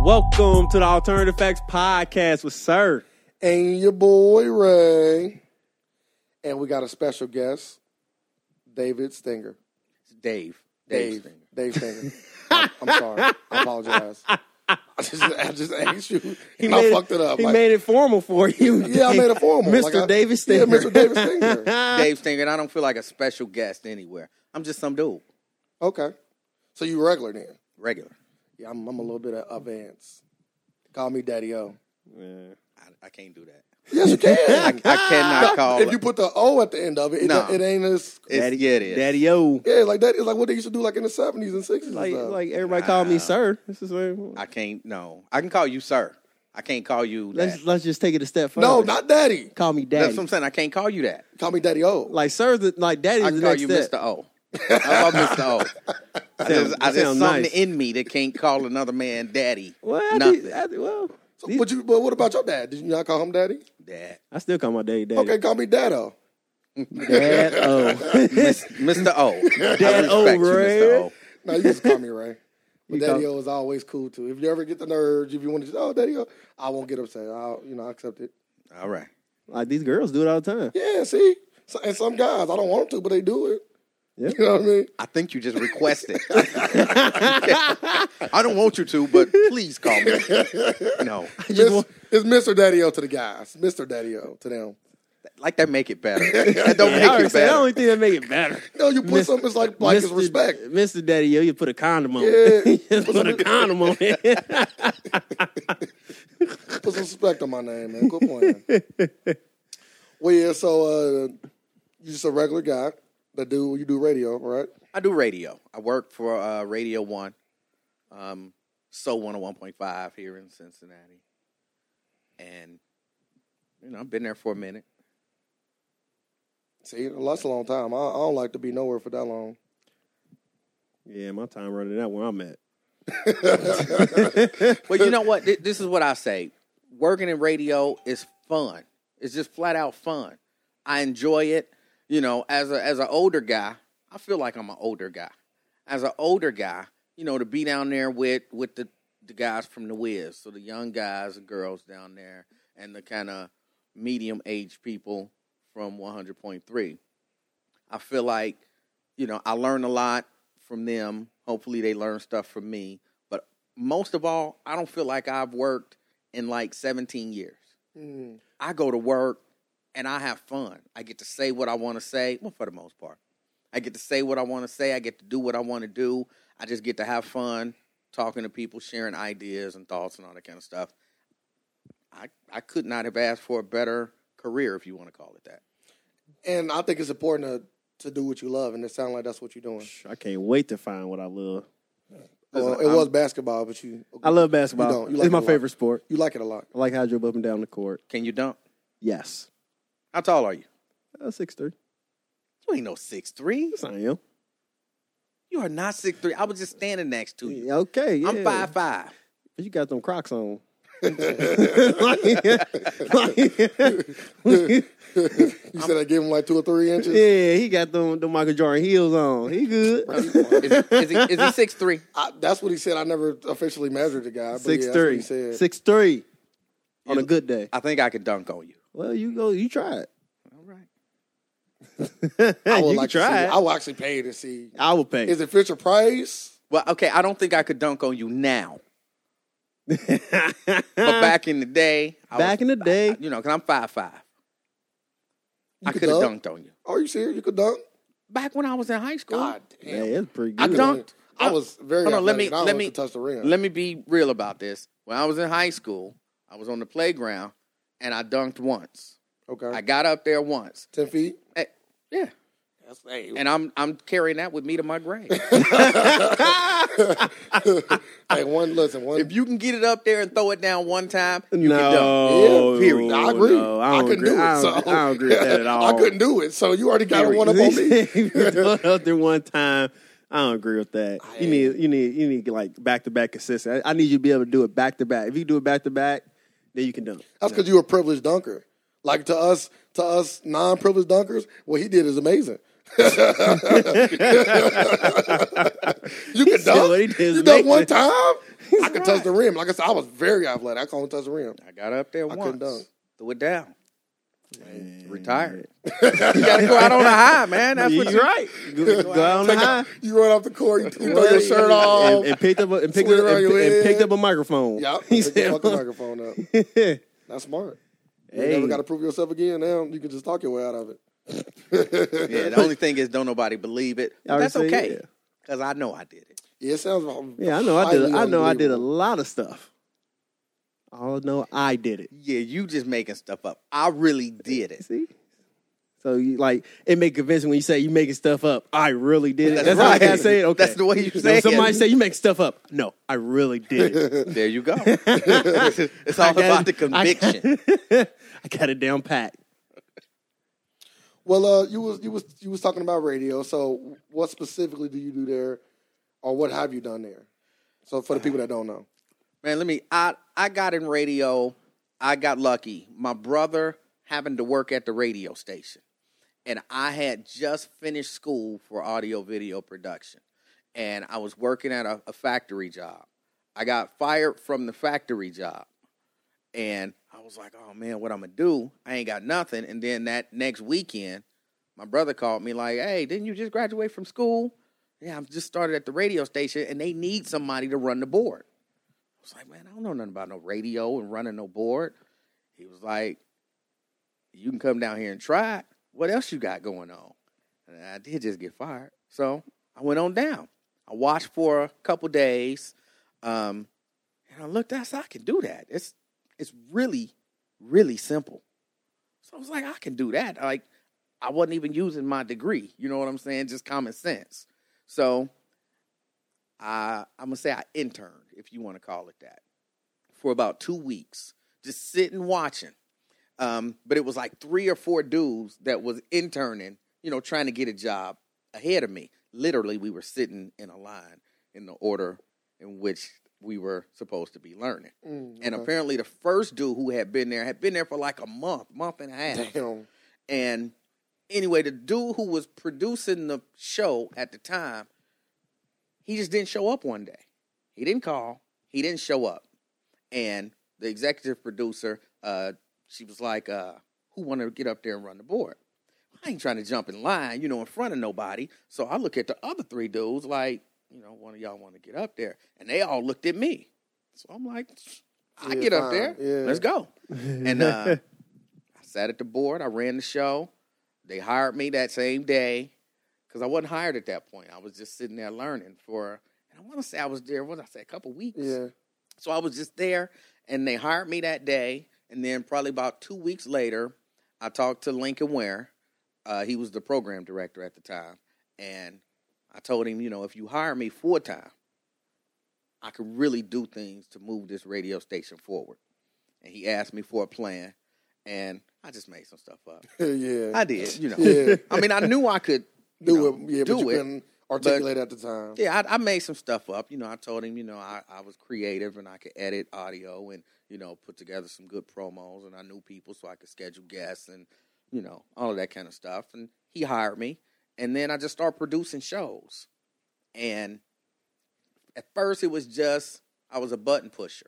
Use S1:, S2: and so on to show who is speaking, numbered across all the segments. S1: Welcome to the Alternative Facts Podcast with Sir.
S2: and your boy Ray. And we got a special guest, David Stinger.
S3: Dave.
S2: Dave. Dave Stinger. I'm, I'm sorry. I apologize. I just, I just asked you. and I
S1: made
S2: fucked it up.
S1: He
S2: Like,
S1: made it formal for you.
S2: yeah, I made a formal.
S1: Mr.
S2: Like, I-
S1: David Stinger.
S2: Yeah, Mr. David Stinger.
S1: Uh-huh.
S3: Dave Stinger, and I don't feel like a special guest anywhere. I'm just some dude,
S2: Okay. So you regular then?
S3: regular.
S2: Yeah, I'm, I'm a little bit of advance. Call me Daddy O.
S3: I, I can't do that.
S2: Yes, you
S3: I,
S2: can.
S3: I
S1: Ah!
S3: cannot call
S2: if
S3: it.
S2: you put the O at the end of it, it,
S3: No.
S2: it ain't as.
S3: It's-
S1: Daddy,
S3: yeah, it is.
S1: Daddy O.
S2: Yeah, like that is like what they used to do like in the 70s and 60s. and
S1: Like,
S2: stuff.
S1: like everybody called me Sir. This is what-
S3: I can't. No, I can call you sir. I can't call you. That.
S1: let's let's just take it a step further.
S2: no, not Daddy.
S1: call me Daddy.
S3: That's what I'm saying. I can't call you that.
S2: Call me Daddy O.
S1: like Sir's the, like Daddy's
S3: I
S1: the
S3: can call
S1: next
S3: you
S1: step.
S3: Mr. O. I love Mr. O. I just, I
S1: Sound-
S3: just
S1: sound
S3: something
S1: nice.
S3: in me that can't call another man daddy.
S1: Well, I,
S3: Nothing.
S1: did- I did- well,
S2: So,
S1: these-
S2: but you, but what about your dad? Did you not call him daddy?
S3: Dad.
S1: I still call my daddy Daddy.
S2: Okay, call me Dado.
S1: Dad O.
S3: Mr. O. I
S1: Dad O,
S3: respect you,
S1: Ray.
S3: Mr. O.
S2: No, you just call me Ray. But
S1: You
S2: Daddy
S1: call-
S2: O is always cool too. If you ever get the nerves, if you want to, just, oh Daddy O, I won't get upset. I'll you know I accept it.
S3: All right.
S1: like these girls do it all the time.
S2: Yeah, see, so, and some guys I don't want them to, but they do it.
S1: Yeah.
S2: You know what I mean?
S3: I think you just requested. I don't want you to, but please call me. No,
S2: Miss- it's Mister Daddy O to the guys, Mister Daddy O to them.
S3: like that make it better. That don't
S1: I
S3: make
S1: already
S3: it
S1: said, I
S3: better.
S1: only think that make it better.
S2: No, you put
S1: Miss-
S2: something it's like like it's
S1: Mr.
S2: respect.
S1: Mr. Daddy, yo, you put a condom on
S2: Yeah.
S1: it. You put a condom on it.
S2: Put some respect on my name, man. Good point. well, yeah. So uh, you just a regular guy that do you do radio, right?
S3: I do radio. I work for uh, Radio One, um, So One Hundred One Point Five here in Cincinnati, and you know I've been there for a minute.
S2: See, that's a long time. I, I don't like to be nowhere for that long.
S1: yeah, my time running out where I'm at.
S3: Well, you know what? Th- This is what I say. Working in radio is fun. It's just flat out fun. I enjoy it. You know, as a as an older guy, I feel like I'm an older guy. As an older guy, you know, to be down there with with the the guys from the Wiz, so the young guys and girls down there, and the kind of medium aged people from 100.3. I feel like, you know, I learn a lot from them. Hopefully, they learn stuff from me. But most of all, I don't feel like I've worked in like 17 years.
S1: Mm.
S3: I go to work and I have fun. I get to say what I want to say, well, for the most part. I get to say what I want to say. I get to do what I want to do. I just get to have fun talking to people, sharing ideas and thoughts and all that kind of stuff. I, I could not have asked for a better career, if you want to call it that.
S2: And I think it's important to, to do what you love, and it sounds like that's what you're doing.
S1: I can't wait to find what I love.
S2: Well, it was basketball, but you
S1: I love basketball.
S2: You don't. You like
S1: it's my
S2: it a lot.
S1: favorite sport.
S2: you like it a lot.
S1: I like how I dribble up and down the court.
S3: Can you dunk?
S1: Yes.
S3: How tall are you?
S1: Uh, 6'3.
S3: You ain't no six three.
S1: Yes, I am.
S3: You are not six three. I was just standing next to you.
S1: Yeah, Okay. Yeah.
S3: I'm five five.
S1: But you got them Crocs on. Like-
S2: You said I gave him like two or three inches.
S1: Yeah, he got them, them Michael Jordan heels on. He good.
S3: Is, is he is he six three?
S2: I, that's what he said. I never officially measured the guy. But
S1: Six
S2: yeah, that's what
S1: three.
S2: he said.
S1: Six three. On a good day.
S3: I think I could dunk on you.
S1: Well, you go. You try it.
S3: All right.
S2: I would
S1: you
S2: like
S1: can
S2: to see.
S1: try
S2: I
S1: it.
S2: would actually pay to see.
S1: I would pay.
S2: Is it Fisher Price?
S3: Well, okay. I don't think I could dunk on you now, but back in the day, I
S1: Back in the day,
S3: you know, because I'm five five. I
S2: could
S3: could have
S2: dunk?
S3: dunked on you
S2: Are you serious? You could dunk.
S3: back when I was in high school.
S2: God damn.
S1: yeah, that's pretty
S3: I
S1: good.
S3: dunked.
S2: I was very.
S3: Hold on, let me-
S2: athletic, and I
S3: let
S2: wanted
S3: me-
S2: to touch the rim.
S3: Let me be real about this. When I was in high school, I was on the playground and I dunked once.
S2: okay,
S3: I got up there once.
S2: ten feet.
S3: Eh, yeah.
S2: That's, hey,
S3: And I'm I'm carrying that with me to my grave.
S2: hey, one. Listen, one.
S3: if you can get it up there and throw it down one time, you can dunk.
S1: no,
S2: Yeah,
S1: period.
S2: I agree.
S1: Oh, No, I,
S2: I,
S1: don't
S2: couldn't
S1: agree.
S2: do it.
S1: I don't,
S2: so
S1: I don't agree with that at all.
S2: I couldn't do it. So you already got a one up on me.
S1: If you throw it out there one time. I don't agree with that. You need you need you need like back to back consistent. I, I need you to be able to do it back to back. If you do it back to back, then you can dunk.
S2: That's because you're a privileged dunker. Like to us, to us non-privileged dunkers, what he did is amazing. you can
S1: said
S2: dunk.
S1: what he did is
S2: you dunk one
S1: amazing.
S2: time. I could touch the rim. Like I said, I was very athletic. I couldn't touch the rim.
S3: I got up there
S2: I
S3: once.
S2: couldn't dunk.
S3: Threw it down. Retired. you got to go out on a high, man. That's what
S1: You're
S3: you
S1: right. Go, go out on the high.
S2: You run off the court, you throw your shirt
S1: And,
S2: off.
S1: and picked up a, and picked
S2: Swing
S1: up
S2: around
S1: and,
S2: your
S1: and
S2: head.
S1: picked up a microphone.
S2: Yup.
S1: He
S2: Pick the
S1: said,
S2: fucking microphone up. That's smart. You
S1: Hey.
S2: never got to prove yourself again. Now you can just talk your way out of it.
S3: Yeah, the only thing is, don't nobody believe it.
S1: Y'all
S3: That's
S1: see,
S3: okay,
S1: yeah.
S3: because I know I did it.
S2: Yeah, it sounds.
S1: "Yeah, I know. I did.
S2: highly
S1: I know. I did a
S2: unbelievable.
S1: lot of stuff. I know. I did it.
S3: Yeah, you just making stuff up. I really did it.
S1: See." So you like it make convincing when you say you making stuff up. I really did it.
S3: That's
S1: That's,
S3: right.
S1: how I say it. Okay,
S3: That's the way you
S1: When
S3: say it.
S1: Somebody say you make stuff up. No, I really did. it.
S3: There you go. it's all
S1: I got
S3: about the
S1: it. I got-
S3: conviction.
S1: I got it down pat.
S2: Well, uh, you was you was you was talking about radio. So, what specifically do you do there, or what have you done there? So, for the people that don't know,
S3: Man, let me. I I got in radio. I got lucky. My brother happened to work at the radio station, and I had just finished school for audio video production, and I was working at a, a factory job. I got fired from the factory job, and I was like, "Oh man, what I'm gonna do? I ain't got nothing." And then that next weekend, my brother called me like, "Hey, didn't you just graduate from school?" Yeah, I've just started at the radio station, and they need somebody to run the board. I was like, man, I don't know nothing about no radio and running no board. He was like, you can come down here and try. it. What else you got going on? And I did just get fired. So I went on down. I watched for a couple days. Um, and I looked, I said, I can do that. It's it's really, really simple. So I was like, I can do that. Like, I wasn't even using my degree. You know what I'm saying? Just common sense. So I I'm gonna say I interned, if you want to call it that, for about two weeks, just sitting watching. Um, but it was like three or four dudes that was interning, you know, trying to get a job ahead of me. Literally, we were sitting in a line in the order in which we were supposed to be learning. And apparently, the first dude who had been there had been there for like a month, month and a half.
S2: damn,
S3: And anyway, the dude who was producing the show at the time, he just didn't show up one day. He didn't call. He didn't show up. And the executive producer, uh, she was like, uh, "Who want to get up there and run the board?" I ain't trying to jump in line, you know, in front of nobody. So I look at the other three dudes, like, you know, one of y'all want to get up there, and they all looked at me. So I'm like, I
S2: Yeah,
S3: get up
S2: fine.
S3: there.
S2: Yeah.
S3: Let's go. And uh, I sat at the board. I ran the show. They hired me that same day because I wasn't hired at that point. I was just sitting there learning for, and I want to say I was there. What did I say? A couple weeks.
S2: yeah,
S3: So I was just there, and they hired me that day. And then probably about two weeks later, I talked to Lincoln Ware. Uh, he was the program director at the time, and I told him, you know, if you hire me full time, I could really do things to move this radio station forward. And he asked me for a plan, and I just made some stuff up.
S2: yeah,
S3: I did, you know.
S2: Yeah.
S3: I mean, I knew I could you
S2: do
S3: know,
S2: it. Yeah,
S3: do
S2: but you
S3: it.
S2: couldn't articulate at the time.
S3: Yeah, I, I made some stuff up. You know, I told him, you know, I, I was creative and I could edit audio and, you know, put together some good promos and I knew people so I could schedule guests and, you know, all of that kind of stuff. And he hired me. And then I just started producing shows. And at first it was just, I was a button pusher.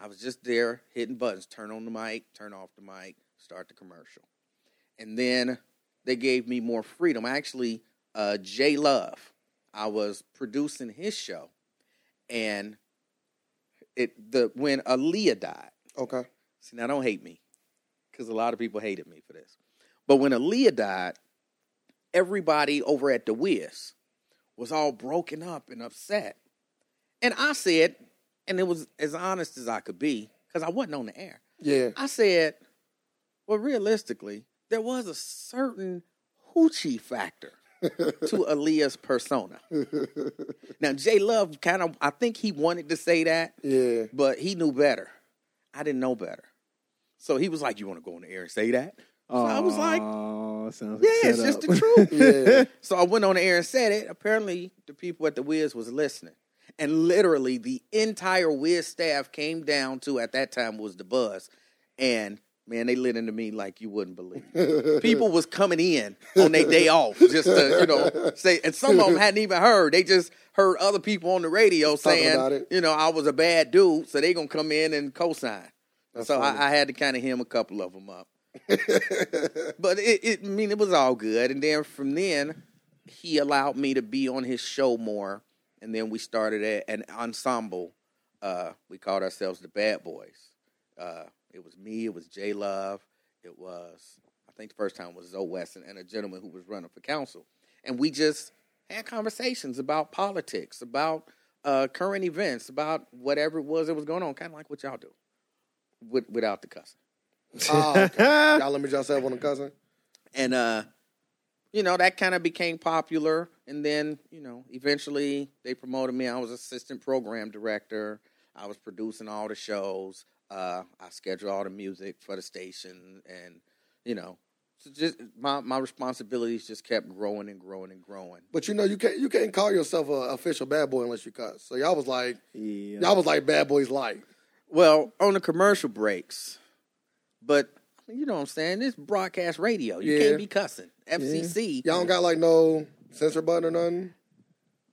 S3: I was just there hitting buttons, turn on the mic, turn off the mic, start the commercial. And then they gave me more freedom. Actually, uh, Jay Love, I was producing his show, and it the when Aaliyah died.
S2: Okay.
S3: See, now don't hate me, because a lot of people hated me for this. But when Aaliyah died, everybody over at the Wiz was all broken up and upset, and I said, and it was as honest as I could be, because I wasn't on the air.
S2: Yeah.
S3: I said, well, realistically, there was a certain hoochie factor to Aaliyah's persona. now, Jay Love kind of, I think he wanted to say that,
S2: Yeah.
S3: but he knew better. I didn't know better. So he was like, you want to go on the air and say that? So I was like,
S1: oh, sounds set
S3: yeah, it's just
S1: up.
S3: the truth.
S2: Yeah.
S3: So I went on the air and said it. Apparently, the people at the Wiz was listening. And literally, the entire Wiz staff came down to, at that time, was the buzz. And, man, they lit into me like you wouldn't believe. people was coming in on their day off just to, you know, say, and some of them hadn't even heard. They just heard other people on the radio
S2: Talking
S3: saying,
S2: about it.
S3: you know, I was a bad dude, so they gonna come in and co-sign.
S2: That's
S3: so
S2: funny.
S3: I, I had to kind of hem a couple of them up. but it, it, I mean, it was all good. And then from then, he allowed me to be on his show more. And then we started a, an ensemble. Uh, we called ourselves the Bad Boys. Uh, it was me. It was J Love. It was I think the first time was Zoe Weston and a gentleman who was running for council. And we just had conversations about politics, about uh, current events, about whatever it was that was going on, kind of like what y'all do, with, without the cussing.
S2: Oh, okay. Y'all let me just have one of cousin.
S3: and uh you know that kind of became popular and then you know eventually they promoted me i was assistant program director i was producing all the shows uh i scheduled all the music for the station and you know so just my my responsibilities just kept growing and growing and growing
S2: But you know, you can't you can't call yourself a official bad boy unless you cuss. So y'all was like
S1: Yeah.
S2: y'all was like bad boys light.
S3: well on the commercial breaks but you know what i'm saying this broadcast radio you
S2: Yeah.
S3: can't be cussing fcc
S2: Y'all don't got like no censor button or nothing.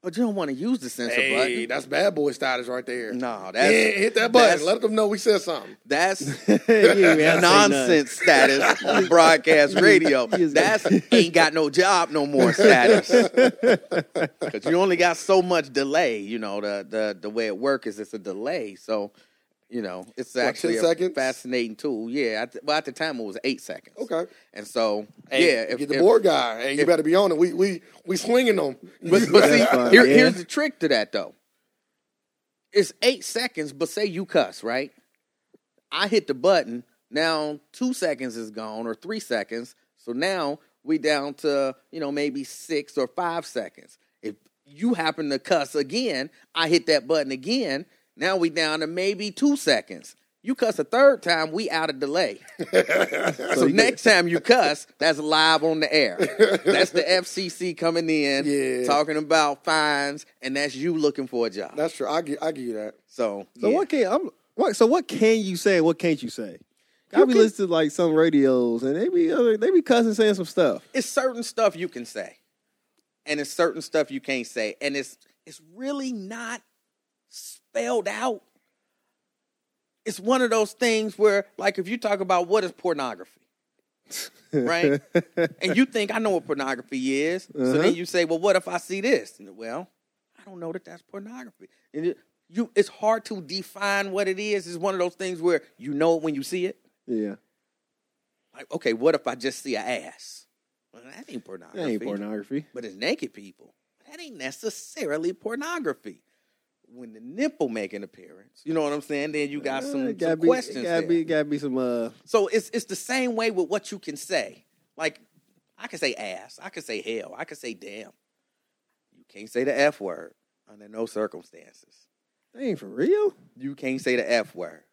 S3: but you don't want to use the censor
S2: Hey,
S3: button
S2: that's bad boy status right there.
S3: no
S2: yeah,
S3: that's
S2: hit that button.
S3: that's-
S2: Let them know we said something.
S3: That's
S1: yeah,
S3: nonsense status on broadcast radio.
S1: Yes.
S3: That's ain't got no job no more status. Because you only got so much delay. You know the the the way it works is it's a delay. So you know it's
S2: ten
S3: actually a
S2: seconds?
S3: fascinating tool. Yeah. At the, well, at the time it was eight seconds.
S2: Okay.
S3: And so yeah, if,
S2: Get the
S3: if-
S2: board guy. Hey, you better be on it. We we we swinging them.
S3: But, but see,
S1: That's fine,
S3: here-
S1: yeah.
S3: here's the trick to that though. It's eight seconds, but say you cuss, right? I hit the button. Now two seconds is gone, or three seconds. So now we down to you know maybe six or five seconds. If you happen to cuss again, I hit that button again. Now we down to maybe two seconds. You cuss a third time, we out of delay. So, next time you cuss, that's live on the air. That's the FCC coming in,
S2: Yeah.
S3: talking about fines, and that's you looking for a job.
S2: That's true. I give I give you that.
S3: so,
S1: So
S3: yeah.
S1: what can I'm what so what can you say? What can't you say? I
S3: You
S1: be
S3: can-
S1: listening to like some radios and they be uh, they be cussing saying some stuff.
S3: it's certain stuff you can say, and it's certain stuff you can't say, and it's it's really not spelled out. It's one of those things where, like, if you talk about what is pornography, right? and you think I know what pornography is, so
S1: Uh-huh.
S3: then you say, "Well, what if I see this?" And, well, I don't know that that's pornography. And it, you, it's hard to define what it is. It's one of those things where you know it when you see it.
S1: Yeah.
S3: Like, okay, what if I just see a ass? Well, that ain't pornography.
S1: That ain't pornography.
S3: But it's naked people. That ain't necessarily pornography. When the nipple make an appearance, you know what I'm saying? Then you got
S1: Uh,
S3: some,
S1: it
S3: some
S1: be,
S3: questions.
S1: It gotta
S3: there.
S1: be gotta be some uh
S3: So it's it's the same way with what you can say. Like I can say ass, I can say hell, I can say damn. You can't say the F word under no circumstances.
S1: that ain't for real.
S3: You can't say the F word.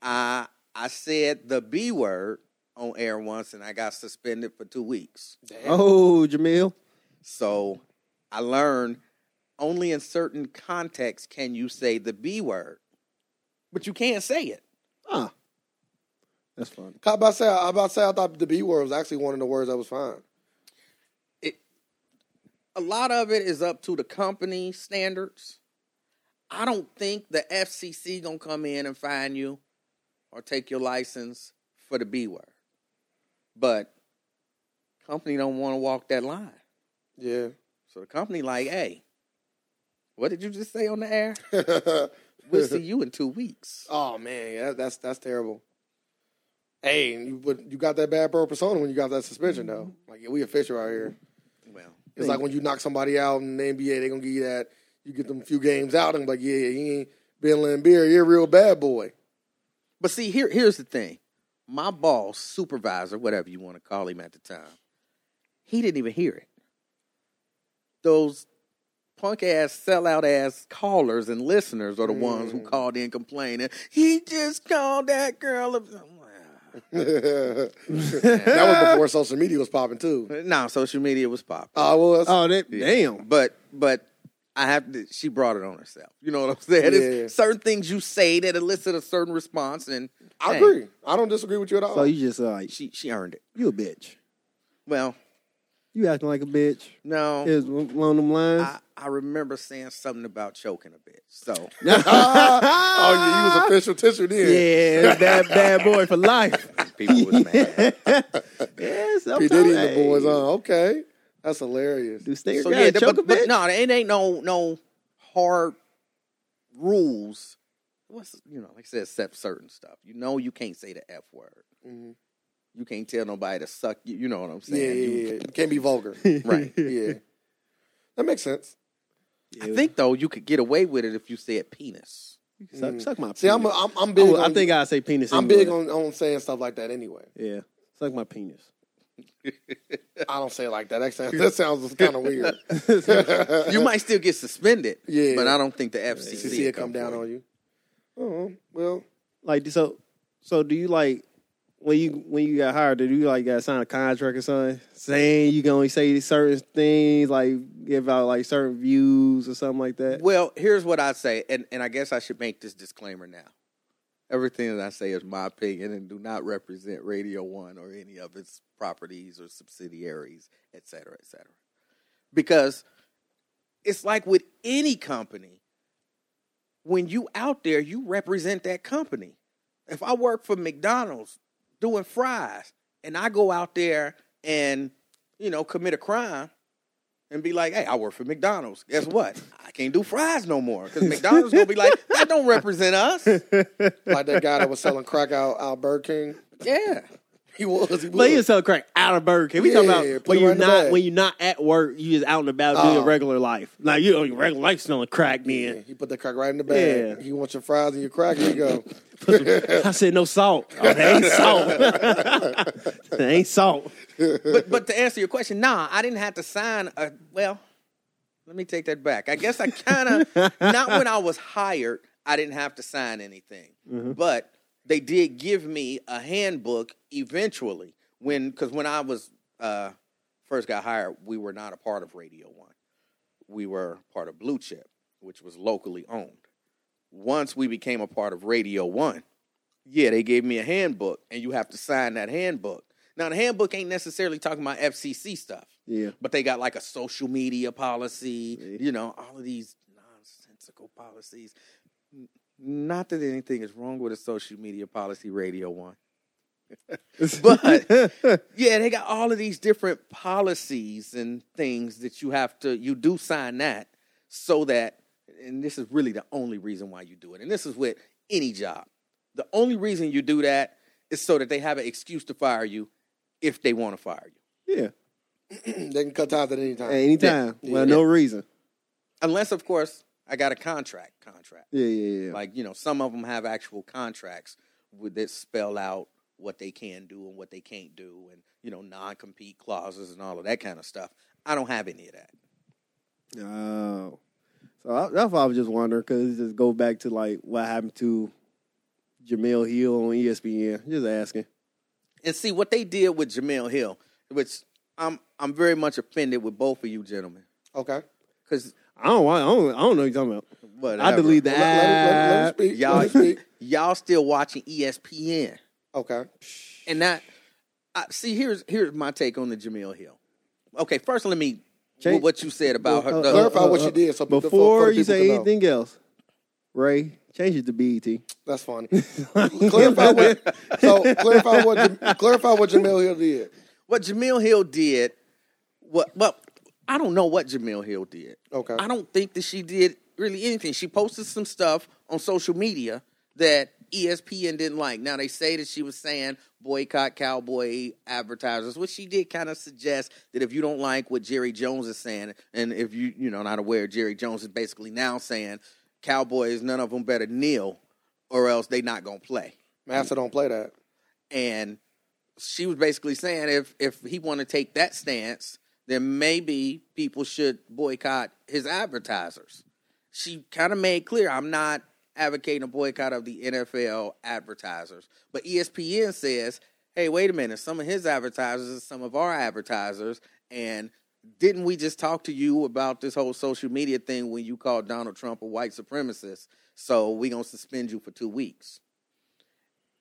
S3: I I said the B word on air once and I got suspended for two weeks.
S2: Eh.
S1: Oh, Jamil.
S3: So I learned only in certain contexts can you say the B word. But you can't say it.
S1: Ah. That's fun.
S2: How about say how about say I thought the B word was actually one of the words that was fine.
S3: a lot of it is up to the company standards. I don't think the FCC gonna come in and fine you or take your license for the B word. But company don't want to walk that line.
S2: Yeah.
S3: So the company like, hey, what did you just say on the air? We'll see
S2: oh
S3: you in two weeks.
S2: man, yeah, that's that's terrible. Hey, and you but you got that bad bro persona when you got that suspension though. Like yeah, we official out here.
S3: Well,
S2: It's like when Mm-hmm. you knock somebody out in the NBA, they gonna give you that. You get them a few games out and be like, yeah, he ain't been Lambeer. You're a real bad boy.
S3: But see, here here's the thing. My boss, supervisor, whatever you want to call him at the time, he didn't even hear it. Those punk ass, sellout ass callers and listeners are the ones who called in complaining. He just called that girl. a-"
S2: that was before social media was popping too. Uh,
S3: Nah, social media was popping.
S2: I was.
S1: Oh that damn.
S3: But but I have to. She brought it on herself. You know what I'm saying? It's
S2: Yeah.
S3: certain things you say that elicit a certain response, and
S2: I
S3: hey,
S2: agree. I don't disagree with you at all.
S1: So you just uh, like
S3: She she earned it.
S1: you a bitch.
S3: Well,
S1: You acting like a bitch.
S3: No,
S1: Is along them lines.
S3: I, I remember saying something about choking a bitch. So
S2: Oh, yeah, you was official tissue then.
S1: yeah, bad bad boy for life.
S3: people was mad.
S1: Yes, I'm
S2: P Diddy
S1: telling
S2: and the
S1: you.
S2: boys uh, on. Okay, that's hilarious.
S1: Do stay
S3: so
S1: so,
S3: yeah,
S1: choke a
S3: but,
S1: bitch.
S3: but no, it ain't no no hard rules. What's you know, like I said, except certain stuff. You know, you can't say the f word.
S2: Mhm.
S3: You can't tell nobody to suck you. You know what I'm
S2: Yeah, yeah,
S3: saying?
S2: yeah. You can't be vulgar.
S3: You- right.
S2: Yeah, that makes sense.
S3: I think though you could get away with it if you said penis.
S1: suck, suck my.
S2: See, I'm
S1: penis.
S2: a, I'm, I'm
S1: I
S2: big.
S1: would- Oh, I
S2: on-
S1: think I say penis.
S2: I'm
S1: anyway.
S2: big on, on saying stuff like that anyway.
S1: Yeah, suck my penis.
S2: I don't say it like that. That sounds, that sounds kind of weird.
S3: You might still get suspended.
S2: Uh, Yeah.
S3: but I don't think the
S2: You
S3: FCC
S2: see it come down
S3: for
S2: on you. Oh well,
S1: Like so, so do you like when you when you got hired? Did you like got sign a contract or something saying you can only say certain things, like give out like certain views or something like that?
S3: Well, here's what I say, and, and I guess I should make this disclaimer now. Everything that I say is my opinion and do not represent Radio One or any of its properties or subsidiaries, et cetera, et cetera. Because it's like with any company, when you out there, you represent that company. If I work for McDonald's doing fries and I go out there and, you know, commit a crime, and be like, "Hey, I work for McDonald's. Guess what? I can't do fries no more because McDonald's gonna be like, that don't represent us."
S2: like that guy that was selling crack out out Burger King.
S3: Yeah,
S2: He was. He
S1: But you
S2: was.
S1: sell crack out of Burger King. We talking
S2: Yeah,
S1: about
S2: put
S1: when
S2: it
S1: you're
S2: right in the
S1: not
S2: bag.
S1: when you're not at work, you just out and about
S2: Oh.
S1: doing regular life. Like you on your regular life smelling crack
S2: Yeah,
S1: then.
S2: he put the crack right in the bag.
S1: Yeah.
S2: He wants your fries and your crack. Here you go.
S1: I said no salt. Oh, that ain't salt. that ain't salt.
S3: but but to answer your question, nah, I didn't have to sign a. Well, let me take that back. I guess I kind of not when I was hired, I didn't have to sign anything, but they did give me a handbook eventually when because when I was uh, first got hired, we were not a part of Radio One. We were part of Blue Chip, which was locally owned. Once we became a part of Radio One, yeah, they gave me a handbook, and you have to sign that handbook. Now, the handbook ain't necessarily talking about FCC stuff,
S1: Yeah.
S3: but they got like a social media policy, you know, all of these nonsensical policies. N- Not that anything is wrong with a social media policy, Radio One. But- Yeah, they got all of these different policies and things that you have to you do sign that so that and this is really the only reason why you do it. And this is with any job. The only reason you do that is so that they have an excuse to fire you if they want to fire you.
S1: yeah.
S2: they can cut ties at any time.
S1: Anytime. Well, no reason.
S3: Unless of course I got a contract contract.
S1: Yeah, yeah, yeah.
S3: Like, you know, some of them have actual contracts with that spell out what they can do and what they can't do and, you know, non-compete clauses and all of that kind of stuff. I don't have any of that.
S1: Oh, so I, that's why I was just wondering because just go back to like what happened to Jamel Hill on E ESPN. Just asking.
S3: And see what they did with Jamel Hill, which I'm I'm very much offended with both of you gentlemen.
S2: Okay.
S3: Cause
S1: I don't. want- I don't. I don't know what you're talking about.
S3: whatever.
S1: I delete
S2: Let, let, let him
S1: that.
S2: speak.
S3: Y'all,
S2: Let him speak.
S3: y'all still watching E ESPN,
S2: Okay.
S3: and that. I, see, here's here's my take on the Jamel Hill. Okay, first let me
S1: Jay-
S3: what you said about her.
S1: Uh,
S3: the-
S2: Clarify what you did so people- for- for
S1: Before
S2: the
S1: you
S2: people
S1: say
S2: to know.
S1: anything else, Ray, change it to E BET.
S2: That's funny. clarify what. So clarify what. Jam- Clarify what Jamel Hill did.
S3: what Jamil Hill did, what well, I don't know what Jamil Hill did.
S2: Okay.
S3: I don't think that she did really anything. She posted some stuff on social media that E ESPN didn't like. Now they say that she was saying boycott cowboy advertisers, which she did kind of suggest that if you don't like what Jerry Jones is saying, and if you you know not aware, Jerry Jones is basically now saying cowboys none of them better kneel or else they not gonna play
S2: Master don't play that.
S3: and she was basically saying if if he want to take that stance, then maybe people should boycott his advertisers. She kind of made clear I'm not advocating a boycott of the NFL advertisers, but E ESPN says, "Hey, wait a minute, some of his advertisers is some of our advertisers and didn't we just talk to you about this whole social media thing when you called Donald Trump a white supremacist? So we're going to suspend you for 2 weeks."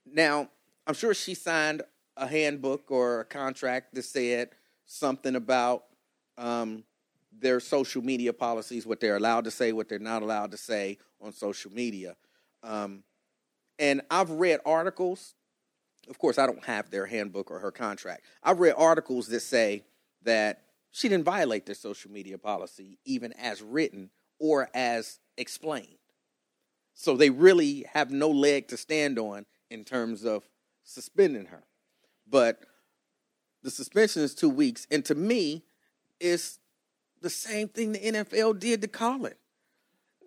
S3: Now, I'm sure she signed a handbook or a contract that said something about um, their social media policies, what they're allowed to say, what they're not allowed to say on social media. Um, and I've read articles. Of course, I don't have their handbook or her contract. I've read articles that say that she didn't violate their social media policy, even as written or as explained. So they really have no leg to stand on in terms of suspending her. But the suspension is two weeks. And to me, it's the same thing the NFL did to Colin.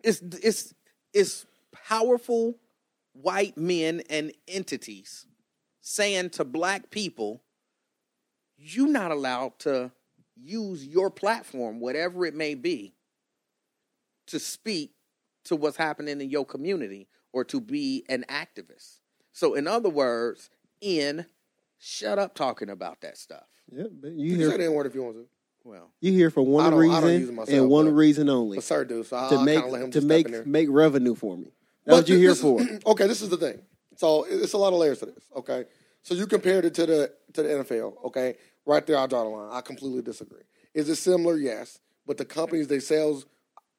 S3: It's it's it's powerful white men and entities saying to black people, you're not allowed to use your platform, whatever it may be, to speak to what's happening in your community or to be an activist. So, in other words, in shut up talking about that stuff.
S1: Yeah, but
S2: You
S1: you
S2: can say the
S1: here
S2: N word if you want to.
S3: Well,
S1: you here for
S2: I
S1: one
S2: don't- I don't use it
S1: reason
S2: myself,
S1: and one
S2: but-
S1: reason only
S2: But sir, dude, so I'll
S1: to
S2: kind of let
S1: make
S2: him
S1: to
S2: just step in there.
S1: make make revenue for me.
S2: But
S1: That's what you here
S2: this
S1: for.
S2: is- okay, this is the thing. So it- it's a lot of layers to this. Okay, so you compared it to the to the NFL. Okay, right there, I draw the line. I completely disagree. Is it similar? Yes, but the companies they sales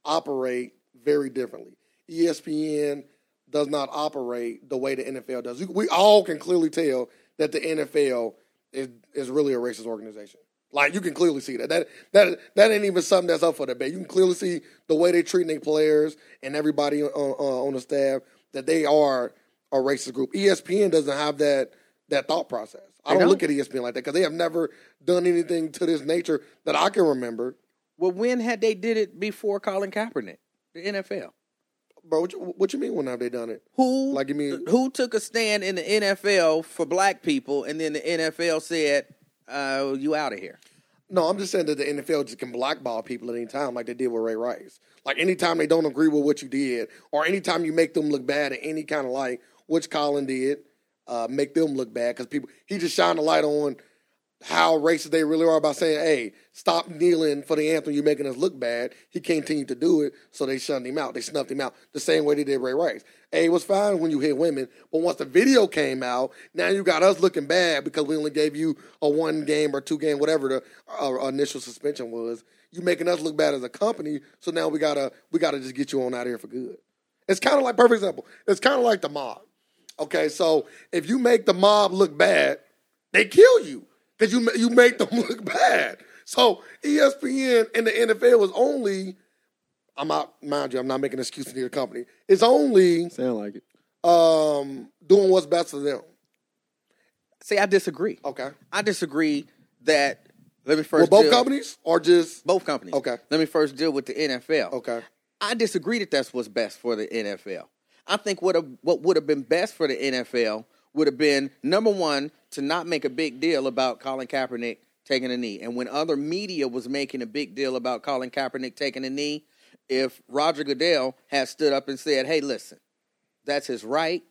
S2: operate very differently. E ESPN does not operate the way the NFL does. You- We all can clearly tell that the NFL is is really a racist organization. Like you can clearly see that. That that that ain't even something that's up for debate. You can clearly see the way they treating their players and everybody on, on on the staff that they are a racist group. E ESPN doesn't have that that thought process. I
S3: They
S2: don't look at E
S3: don't.
S2: ESPN like that because they have never done anything to this nature that I can remember.
S3: well, when had they did it before Colin Kaepernick? The NFL.
S2: Bro, what you, what you mean when have they done it?
S3: Who
S2: Like, you mean-
S3: who took a stand in the NFL for black people, and then the NFL said, uh, "You out of here."
S2: No, I'm just saying that the NFL just can blackball people at any time, like they did with Ray Rice. Like anytime they don't agree with what you did, or anytime you make them look bad in any kind of light, which Colin did, uh, make them look bad because people he just shined a light on how racist they really are by saying, "Hey, stop kneeling for the anthem. You're making us look bad." He continued to do it, so they shunned him out. They snuffed him out the same way they did Ray Rice. Hey, it was fine when you hit women, but once the video came out, now you got us looking bad because we only gave you a one game or two game, whatever the uh, initial suspension was. You making us look bad as a company, so now we gotta we gotta just get you on out of here for good. It's kind of like perfect example. It's kind of like the mob. Okay, so if you make the mob look bad, they kill you because you ma- you make them look bad. So E ESPN and the NFL was only. I'm not mind you. I'm not making an excuse for neither company. It's only
S1: Sound like it.
S2: um, doing what's best for them.
S3: See, I disagree.
S2: Okay.
S3: I disagree that. Let me
S2: Oh. Well,
S3: first.
S2: both
S3: deal-
S2: companies are just
S3: Both companies.
S2: Okay.
S3: Let me first deal with the NFL.
S2: okay.
S3: I disagree that that's what's best for the NFL. I think what a, what would have been best for the NFL would have been number one to not make a big deal about Colin Kaepernick taking a knee, and when other media was making a big deal about Colin Kaepernick taking a knee, if Roger Goodell had stood up and said, "Hey, listen, that's his right,"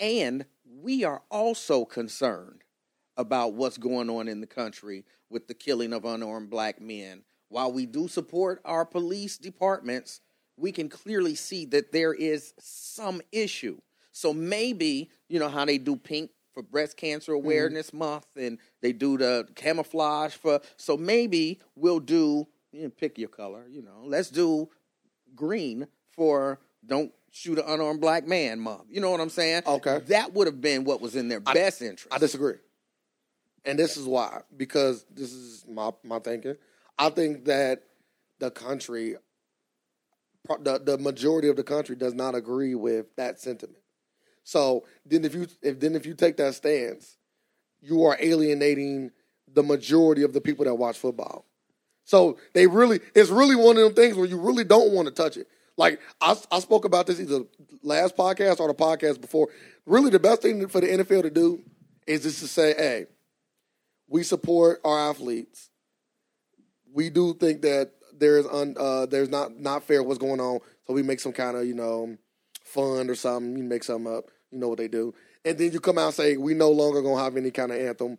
S3: and we are also concerned about what's going on in the country with the killing of unarmed black men. While we do support our police departments, we can clearly see that there is some issue. So maybe, you know, how they do pink for breast cancer
S2: Mm-hmm.
S3: awareness month and they do the camouflage for, so maybe we'll do, you know, pick your color, you know, let's do green for don't shoot an unarmed black man month. You know what I'm saying?
S2: Okay.
S3: That would have been what was in their best interest.
S2: I disagree. And this is why, because this is my, my thinking. I think that the country, pro- the, the majority of the country does not agree with that sentiment. So then if you if then if you take that stance, you are alienating the majority of the people that watch football. So they really, it's really one of them things where you really don't want to touch it. Like I, I spoke about this either last podcast or the podcast before. Really, the best thing for the NFL to do is just to say, "Hey, we support our athletes. We do think that there is un, uh, there's not not fair what's going on, so we make some kind of you know fund or something. You make something up. You know what they do, and then you come out and say we no longer gonna have any kind of anthem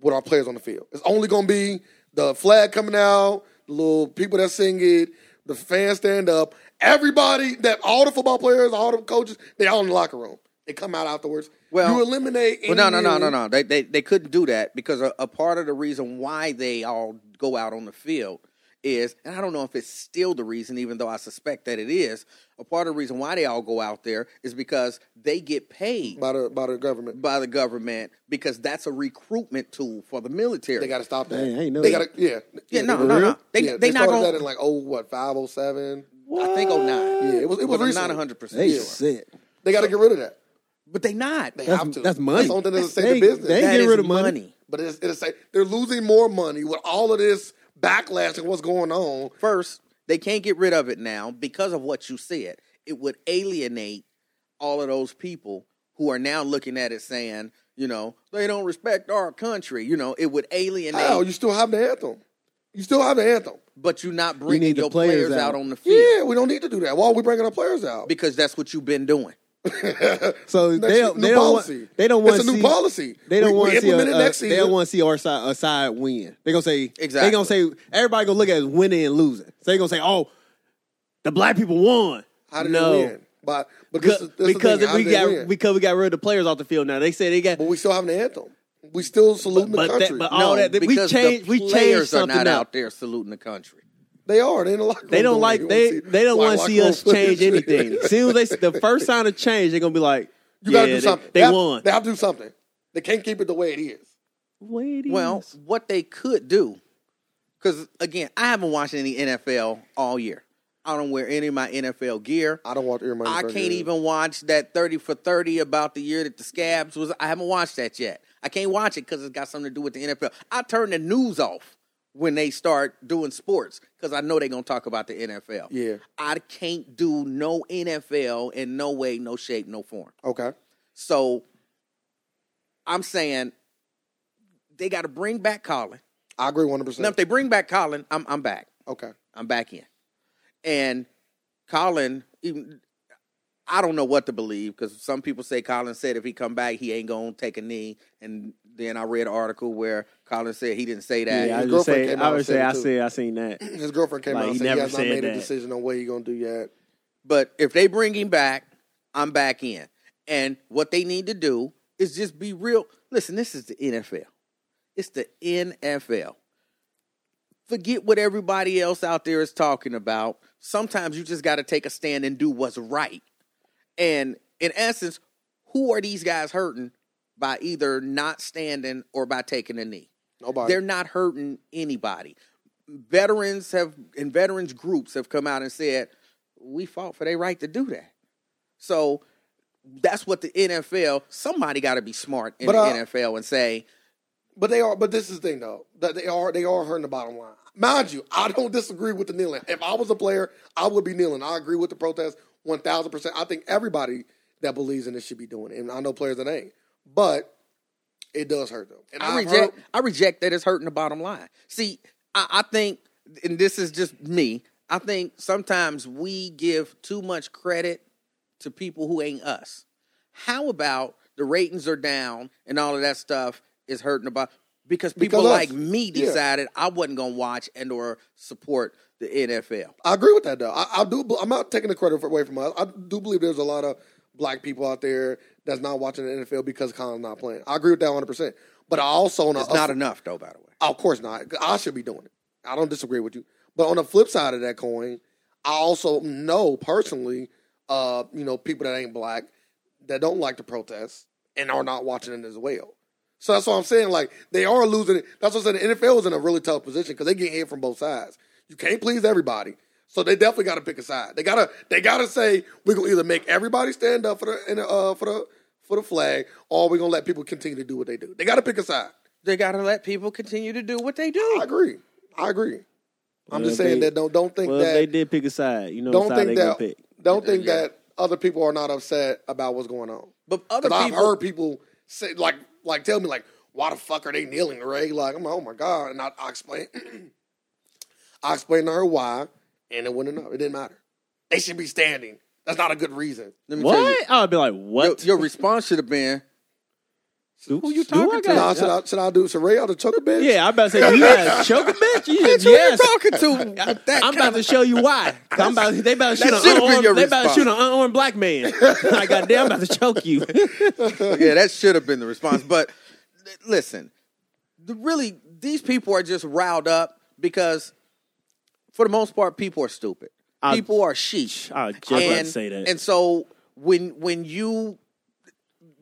S2: with our players on the field. It's only gonna be the flag coming out, the little people that sing it, the fans stand up, everybody that all the football players, all the coaches, they all in the locker room. They come out afterwards
S3: Well-
S2: you eliminate.
S3: Well, no, no, no,
S2: any-
S3: no, no. They they they couldn't do that because a, a part of the reason why they all go out on the field is, and I don't know if it's still the reason, even though I suspect that it is. A part of the reason why they all go out there is because they get paid
S2: by the by the government.
S3: by the government because that's a recruitment tool for the military.
S2: They got to stop that.
S1: Man, I ain't know
S2: they
S1: that.
S2: got to yeah.
S3: yeah, no,
S1: for
S3: no, no.
S1: real?
S3: They
S2: yeah,
S3: they, not
S2: started
S3: going.
S2: that in like oh what five oh seven.
S3: I think oh nine.
S2: Yeah, it was it was
S3: but I'm
S2: recent.
S3: not hundred percent.
S1: They
S3: sure.
S1: sick.
S2: They got to get rid of that.
S3: But they not.
S2: They
S3: They
S1: That's,
S2: have to.
S1: that's money.
S2: That's the only thing that's
S1: They-
S2: saving business.
S1: They
S3: That
S1: get
S3: is
S1: rid of money.
S3: money.
S2: But it's, it's like they're losing more money with all of this backlash and what's going on.
S3: First, they can't get rid of it now because of what you said. It would alienate all of those people who are now looking at it saying, you know, they don't respect our country. You know, it would alienate.
S1: Oh,
S2: How Oh, you still have the anthem? You still have the anthem.
S3: but you're not bringing
S1: need the
S3: your
S1: players
S3: players, out.
S1: out.
S3: on the field
S2: Yeah, we don't need to do that. Why are we bringing our players out?
S3: because that's what you've been doing.
S1: So
S2: That's
S1: they don't,
S2: a new
S1: they don't
S2: policy.
S1: want they don't want
S2: It's a new
S1: see,
S2: policy.
S1: They don't
S2: We-
S1: want
S2: we
S1: to see a,
S2: implement it
S1: a-
S2: next
S1: they
S2: season.
S1: don't want to see our side a side win. They gonna say
S3: Exactly.
S1: They gonna say everybody gonna look at us winning and losing. So they gonna say, oh, the black people won.
S2: How did
S1: no.
S2: they win? But, but this
S1: Because,
S2: is, this is
S1: because
S2: the thing. How
S1: we
S2: did they
S1: got
S2: win?
S1: because we got rid of the players off the field now. They say they got
S2: but we still have an anthem. We still saluting
S1: but
S2: the
S1: that-
S2: country.
S1: but
S3: No,
S1: all that- we
S3: because
S1: changed-
S3: the
S1: we changed
S3: players are
S1: something
S3: not
S1: up.
S3: out there saluting the country.
S2: they are. They in the locker room
S1: They don't
S2: doing
S1: like
S2: it.
S1: they
S2: You wanna
S1: they don't
S2: why-
S1: want to
S2: why
S1: see us
S2: girls put
S1: change
S2: this-
S1: anything. As soon as they see the first sign of change, they're gonna be like,
S2: you gotta
S1: yeah,
S2: do something.
S1: They, they
S2: have-
S1: won.
S2: They have to do something. They can't keep it the way it is.
S1: Ladies.
S3: Well, what they could do, because again, I haven't watched any NFL all year. I don't wear any of my NFL gear.
S2: I don't want your money.
S3: I can't even watch that 30 for 30 about the year that the scabs was. I haven't watched that yet. I can't watch it because it's got something to do with the NFL. I turn the news off when they start doing sports because I know they're going to talk about the NFL.
S2: Yeah.
S3: I can't do no NFL in no way, no shape, no form.
S2: Okay.
S3: So I'm saying they got to bring back Colin.
S2: I agree one hundred
S3: Now,
S2: percent.
S3: if they bring back Colin, I'm, I'm back.
S2: Okay.
S3: I'm back in. And Colin, even, I don't know what to believe because some people say Colin said if he come back, he ain't gonna take a knee. And then I read an article where Colin said he didn't say that.
S1: yeah, I
S2: his
S1: just
S2: girlfriend
S1: say
S2: came
S1: I
S2: out
S1: would
S2: and
S1: say
S2: said it
S1: I
S2: too.
S1: see I seen that.
S2: His girlfriend came
S1: Like,
S2: out and
S1: he
S2: said he
S1: never
S2: has not
S1: said
S2: made a
S1: that.
S2: decision on what he's gonna do yet.
S3: But if they bring him back, I'm back in. And what they need to do is just be real. Listen, this is the NFL. It's the NFL. Forget what everybody else out there is talking about. Sometimes you just got to take a stand and do what's right. And in essence, who are these guys hurting by either not standing or by taking a knee?
S2: Nobody.
S3: They're not hurting anybody. Veterans have and veterans groups have come out and said, "We fought for their right to do that." So that's what the NFL. Somebody got to be smart in
S2: But,
S3: the
S2: uh,
S3: NFL and say,
S2: But they are. But this is the thing, though. That they are. They are hurting the bottom line. Mind you, I don't disagree with the kneeling. If I was a player, I would be kneeling. I agree with the protest one thousand percent. I think everybody that believes in this should be doing it, and I know players that ain't. But it does hurt them. And
S3: "I
S2: I've
S3: reject.
S2: heard-
S3: I reject that it's hurting the bottom line." See, I, I think, and this is just me. I think sometimes we give too much credit to people who ain't us. How about the ratings are down and all of that stuff is hurting about because people
S2: Because us.
S3: like me
S2: Yeah.
S3: decided I wasn't gonna watch and or support the NFL.
S2: I agree with that though. I, I do. I'm not taking the credit away from us. I do believe there's a lot of black people out there that's not watching the NFL because Colin's not playing. I agree with that 100. percent But I also on a,
S3: It's not enough though, by the way.
S2: Of course not. I should be doing it. I don't disagree with you. But on the flip side of that coin, I also know personally, uh, you know, people that ain't black that don't like to protest and are not watching it as well. So that's what I'm saying. Like they are losing. it. That's what I'm saying. The NFL is in a really tough position because they get hit from both sides. You can't please everybody. So they definitely got to pick a side. They gotta they gotta say we're gonna either make everybody stand up for the and, uh, for the for the flag, or we're gonna let people continue to do what they do. They gotta pick a side.
S3: They gotta let people continue to do what they
S2: I
S3: do.
S2: agree. I agree.
S1: Well,
S2: I'm just
S1: if
S2: saying
S1: they-
S2: that don't don't think
S1: Well, if
S2: that
S1: they did pick a side. You know
S2: don't
S1: what side
S2: think
S1: they
S2: that
S1: gonna pick.
S2: don't think
S3: Yeah.
S2: that other people are not upset about what's going on.
S3: But other
S2: Because
S3: people
S2: I've heard people say like like tell me like why the fuck are they kneeling, Ray? Like I'm like oh my god, and I, I explain I explained to her why, and it wasn't enough. It didn't matter. They should be standing. That's not a good reason.
S3: let me tell you,
S1: What? I would be like,
S3: your,
S1: what?
S3: your response should have been
S1: Who
S3: you talking to?
S2: Nah, should I should I do should Ray out the choker bitch?
S1: Yeah, I'm about to say you guys choke a bitch. You just,
S3: Bitch, who
S1: yes.
S3: you talking to? with that
S1: I'm about to show you why. I'm about they about to shoot
S3: that should've
S1: an
S3: been your
S1: unarmed, they about to
S3: response.
S1: shoot an unarmed black man. I got damn about to choke you.
S3: yeah, that should have been the response. But th- listen, the, really, these people are just riled up because, for the most part, people are stupid.
S1: I-
S3: people are sheep.
S1: I just about to say that.
S3: And so when when you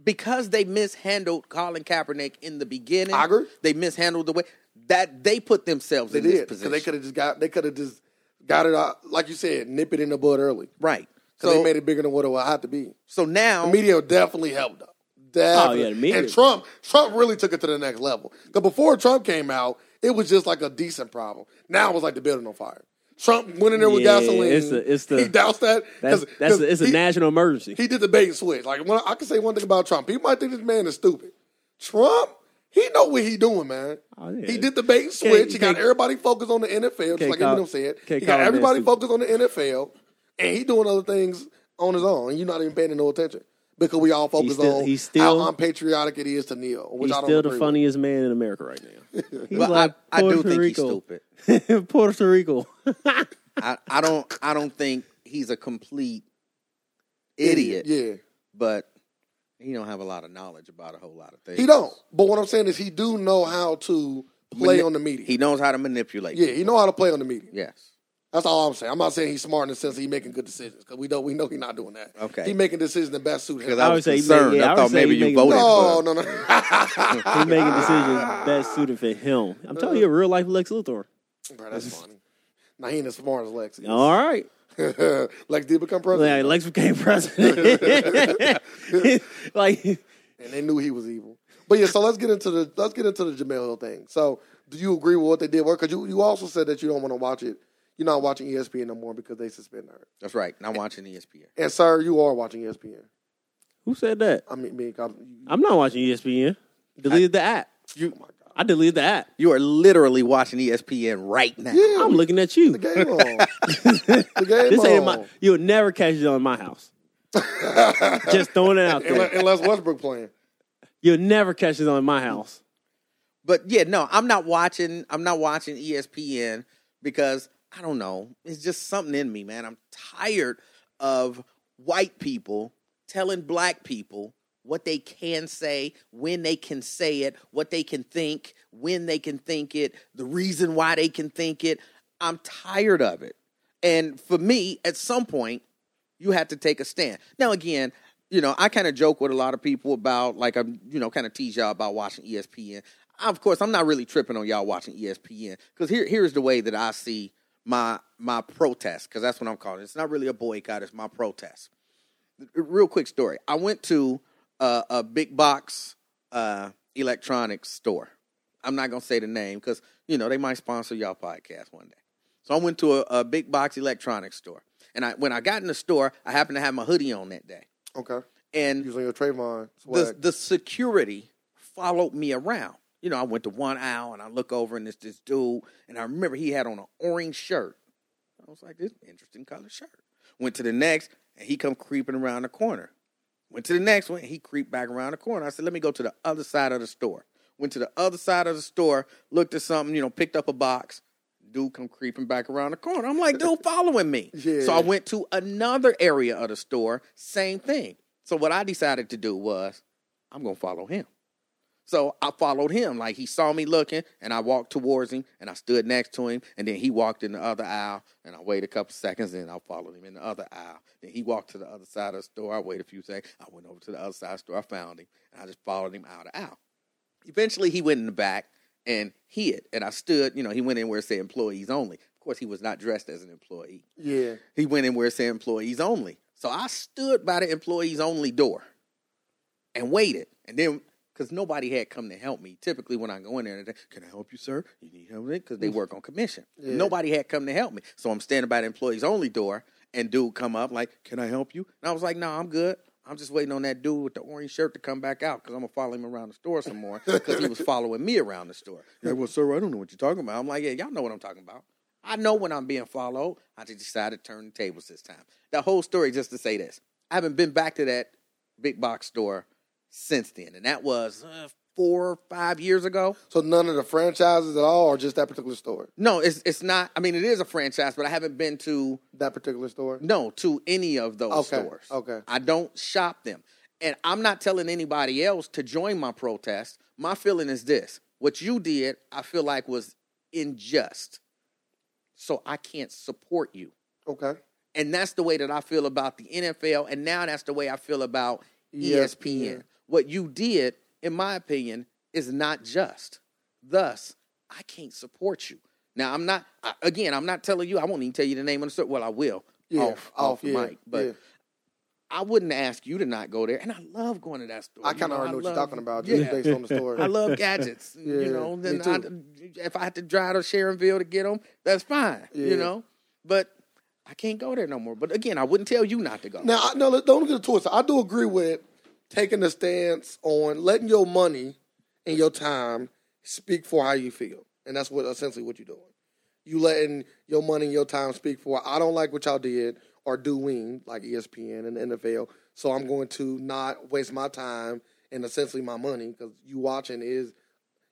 S3: because they mishandled Colin Kaepernick in the beginning,
S2: I agree.
S3: They mishandled the way that they put themselves
S2: They
S3: in
S2: did
S3: this
S2: because
S3: position.
S2: they could have just got they could have just got it out like you said, nip it in the bud early.
S3: right.
S2: So they
S3: So
S2: made it bigger than what it would have to be.
S3: so now
S2: The media definitely helped though. Definitely.
S1: Oh, yeah, the media.
S2: And Trump, Trump really took it to the next level. Because before Trump came out, it was just like a decent problem. Now it was like the building on fire. Trump went in there with
S1: Yeah,
S2: gasoline.
S1: it's the- it's the-
S2: he doused that.
S1: That's
S2: 'cause-
S1: that's
S2: 'cause
S1: it's a
S2: he,
S1: national emergency.
S2: He did the bait and switch. Like when I, I can say one thing about Trump, people might think this man is stupid. Trump, he know what he doing, man.
S1: Oh, yeah.
S2: He did the bait and
S1: Can't-
S2: switch. He got
S1: can't-
S2: everybody focused on the NFL, just
S1: can't
S2: like
S1: call-
S2: Eminem said.
S1: can't call
S2: He got
S1: that man
S2: everybody
S1: stupid.
S2: focused on the NFL, and he doing other things on his own. And you're not even paying no attention because we all focus
S1: still-
S2: on
S1: he's still-
S2: how unpatriotic it is to kneel. Which
S1: He's
S2: I don't
S1: still the
S2: agree
S1: funniest man in America right now. He's
S3: but
S1: like
S3: I, I
S1: Puerto
S3: do think he's
S1: Rico.
S3: stupid.
S1: Puerto Rico.
S3: I, I don't I don't think he's a complete
S2: with.
S3: idiot.
S2: Yeah,
S3: but he don't have a lot of knowledge about a whole lot of things.
S2: he don't. But what I'm saying is, he do know how to play
S3: Mani-
S2: on the media.
S3: He knows how to manipulate.
S2: yeah, he know how to play on the media.
S3: Yes.
S2: That's all I'm saying. I'm not saying he's smart in the sense that he's making good decisions because we know we know he's not doing that.
S3: Okay.
S2: he's making decisions that best suit him.
S3: Because I
S1: would
S3: was
S1: say he
S3: concerned.
S1: make- yeah,
S3: I,
S1: I would
S3: thought
S1: say
S3: maybe
S1: he
S3: you
S1: make-
S3: voted
S2: No,
S3: for.
S2: no, no. Bro,
S1: He's making decisions best suited for him. I'm telling
S3: Uh.
S1: you, a real life Lex Luthor.
S2: that's funny. Now he ain't as smart as Lex. is.
S1: All right.
S2: Lex did become
S1: Like,
S2: president,
S1: Lex became president. like
S2: and they knew he was evil. But yeah, so let's get into the let's get into the Jamel Hill thing. So, do you agree with what they did? Work? Because you you also said that you don't want to watch it. You're not watching E ESPN no more because they suspended her.
S3: That's right. And I'm watching E ESPN.
S2: And sir, you are watching E ESPN.
S1: who said that?
S2: I mean, me, I'm,
S1: I'm not watching E ESPN. Deleted the app.
S2: you. Oh my god.
S1: I deleted the app.
S3: You are literally watching E ESPN right now.
S2: Yeah,
S1: I'm looking at you.
S2: the game on. the game
S1: This
S2: on.
S1: ain't in my. You'll never catch it on my house. Just throwing it out
S2: unless,
S1: there.
S2: unless Westbrook playing.
S1: You'll never catch it on my house.
S3: But yeah, no, I'm not watching. I'm not watching E ESPN because I don't know. It's just something in me, man. I'm tired of white people telling black people what they can say, when they can say it, what they can think, when they can think it, the reason why they can think it. I'm tired of it. And for me, at some point, you have to take a stand. Now, again, you know, I kind of joke with a lot of people about, like, I'm, you know, kind of tease y'all about watching E ESPN. Of course, I'm not really tripping on y'all watching E ESPN because here, here's the way that I see my my protest because that's what I'm calling it. It's not really a boycott; it's my protest. Real quick story: I went to uh, a big box uh, electronics store. I'm not gonna say the name because you know they might sponsor y'all podcast one day. So I went to a, a big box electronics store, and I when I got in the store, I happened to have my hoodie on that day,
S2: Okay.
S3: and
S2: Using your Trayvon
S3: the
S2: swag.
S3: the security followed me around. You know, I went to one aisle and I look over and it's this dude, and I remember he had on an orange shirt. I was like, this interesting color shirt. Went to the next, and he come creeping around the corner. Went to the next one, he creeped back around the corner. I said, let me go to the other side of the store. Went to the other side of the store, looked at something, you know, picked up a box. Dude come creeping back around the corner. I'm like, dude, following me.
S2: Yeah.
S3: So I went to another area of the store, same thing. So what I decided to do was, I'm gonna follow him. So I followed him. Like he saw me looking, and I walked towards him, and I stood next to him, and then he walked in the other aisle, and I waited a couple seconds, and I followed him in the other aisle. Then he walked to the other side of the store. I waited a few seconds. I went over to the other side of the store. I found him, and I just followed him out of aisle. Eventually, he went in the back and hid, and I stood. You know, he went in where it said employees only. Of course, he was not dressed as an employee.
S2: yeah.
S3: He went in where it said employees only. So I stood by the employees only door and waited. And then, because nobody had come to help me. Typically, when I go in there, they can I help you, sir? You need help? Because they work on commission.
S2: Yeah.
S3: Nobody had come to help me. So I'm standing by the employees only door, and dude come up like, can I help you? And I was like, no, I'm good. I'm just waiting on that dude with the orange shirt to come back out because I'm gonna follow him around the store some more because he was following me around the store. Like, well, sir, I don't know what you're talking about. I'm like, yeah, y'all know what I'm talking about. I know when I'm being followed. I just decided to turn the tables this time. That whole story just to say this. I haven't been back to that big box store since then, and that was uh, four or five years ago.
S2: So none of the franchises at all, or just that particular store?
S3: No, it's it's not. I mean, it is a franchise, but I haven't been to
S2: That particular store?
S3: no to any of those
S2: Okay,
S3: stores.
S2: okay.
S3: I don't shop them, and I'm not telling anybody else to join my protest. My feeling is this: what you did, I feel like was unjust, so I can't support you.
S2: Okay.
S3: And that's the way that I feel about the NFL. And now that's the way I feel about E ESPN.
S2: ESPN.
S3: What you did, in my opinion, is not just. Thus, I can't support you. Now, I'm not, I- again, I'm not telling you, I won't even tell you the name of the store. Well, I will
S2: Yeah.
S3: off, off
S2: yeah,
S3: mic. But
S2: yeah.
S3: I wouldn't ask you to not go there. And I love going to that store.
S2: I
S3: You
S2: kind of
S3: know,
S2: already know what you're
S3: love-
S2: talking about just
S3: Yeah.
S2: based on the story.
S3: I love gadgets.
S2: Yeah,
S3: you know,
S2: me
S3: then I, if I had to drive to Sharonville to get them, that's fine.
S2: Yeah.
S3: You know, but I can't go there no more. But again, I wouldn't tell you not to go.
S2: Now, I- no, let- don't get it twisted. I do agree with taking a stance on letting your money and your time speak for how you feel, and that's what essentially what you're doing. You letting your money and your time speak for. I don't like what y'all did or doing, like E ESPN and the NFL. So I'm going to not waste my time and essentially my money because you watching is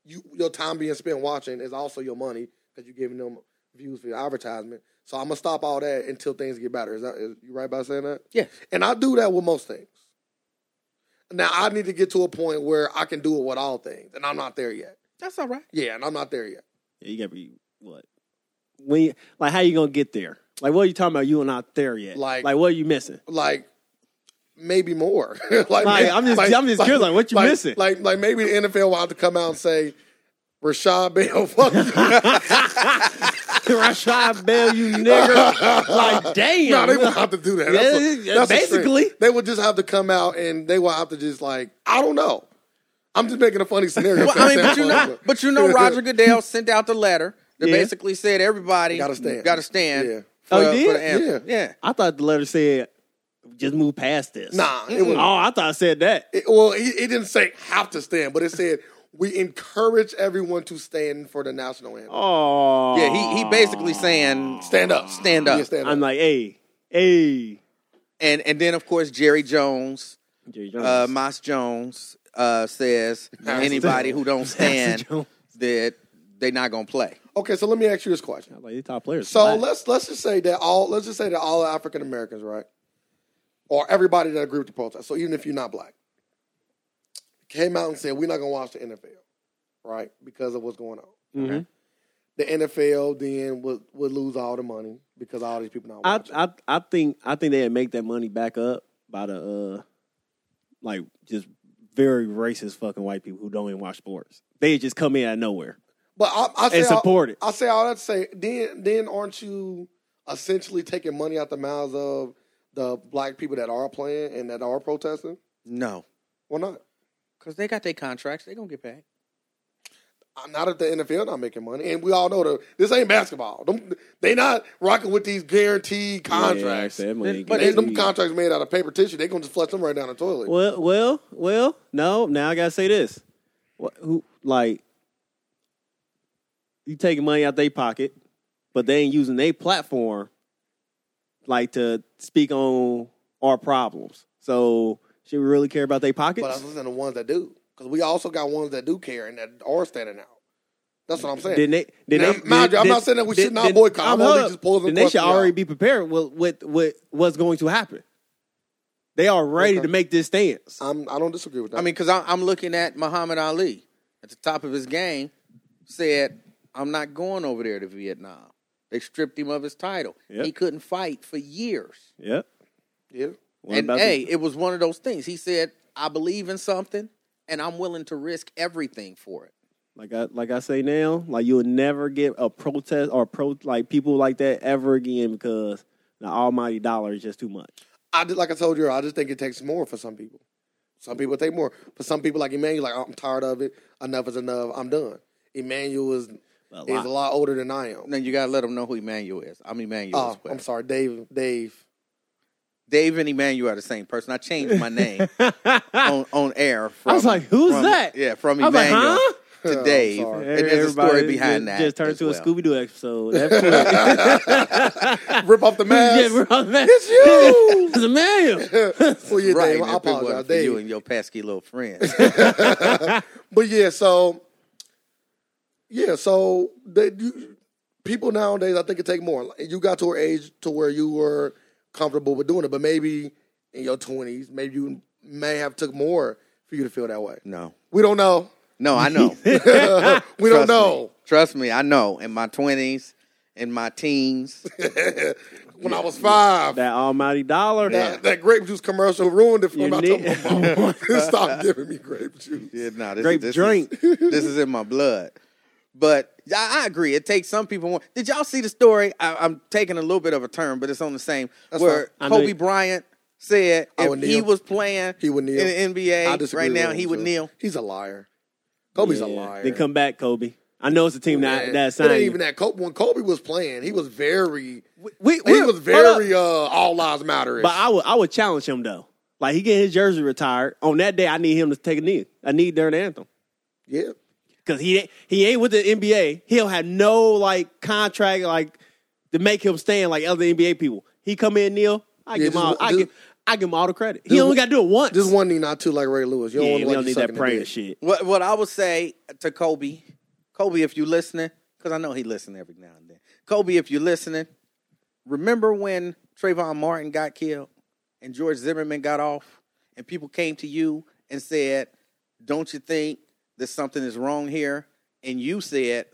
S2: you your time being spent watching is also your money because you're giving them views for your advertisement. So I'm gonna stop all that until things get better. Is that is, you right by saying that?
S3: Yeah.
S2: And I do that with most things. Now I need to get to a point where I can do it with all things, and I'm not there yet.
S3: That's all right.
S2: Yeah, and I'm not there yet.
S1: Yeah, you gotta be what? When you, like how you gonna get there? Like what are you talking about? You are not there yet.
S2: Like-
S1: like what are you missing?
S2: Like maybe more. like,
S1: Like, I'm just- I'm just curious, like, what you missing?
S2: Like like maybe the NFL will have to come out and say, Rashad Bell, fuck you.
S1: Rashad Bell, you nigga. Like damn.
S2: No, they would have to do that.
S1: Yeah,
S2: That's a-
S1: yeah,
S2: that's a stretch.
S1: basically.
S2: they would just have to come out and they would have to just like I don't know. I'm just making a funny scenario.
S3: Well, I mean, but you know, but you know, Roger Goodell sent out the letter that
S1: Yeah.
S3: basically said everybody
S2: Gotta stand.
S3: Got to stand.
S2: Yeah.
S3: For,
S1: Oh, he
S3: for
S1: did?
S3: the anthem. Yeah.
S1: I thought the letter said just move past this.
S2: nah, it
S1: Oh,
S2: was,
S1: I thought it said that.
S2: it- well, it, it didn't say have to stand, but it said we encourage everyone to stand for the national anthem.
S1: Oh
S3: Yeah, he, he basically saying
S2: Stand up,
S3: Stand up.
S2: Yeah, stand up.
S1: I'm like, hey, hey.
S3: and and then of course Jerry Jones,
S1: Jerry
S3: uh
S1: Jones.
S3: Moss Jones uh, says
S2: Master
S3: anybody
S2: Jones.
S3: who don't stand
S1: Jones.
S3: that they not gonna play.
S2: okay, so let me ask you this question.
S1: like, these top players.
S2: So
S1: black.
S2: let's let's just say that all let's just say that all African Americans, right, or everybody that agree with the protest. So even if you're not black, came out and said we're not gonna watch the NFL, right, because of what's going on.
S1: Mhm.
S2: The NFL then would would lose all the money because all these people not
S1: I,
S2: watching.
S1: I I think I think they'd make that money back up by the uh like just very racist fucking white people who don't even watch sports. They just come in out of nowhere.
S2: but I, I say
S1: and
S2: all-
S1: support it.
S2: I say all that to say then then aren't you essentially taking money out the mouths of the black people that are playing and that are protesting?
S3: No.
S2: Well, not.
S3: Cause they got their contracts, they gonna get paid.
S2: Uh, Not if the NFL not making money, and we all know that this ain't basketball. Them, they not rocking with these guaranteed contracts.
S1: Yeah, that money ain't
S3: But
S1: getting
S2: and them
S1: to you.
S2: contracts made out of paper tissue, they gonna just flush them right down the toilet.
S1: Well, well, well. No, now I gotta say this. What, who like you taking money out their pocket, but they ain't using their platform like to speak on our problems. So should we really care about their
S2: but I'm
S1: pockets?
S2: listening to ones that do, because we also got ones that do care and that are standing out. That's what I'm saying.
S1: Then they, then
S2: Now,
S1: they,
S2: mind you, I'm
S1: then-
S2: not saying that we
S1: then-
S2: should not
S1: then-
S2: boycott. I'm
S1: hold
S2: only
S1: up.
S2: just posing
S1: Then
S2: the
S1: they should
S2: question,
S1: already
S2: y'all.
S1: be prepared with, with, with what's going to happen. They are ready
S2: Okay. Uh,
S1: to make this stance.
S2: I'm, I don't disagree with that.
S3: I mean, because I'm looking at Muhammad Ali at the top of his game, said, I'm not going over there to Vietnam. They stripped him of his title.
S1: Yep.
S3: He couldn't fight for years.
S1: Yep.
S2: yeah,
S1: What
S3: and
S1: about
S3: hey,
S1: the-
S3: it was one of those things. He said, I believe in something and I'm willing to risk everything for it.
S1: like I like I say now, like you'll never get a protest or pro like people like that ever again because the almighty dollar is just too much.
S2: I just, like I told you, I just think it takes more for some people. Some people take more, but some people like Emmanuel, like I'm tired of it. Enough is enough. I'm done. Emmanuel is
S1: A
S2: is
S1: lot.
S2: a lot older than I am.
S3: Now you gotta let them know who Emmanuel is. I'm Emmanuel
S2: Oh,
S3: as well.
S2: I'm sorry, Dave. Dave.
S3: Dave and Emmanuel are the same person. I changed my name on, on air. From,
S1: was like, who's
S3: from-
S1: that?
S3: Yeah, from
S1: I was like,
S3: Emmanuel.
S1: huh?
S3: to Dave.
S2: sorry.
S3: and there's a story
S1: Everybody
S3: behind
S1: just,
S3: that.
S1: Just turned
S3: as
S1: to
S3: well.
S1: a Scooby Doo episode. That's
S2: Rip off the mask.
S1: yeah, we're on that.
S2: It's you.
S1: It's a man.
S2: well, yeah,
S3: Right,
S2: Dave, I
S3: and if it wasn't
S2: apologize,
S3: for you
S2: Dave.
S3: and your pesky little friends.
S2: But yeah, so yeah, so they, you, people nowadays, I think it take more. Like, You got to an age to where you were comfortable with doing it, but maybe in your twenties, maybe you may have took more for you to feel that way.
S3: no,
S2: We don't know. Uh,
S3: no, I know.
S1: Ah.
S2: We don't
S3: Trust
S2: know.
S3: Me. Trust me, I know. In my twenties, in my teens,
S2: When I was five,
S1: That almighty dollar.
S2: that, that grape juice commercial ruined it for me.
S1: You
S2: I told
S1: need-
S2: my mom, stop giving me grape juice.
S3: yeah, no, this,
S1: Grape
S3: this
S1: drink.
S3: Is, this is in my blood. But I, I agree. It takes some people. More. Did y'all see the story? I, I'm taking a little bit of a turn, but it's on the same. where
S1: fine. I know
S3: Kobe
S1: you-
S3: Bryant said
S2: I
S3: if
S2: would
S3: he
S2: kneel.
S3: was playing,
S2: He would kneel.
S3: in the
S2: I
S3: NBA
S2: disagree
S3: right
S2: with
S3: now.
S2: him,
S3: He would
S2: too.
S3: kneel.
S2: He's a liar. Kobe's a
S1: Yeah.
S2: liar.
S1: Then come back, Kobe. I know it's a team that that
S2: it ain't
S1: signed.
S2: even
S1: you.
S2: that. Kobe, when Kobe was playing, he was very,
S1: We, we-
S2: he was
S1: hold up.
S2: very uh, all lives matter.
S1: But I would I would challenge him though. Like he get his jersey retired on that day. I need him to take a knee. A knee during the anthem.
S2: yeah,
S1: Cause he ain't- he ain't with the NBA. He'll have no like contract like to make him stand like other NBA people. He come in, Neil. I
S2: Yeah,
S1: give him
S2: just
S1: all.
S2: one-
S1: I
S2: just-
S1: give I give him all the credit. He only got to do it once.
S2: just one knee, not two, like Ray Lewis. You don't
S1: yeah,
S2: want
S1: we
S2: to
S1: don't need that praying shit.
S3: What what I would say to Kobe, Kobe, if you listening, because I know he listen every now and then. Kobe, if you listening, remember when Trayvon Martin got killed and George Zimmerman got off, and people came to you and said, "Don't you think that something is wrong here?" And you said,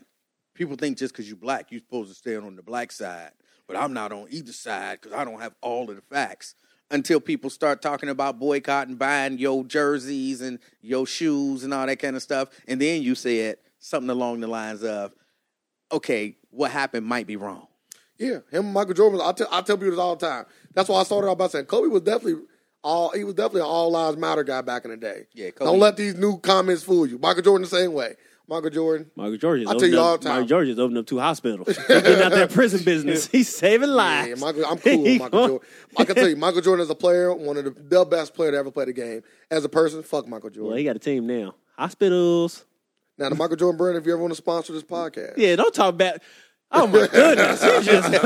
S3: "People think just because you black, you're supposed to stand on the black side, but I'm not on either side because I don't have all of the facts." Until people start talking about boycotting, buying your jerseys and your shoes and all that kind of stuff, and then you said something along the lines of, "Okay, what happened might be wrong."
S2: Yeah, him, and Michael Jordan. I tell I tell people this all the time. That's why I started out by saying Kobe was definitely all he was definitely an all lives matter guy back in the day.
S3: Yeah, Kobe-
S2: don't let these new comments fool you. Michael Jordan the same way. Michael Jordan.
S1: Michael George is
S2: I tell
S1: opening
S2: you all
S1: up,
S2: the time.
S1: Michael George is opening up two hospitals. He's getting out that prison business. He's saving lives.
S2: Yeah, Michael, I'm cool with Michael Jordan. I can tell you, Michael Jordan is a player, one of the, the best player to ever play the game. As a person, fuck Michael
S1: Well,
S2: Jordan.
S1: he got a team now. Hospitals.
S2: now, the Michael Jordan brand, if you ever want to sponsor this podcast,
S1: Yeah, don't talk about. Oh my goodness! He just,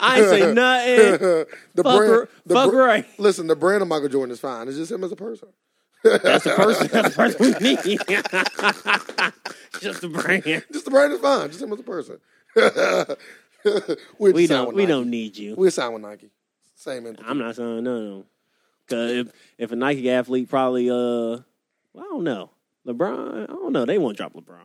S1: I ain't say nothing.
S2: the
S1: Fuck
S2: brand,
S1: Ra-
S2: the
S1: fuck
S2: br-
S1: Ray.
S2: Listen, the brand of Michael Jordan is fine. It's just him as a person.
S1: That's the person. That's the person we need. just the brand.
S2: Just the brand is fine. Just him as a person. We'll
S1: We
S2: sign
S1: don't.
S2: with
S1: We
S2: Nike.
S1: don't need you.
S2: We'll sign with Nike. Same entity.
S1: I'm not saying no. no. Cause if if a Nike athlete probably uh, well, I don't know LeBron. I don't know. They won't drop LeBron.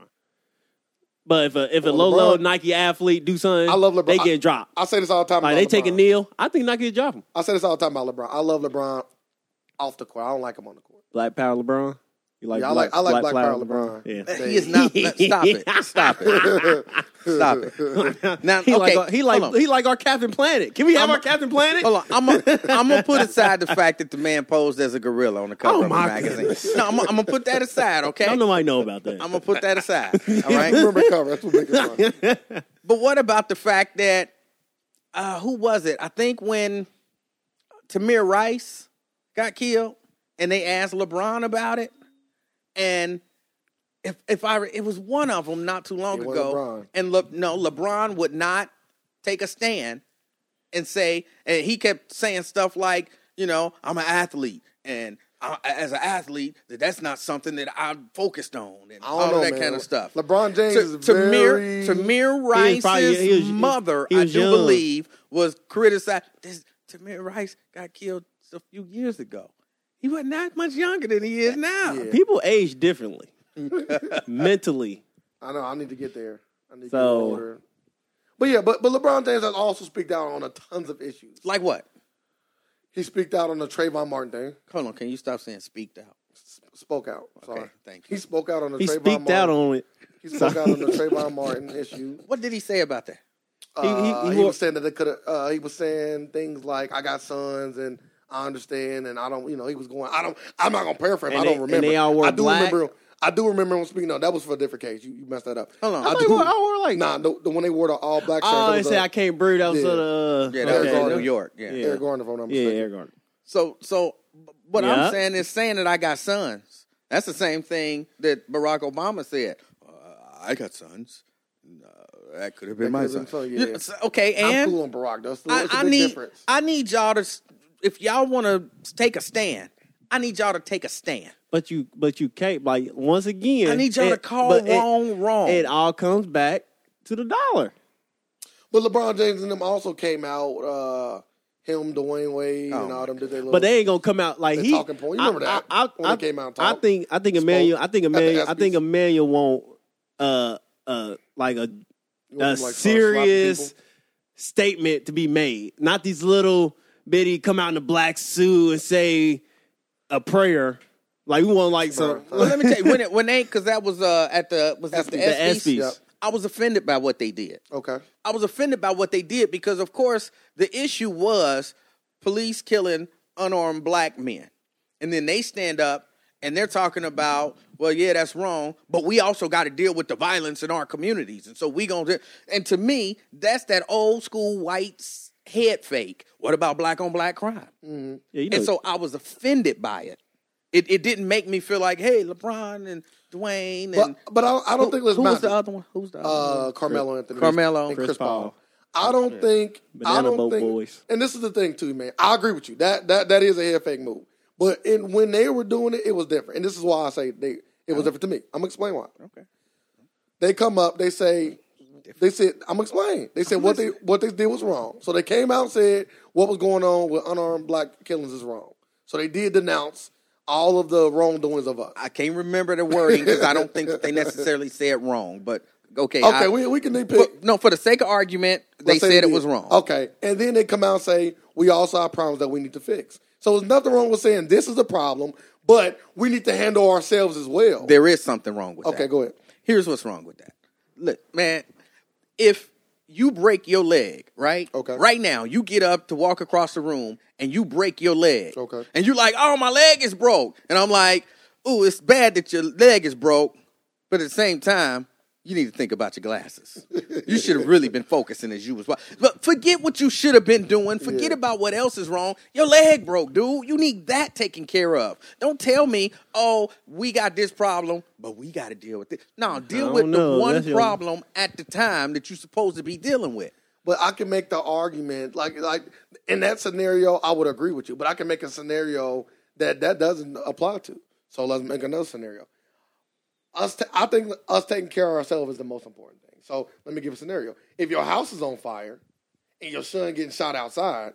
S1: But if a if a low
S2: Well,
S1: low
S2: LeBron-
S1: Nike athlete do something,
S2: I love LeBron.
S1: They get dropped.
S2: I say this all the time.
S1: like
S2: about
S1: they
S2: LeBron.
S1: take a kneel. I think Nike would drop him.
S2: I say this all the time about LeBron. I love LeBron off the court. I don't like him on the court.
S1: Black Power LeBron. You like
S2: Yeah, I like- I like Black
S1: Power
S2: Power LeBron.
S1: Yeah.
S3: He is not. Stop it. Stop it. Stop it. Now,
S1: He
S3: okay,
S1: like he like
S3: hold on.
S1: he like our Captain Planet. Can we have our Captain Planet?
S3: Hold on, I'm gonna I'm gonna put aside the fact that the man posed as a gorilla on the cover
S1: Oh,
S3: of the
S1: my
S3: magazine. No, I'm, I'm gonna put that aside. Okay,
S1: Don't nobody know about that.
S3: I'm gonna put that aside. All right.
S2: Remember the cover. That's what makes it fun.
S3: But what about the fact that uh, who was it? I think when Tamir Rice got killed, and they asked LeBron about it, and if if I it was one of them not too long
S2: It was
S3: ago,
S2: LeBron.
S3: and Le, no LeBron would not take a stand and say, and he kept saying stuff like, you know, I'm an athlete, and I, as an athlete, that that's not something that I'm focused on, and
S2: I
S3: all
S2: don't know,
S3: of that
S2: man.
S3: kind of stuff.
S2: LeBron James
S3: To-
S2: is
S3: Tamir,
S2: very-
S3: Tamir
S1: He
S3: Rice's
S1: was probably- he was- he-
S3: mother,
S1: he
S3: I
S1: was
S3: do
S1: young.
S3: believe, was criticized. This Tamir Rice got killed a few years ago. He wasn't that much younger than he is now.
S1: People age differently, mentally.
S2: I know. I need to get there. I need to get
S1: So-
S2: older. But yeah, but but LeBron James has also speaked out on a tons of issues.
S3: Like what?
S2: He speaked out on the Trayvon Martin thing.
S3: Hold on, can you stop saying speaked out?
S2: Spoke out. Sorry.
S3: Okay, thank you.
S2: He spoke out on the
S1: He
S2: Trayvon
S1: speaked
S2: Martin.
S1: out on it.
S2: he spoke out on the Trayvon Martin issue.
S3: What did he say about that?
S1: He- he-
S2: Uh, he,
S1: he wa-
S2: was saying that they could have. Uh, he was saying things like, "I got sons, and I understand, and I don't." You know, he was going. I don't. I'm not gonna paraphrase.
S1: And
S2: I
S1: they-
S2: don't remember.
S1: and they all were
S2: I do
S1: black?
S2: remember. I do remember him speaking. No, that was for a different case. You, you messed that up.
S3: Hold on.
S2: I,
S3: I
S1: thought
S2: do.
S1: he wore- I wore, like-
S2: nah, the, the one they wore the all black shirt.
S1: Oh,
S2: that
S1: they
S2: was,
S1: say
S2: uh,
S1: I can't breathe. That was
S2: Yeah.
S1: yeah. uh,
S3: Yeah, that was
S2: Okay.
S3: all New York. Yeah.
S1: Yeah.
S2: Eric Garner, if I'm not
S1: Yeah,
S2: mistaken.
S1: Eric Garner.
S3: So so what
S1: Yeah.
S3: I'm saying is saying that I got sons That's the same thing that Barack Obama said. Uh, I got sons. No, that could have been
S2: That
S3: my
S2: could've been
S3: son.
S2: fun, yeah.
S3: You- it's- Okay,
S2: I'm
S3: and
S2: cool on Barack. That's the,
S3: I,
S2: that's the
S3: I
S2: big
S3: need
S2: difference.
S3: I need y'all to s- if y'all want to take a stand. I need y'all to take a stand.
S1: But you, but you can't. Like once again,
S3: I need y'all to
S1: it-
S3: call
S1: but it-
S3: wrong wrong.
S1: It all comes back to the dollar.
S2: But LeBron James and them also came out. Uh, him, Dwayne Wade,
S3: Oh,
S2: and all them did their little.
S1: But they ain't gonna come out like
S2: The
S1: he.
S2: talking point. You remember
S1: I,
S2: that,
S1: I, I,
S2: when
S1: I,
S2: it came out and
S1: I
S2: talked.
S1: think I think Emmanuel. I think
S2: the
S1: Emmanuel. I think
S2: ESPYs.
S1: Emmanuel want uh uh like a a
S2: You want them, like, start slapping
S1: serious
S2: people.
S1: statement to be made. Not these little bitty come out in a black suit and say a prayer. Like we want like some.
S3: Well, let me tell you when it, when they because that was uh at the was at the
S1: The
S3: ESPYS?
S1: ESPYs. Yep.
S3: I was offended by what they did.
S2: Okay.
S3: I was offended by what they did because, of course, the issue was police killing unarmed black men. And then they stand up and they're talking about, well, yeah, that's wrong, but we also got to deal with the violence in our communities. And so we going to. And to me, that's that old school white s- head fake. What about black on black crime?
S2: Mm.
S1: Yeah, you know,
S3: And so I was offended by it. It, it didn't make me feel like, hey, LeBron and Dwayne and.
S2: But, but I, don't- I don't
S3: who,
S2: think it was
S3: who was
S2: Matthew.
S3: the other one? Who's the other one?
S1: Mm-hmm.
S2: uh, Carmelo Anthony,
S3: Carmelo.
S2: and
S3: Chris
S2: Chris,
S1: Paul.
S2: Paul. I don't think I
S1: Banana
S2: don't
S1: boat
S2: think,
S1: boys.
S2: And this is the thing too, man. I agree with you. That that that is a head fake move. But in, when they were doing it, it was different. And this is why I say they it was different to me. I'm gonna explain why.
S3: Okay.
S2: They come up, they say they said, I'm gonna explain. They said what they what they did was wrong. So they came out and said what was going on with unarmed black killings is wrong. So they did denounce all of the wrongdoings of us.
S3: I can't remember the wording because I don't think that they necessarily said wrong. But okay,
S2: Okay,
S3: I-
S2: we, we can nitpick.
S3: for- no, for the sake of argument, they
S2: Let's say
S3: said it
S2: did.
S3: was wrong.
S2: Okay, and then they come out and say we also have problems that we need to fix. So there's nothing wrong with saying this is a problem, but we need to handle ourselves as well.
S3: There is something wrong with that.
S2: okay, go ahead.
S3: Here's what's wrong with that. Look, man, if you break your leg, right?
S2: Okay.
S3: Right now, you get up to walk across the room and you break your leg.
S2: Okay.
S3: And you're like, oh, my leg is broke. And I'm like, ooh, it's bad that your leg is broke. But at the same time, you need to think about your glasses. you should have really been focusing as you was. wa- But forget what you should have been doing. Forget about what else is wrong. Your leg broke, dude. You need that taken care of. Don't tell me, oh, we got this problem, but we got to deal with it. No, deal
S1: don't
S3: with
S1: know.
S3: the one
S1: That's your-
S3: problem at the time that you're supposed to be dealing with.
S2: But I can make the argument like like in that scenario, I would agree with you. But I can make a scenario that that doesn't apply to. So let's make another scenario. Us, ta- I think us taking care of ourselves is the most important thing. So let me give a scenario. If your house is on fire and your son getting shot outside,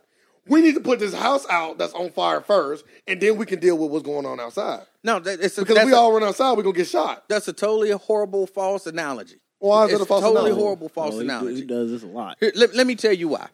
S2: we need to put this house out that's on fire first, and then we can deal with what's going on outside.
S3: No, that, it's a,
S2: Because
S3: that's,
S2: we
S3: a,
S2: all run outside, we're gonna get shot.
S3: that's a totally horrible false analogy.
S2: Why is it
S3: It's
S2: a false
S3: totally
S2: analogy?
S3: horrible false
S1: oh, he do-
S3: analogy.
S1: He, does this a lot.
S3: Here, let, let me tell you why.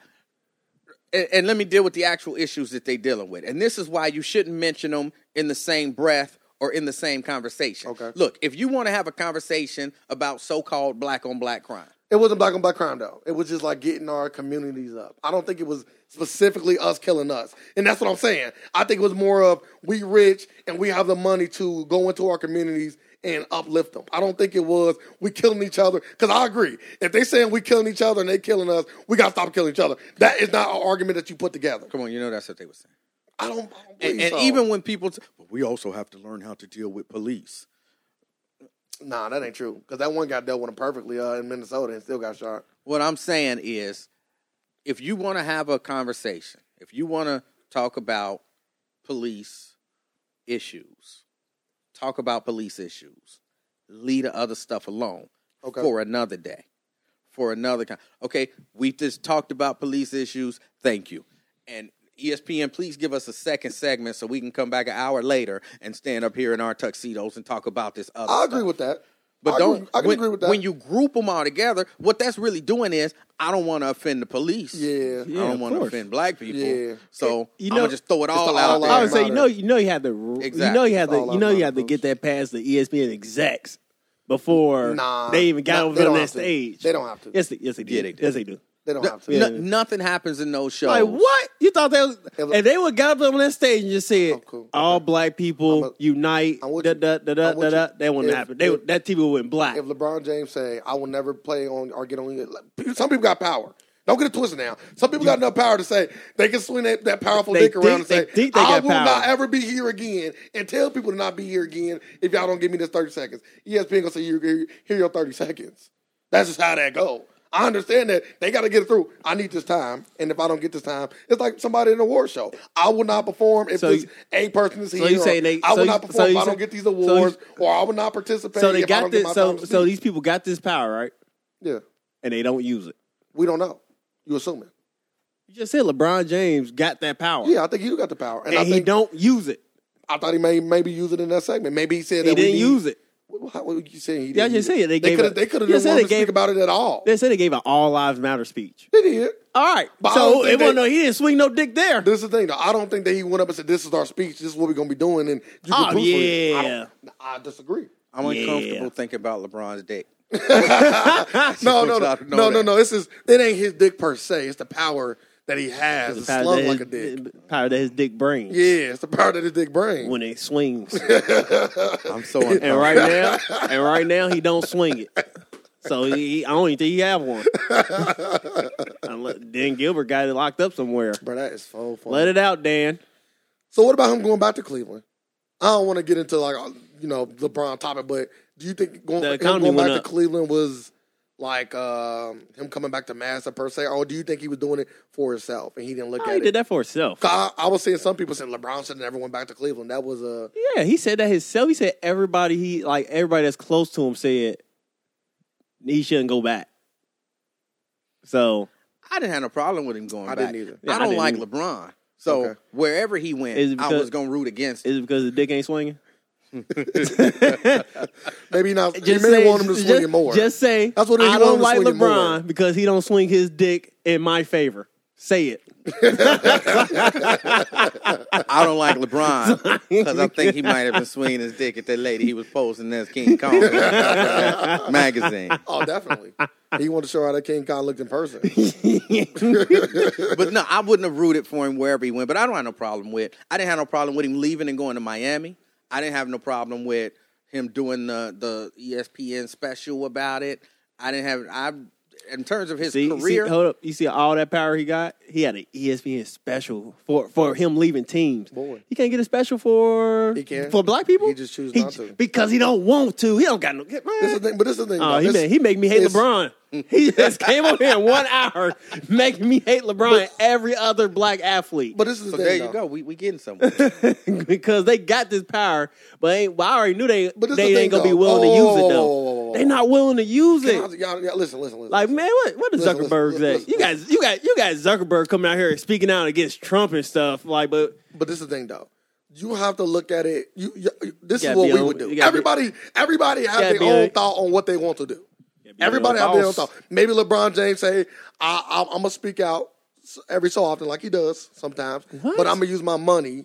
S3: And, and let me deal with the actual issues that they're dealing with. And this is why you shouldn't mention them in the same breath or in the same conversation.
S2: Okay.
S3: Look, if you want to have a conversation about so called black on black crime,
S2: It wasn't black on black crime though. It was just like getting our communities up. I don't think it was specifically us killing us, and that's what I'm saying. I think it was more of we rich and we have the money to go into our communities and uplift them. I don't think it was we killing each other because I agree. If they saying we killing each other and they killing us, we gotta stop killing each other. That is not an argument that you put together.
S3: come on, you know that's what they were saying.
S2: I don't. I don't
S3: And,
S2: believe
S3: and
S2: so.
S3: even when people, t- but we also have to learn how to deal with police.
S2: nah, that ain't true because that one got dealt with him perfectly uh, in Minnesota and still got shot.
S3: What I'm saying is, if you want to have a conversation, if you want to talk about police issues, talk about police issues, leave the other stuff alone
S2: Okay.
S3: for another day, for another kind. Okay, we just talked about police issues. Thank you. And E ESPN, please give us a second segment so we can come back an hour later and stand up here in our tuxedos and talk about this other.
S2: I
S3: stuff.
S2: agree with that.
S3: But
S2: I
S3: don't
S2: agree- I can
S3: when,
S2: agree with that.
S3: when you group them all together, what that's really doing is I don't want to offend the police.
S2: Yeah.
S3: I
S1: Yeah, of
S3: don't want to
S1: course.
S3: offend black people.
S2: Yeah.
S3: So
S1: You know-
S3: I'm gonna just throw it all
S2: the
S3: out
S2: all
S3: there.
S1: I would
S2: out
S1: say you
S2: matter.
S1: know you know you have to you know
S3: Exactly.
S1: you have
S2: All
S1: to
S2: out
S1: you know you have to
S2: matter,
S1: get that past the E ESPN execs before
S2: Nah,
S1: they even got
S2: nah, they
S1: over on
S2: don't
S1: that
S2: have to.
S1: stage.
S2: They don't have to.
S1: Yes, they, yes they do.
S3: Yeah, they do.
S1: Yes they do.
S2: They don't
S3: No-
S2: have to.
S1: Yeah.
S3: no- nothing happens in those shows.
S1: Like what? You thought that was,
S2: It was-
S1: if they would got up on that stage and just said
S2: Oh, cool.
S1: all black people
S2: I'm a-
S1: unite,
S2: I'm with
S1: da
S2: you.
S1: da da da
S2: I'm with
S1: da da,
S2: you.
S1: that wouldn't
S2: If-
S1: happen. They,
S2: if-
S1: would that TV went black.
S2: if LeBron James say, "I will never play on or get on," some people got power. Don't get it twisted now. Some people got enough power to say they can swing that, that powerful
S1: They
S2: dick around
S1: think-
S2: and say,
S1: they think they
S2: I
S1: got
S2: will
S1: power."
S2: not ever be here again and tell people to not be here again if y'all don't give me this 30 seconds. E ESPN gonna say, you here here your 30 seconds. That's just how that go. I understand that they got to get it through. I need this time, and if I don't get this time, it's like somebody in a award show. I will not perform if
S1: So
S2: this
S1: you-
S2: a person is
S1: so
S2: here.
S1: you
S2: or
S1: saying they-
S2: I
S1: so
S2: will
S1: you-
S2: not
S1: so
S2: perform if
S1: you
S2: I
S1: say-
S2: don't get these
S1: so you-
S2: awards, or I will not participate.
S1: So they
S2: if I
S1: got
S2: don't get
S1: this.
S2: my
S1: So
S2: time to
S1: so
S2: speak.
S1: these people got this power, right?
S2: yeah,
S1: And they don't use it.
S2: we don't know. You assuming?
S1: You just said LeBron James got that power.
S2: Yeah, I think you got the power, and,
S1: and,
S2: I
S1: he
S2: think
S1: don't use it.
S2: I thought he may maybe use it in that segment. Maybe he said
S1: He
S2: that we
S1: didn't
S2: need-
S1: use it.
S2: Well, How, what were you saying? He
S1: Yeah, I
S2: didn't
S1: just
S2: use it?
S1: said they
S2: they
S1: gave
S2: coulda-
S1: a-
S2: They could have
S1: Yeah, I
S2: didn't
S1: said
S2: want
S1: they
S2: to speak
S1: gave-
S2: about it at all.
S1: They said they gave an all lives matter speech.
S2: They did.
S1: All right,
S2: But I
S1: so
S2: don't think
S1: it wasn't
S2: they-
S1: no. He didn't swing no dick there.
S2: This is the thing, though. I don't think that he went up and said, "This is our speech. This is what we're gonna be doing." And you can
S1: Oh,
S2: proof it. I,
S1: yeah.
S2: don't- I disagree.
S3: I'm
S1: Yeah.
S3: uncomfortable thinking about LeBron's dick.
S2: No, no, no, no,
S3: Y'all know
S2: no,
S3: that.
S2: no. This is it. Ain't his dick per se. It's the power that he has. It's
S1: Power
S2: slung
S1: that
S2: like a
S1: his-
S2: dick.
S1: Power that his dick brings
S2: Yeah, it's the power that his dick brings.
S1: when it swings.
S3: I'm so uncomfortable.
S1: and right now, and right now he don't swing it. So he, I don't even think he have one. Unless, Dan Gilbert got it locked up somewhere.
S2: Bro, that is so funny.
S1: Let it out, Dan.
S2: So what about him going back to Cleveland? I don't want to get into like uh, you know LeBron topic, but do you think going,
S1: The
S2: him
S1: economy
S2: going back
S1: went
S2: to
S1: up.
S2: Cleveland was like um, him coming back to Massa per se, or do you think he was doing it for himself and he didn't look
S1: Oh,
S2: at
S1: he
S2: it?
S1: did that for himself.
S2: 'Cause I, I was seeing some people saying LeBron should have never went back to Cleveland. That was a
S1: Yeah, he said that himself. He said everybody he like everybody that's close to him said he shouldn't go back. So
S3: I didn't have no problem with him going
S2: I
S3: back.
S2: didn't either.
S1: Yeah, I
S3: I don't
S1: didn't
S3: like
S1: either.
S3: LeBron. So
S2: Okay.
S3: wherever he went,
S1: Is it
S3: I
S1: because-
S3: was gonna root against him.
S1: is it because the dick ain't swinging?
S2: maybe not.
S1: Just
S2: you may
S1: say-
S2: want him to swing
S1: just-
S2: it more.
S1: Just say
S2: That's what it is.
S1: I
S2: You want him
S1: don't
S2: to
S1: like
S2: swing it more.
S1: LeBron because he don't swing his dick in my favor. Say it.
S3: I don't like LeBron because I think he might have been swinging his dick at that lady he was posting as King Kong magazine.
S2: oh, definitely. he wanted to show how that King Kong looked in person.
S3: But no, I wouldn't have rooted for him wherever he went. But I don't have no problem with. I didn't have no problem with him leaving and going to Miami. I didn't have no problem with him doing the the E ESPN special about it. I didn't have. I in terms of his
S1: See, see-
S3: career.
S1: hold up. You see all that power he got? He had E an ESPN special for, for him leaving teams.
S2: Boy.
S1: He can't get a special for
S2: He can.
S1: for black people.
S2: He just choose not to.
S1: because he don't want to. He don't got no. Man.
S2: This is the thing, but this is the thing.
S1: Oh,
S2: though.
S1: he
S2: This-
S1: made, he make me hate
S2: it's-
S1: LeBron. He just came on here in one hour making me hate LeBron and every other black athlete
S2: But this is the
S3: so
S2: thing.
S3: there you
S2: though.
S3: go. We we getting somewhere.
S1: because they got this power, but ain't, well, I already knew they
S2: But this
S1: they
S2: the thing,
S1: ain't gonna be
S2: though.
S1: willing to
S2: Whoa,
S1: use it
S2: whoa,
S1: though.
S2: whoa, whoa, whoa, whoa.
S1: They not willing to use it.
S2: Y'all, y'all, y'all, listen, listen, listen.
S1: Like, man, what what is
S2: Listen,
S1: Zuckerberg's
S2: listen, listen,
S1: at? You guys, you got you got Zuckerberg coming out here and speaking out against Trump and stuff. Like, but
S2: But this is the thing, though. You have to look at it. You, you, you- this
S1: You
S2: is
S1: gotta
S2: what
S1: be
S2: we
S1: on-
S2: would do.
S1: you gotta be-
S2: Everybody, everybody has
S1: gotta
S2: their
S1: be
S2: own
S1: on-
S2: thought on what they want to do. Everybody
S1: on
S2: have their own
S1: boss.
S2: thought. Maybe LeBron James say, I, I, "I'm gonna speak out s- every so often, like he does sometimes,
S1: What?
S2: but I'm gonna use my money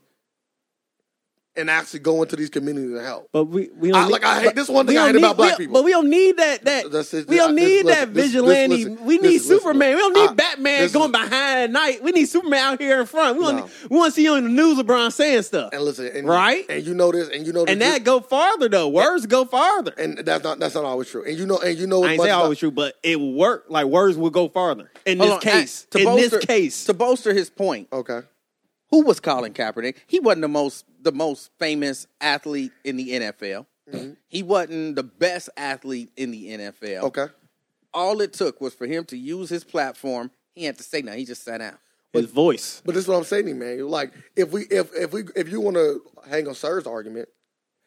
S2: and actually go into these communities and help."
S1: but we we don't
S2: I,
S1: need-
S2: like I hate
S1: but
S2: this one
S1: we
S2: thing I
S1: don't
S2: hate
S1: need-
S2: about black
S1: we-
S2: people.
S1: But we don't need that that
S2: That's it.
S1: we don't
S2: I- this-
S1: need that
S2: listen, listen,
S1: vigilante.
S2: listen,
S1: we need
S2: listen, listen.
S1: Superman. we don't need
S2: I-
S1: Batman
S2: listen.
S1: going behind at night. We need Superman out here in front. We want
S2: No.
S1: we want to see you on the news, LeBron saying stuff.
S2: and listen, and,
S1: Right?
S2: And you know this, and you know this,
S1: And that go farther though. Words go farther.
S2: and that's not that's not always true. And you know, and you know, as
S1: I ain't
S2: much
S1: say
S2: as I-
S1: always true, but it will work. Like words will go farther in
S3: Hold
S1: this
S3: on,
S1: case.
S3: I-
S1: in
S3: bolster,
S1: this case,
S3: to bolster his point,
S2: Okay,
S3: who was Colin Kaepernick? He wasn't the most the most famous athlete in the NFL.
S2: Mm-hmm.
S3: He wasn't the best athlete in the NFL.
S2: okay.
S3: All it took was for him to use his platform. He had to say nothing. He just sat down.
S1: his voice.
S2: But this is what I'm saying, to you, man. Like if we if if we if you want to hang on Sir's argument,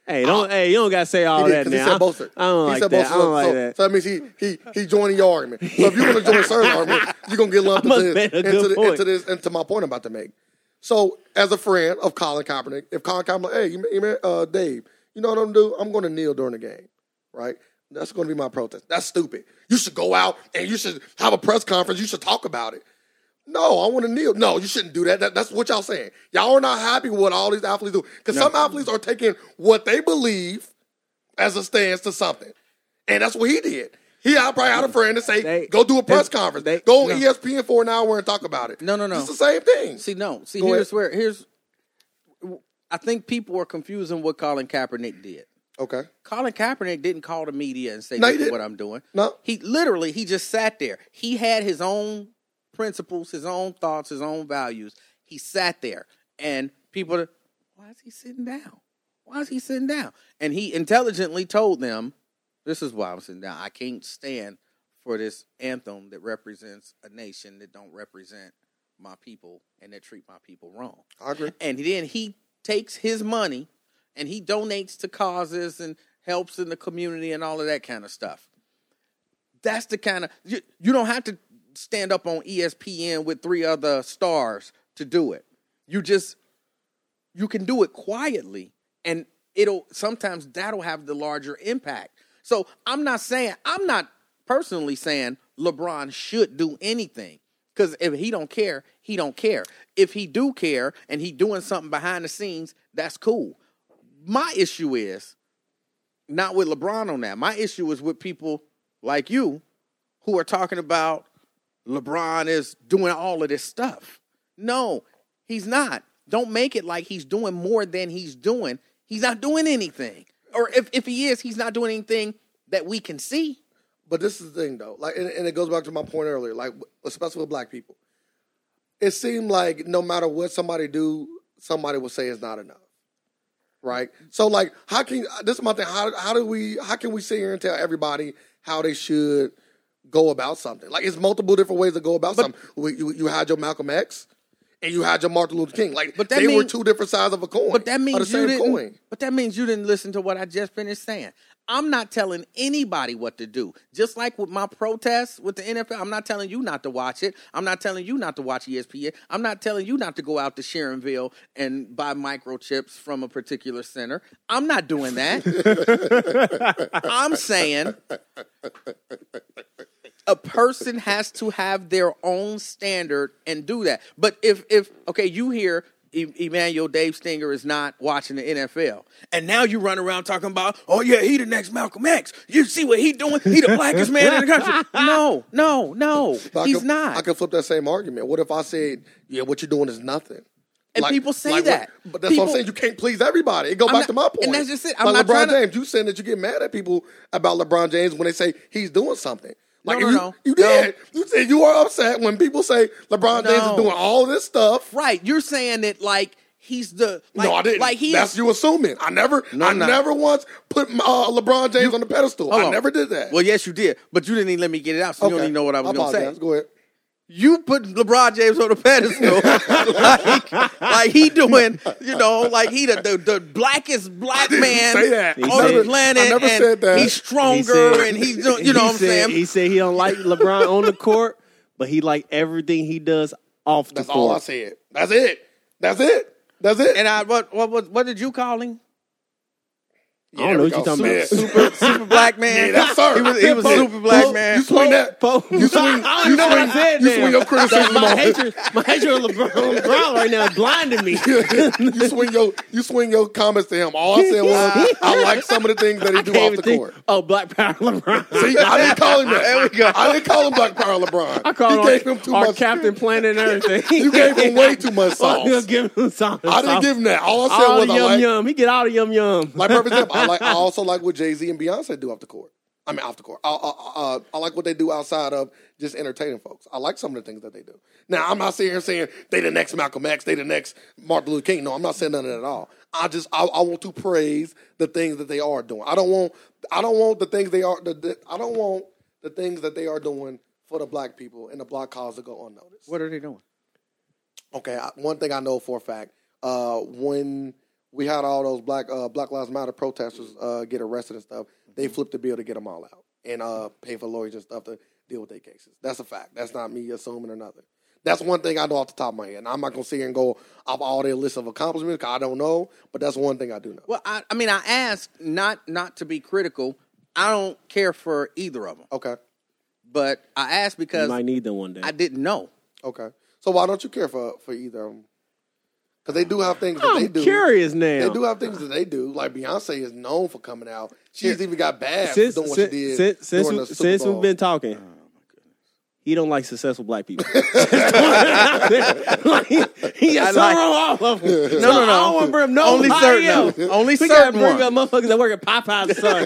S1: Hey, don't hey, you don't gotta say all
S2: Ah. he did
S1: Oh, that
S2: because he
S1: now.
S2: said both. Sir.
S1: I don't
S2: he
S1: like
S2: said
S1: that. I
S2: Sir.
S1: don't like
S2: so,
S1: that.
S2: so that means he he he joining your argument. So if you want to join Sir's argument, you're gonna get lumped into
S1: must
S2: this,
S1: make a
S2: into,
S1: good
S2: the,
S1: point.
S2: into this into my point I'm about to make. So as a friend of Colin Kaepernick, if Colin Kaepernick, hey, you, you man, uh, Dave, you know what I'm gonna do? I'm gonna kneel during the game, right? That's gonna be my protest. That's stupid. You should go out and you should have a press conference. You should talk about it. No, I want to kneel. No, you shouldn't do that. that. That's what y'all saying. Y'all are not happy with what all these athletes do because some athletes are taking what they believe as a stance to something, and that's what he did. He had- probably had a friend to say,
S1: They-
S2: "Go do a press
S1: they-
S2: conference.
S1: they-
S2: go on E
S1: no.
S2: ESPN for an hour and talk about it."
S3: No, no, no.
S2: It's the same thing.
S3: See, no. See,
S2: Go
S3: here's where here's. I think people are confusing what Colin Kaepernick did.
S2: okay,
S3: Colin Kaepernick didn't call the media and say,
S2: No, he
S3: "Look at
S2: didn't.
S3: what I'm doing."
S2: No.
S3: he literally he just sat there. He had his own principles, his own thoughts, his own values. He sat there, and people, are, why is he sitting down? Why is he sitting down? And he intelligently told them, "This is why I'm sitting down. I can't stand for this anthem that represents a nation that don't represent my people and that treat my people wrong."
S2: I agree.
S3: and then he takes his money and he donates to causes and helps in the community and all of that kind of stuff. That's the kind of you, you don't have to stand up on E ESPN with three other stars to do it. You just you can do it quietly and it'll sometimes that'll have the larger impact. So I'm not saying I'm not personally saying LeBron should do anything cuz if he don't care, he don't care. If he do care and he doing something behind the scenes, that's cool. My issue is not with LeBron on that. My issue is with people like you who are talking about LeBron is doing all of this stuff. No, he's not. Don't make it like he's doing more than he's doing. He's not doing anything. Or if, if he is, he's not doing anything that we can see.
S2: But this is the thing, though. Like, and, and it goes back to my point earlier. Like, especially with black people, it seemed like no matter what somebody do, somebody will say it's not enough, right? So, like, how can this is my thing? How how do we? How can we sit here and tell everybody how they should go about something? Like, it's multiple different ways to go about something. We, you, you had your Malcolm X, and you had your Martin Luther King. Like,
S3: But that
S2: they were
S3: mean-
S2: two different sides of a coin.
S3: But that
S2: or the
S3: means you
S2: same
S3: didn't.
S2: coin.
S3: But that means you didn't listen to what I just finished saying. I'm not telling anybody what to do. Just like with my protests with the NFL, I'm not telling you not to watch it. I'm not telling you not to watch E ESPN. I'm not telling you not to go out to Sharonville and buy microchips from a particular center. I'm not doing that. I'm saying a person has to have their own standard and do that. But if if okay, you hear E- Emmanuel Dave Stinger is not watching the NFL, and now you run around talking about, oh yeah, he the next Malcolm X. You see what he doing? He the blackest man in the country. No, no, no,
S2: But I
S3: he's
S2: could,
S3: not.
S2: I could flip that same argument. What if I said, "Yeah, what you're doing is nothing,"
S3: And people say
S2: what-
S3: that.
S2: but that's what
S3: People-
S2: I'm saying. You can't please everybody. It go
S3: I'm
S2: back to my
S3: not-
S2: point.
S3: and that's just it. I'm
S2: Like
S3: not
S2: LeBron
S3: trying to-
S2: James, you saying that you get mad at people about LeBron James when they say he's doing something. Like
S3: no,
S2: if you,
S3: no.
S2: you
S3: No.
S2: did. You said you are upset when people say LeBron James
S3: No.
S2: is doing all this stuff.
S3: right? You're saying that like he's the like,
S2: no, I didn't.
S3: Like he
S2: that's
S3: is-
S2: you assuming. I never, I
S3: no.
S2: never once put uh, LeBron James on the pedestal.
S3: Hold
S2: I
S3: on.
S2: never did that.
S3: Well, yes, you did, but you didn't even let me get it out, so you don't
S2: Okay.
S3: even know what I was going to say.
S2: apologize. Go ahead.
S3: you put LeBron James on the pedestal, like, like he doing, you know, like he the the, the blackest black man
S2: say that.
S1: I
S3: on
S1: never-
S3: the planet,
S2: I never
S3: and
S2: said that.
S3: he's stronger,
S1: He said-
S3: and he's doing, you know
S1: he
S3: what I'm
S1: said-
S3: saying?
S1: He said he don't like LeBron on the court, but he like everything he does off the
S2: That's all I
S1: court.
S2: said. That's it. That's it. That's it.
S3: And I what what what, what did you call him?
S1: I don't know what you talking about.
S3: Super super black man.
S2: Yeah, that's sir.
S3: He was, he was a
S2: Yeah,
S3: super black
S2: Pope,
S3: man.
S2: You swing that.
S1: Po-
S2: You swing.
S1: I don't
S2: You
S1: even know what I
S2: swing.
S1: said
S2: You
S1: now.
S2: swing your criticism
S1: my
S2: on.
S1: hatred, my hatred of LeBron, LeBron right now is blinding me.
S2: You swing your. You swing your comments to him. All I said was I like some of the things that he do
S1: Can't
S2: off
S1: even
S2: the
S1: think-
S2: court.
S1: Oh, Black Power LeBron.
S2: See, I didn't call him that. I didn't call him Black Power LeBron.
S1: I called
S2: you
S1: on
S2: gave him too
S1: our
S2: much.
S1: Captain Planet and everything.
S2: You gave him way too much
S1: Oh,
S2: sauce.
S1: you give him sauce.
S2: I didn't give him that. All I said
S1: all
S2: was
S1: the
S2: I
S1: yum
S2: like.
S1: yum. He get all the yum yum.
S2: Like for example, I like. I also like what Jay Z and Beyonce do off the court. I mean, off the court. I, I, I, I like what they do outside of just entertaining folks. I like some of the things that they do. Now, I'm not sitting here saying they the next Malcolm X, they the next Martin Luther King. No, I'm not saying none of that at all. I just I, I want to praise the things that they are doing. I don't want I don't want the things they are. The, the, I don't want the things that they are doing for the black people and the black cause to go unnoticed.
S3: What are they doing?
S2: Okay, I, one thing I know for a fact: uh, when we had all those black uh, Black Lives Matter protesters uh, get arrested and stuff,
S1: Mm-hmm.
S2: they flipped the bill to get them all out and uh, pay for lawyers and stuff to deal with their cases. That's a fact. That's not me assuming or nothing. That's one thing I know off the top of my head. And I'm not gonna sit here and go off all their list of accomplishments. 'cause I don't know, but that's one thing I do know.
S3: Well, I, I mean, I asked not not to be critical. I don't care for either of them,
S2: Okay,
S3: but I asked because
S1: You might need them one day.
S3: I didn't know.
S2: okay. So why don't you care for for either of them? Because they do have things that they
S1: I'm
S2: do.
S1: curious now.
S2: They do have things that they do. Like Beyonce is known for coming out. She's even got bad
S1: since
S2: doing what
S1: since,
S2: she did
S1: since, since,
S2: during
S1: we,
S2: the Super
S1: since we've
S2: Bowl.
S1: been talking, he don't like successful black people. like, he got
S3: I like-
S1: something wrong with all of them.
S3: No, no,
S1: I don't
S3: no.
S1: want to bring up
S2: Oh,
S3: Only
S1: nobody
S3: certain-
S1: else.
S3: only
S1: we
S3: certain
S1: gotta bring
S3: ones.
S1: up motherfuckers that work at Popeye's son.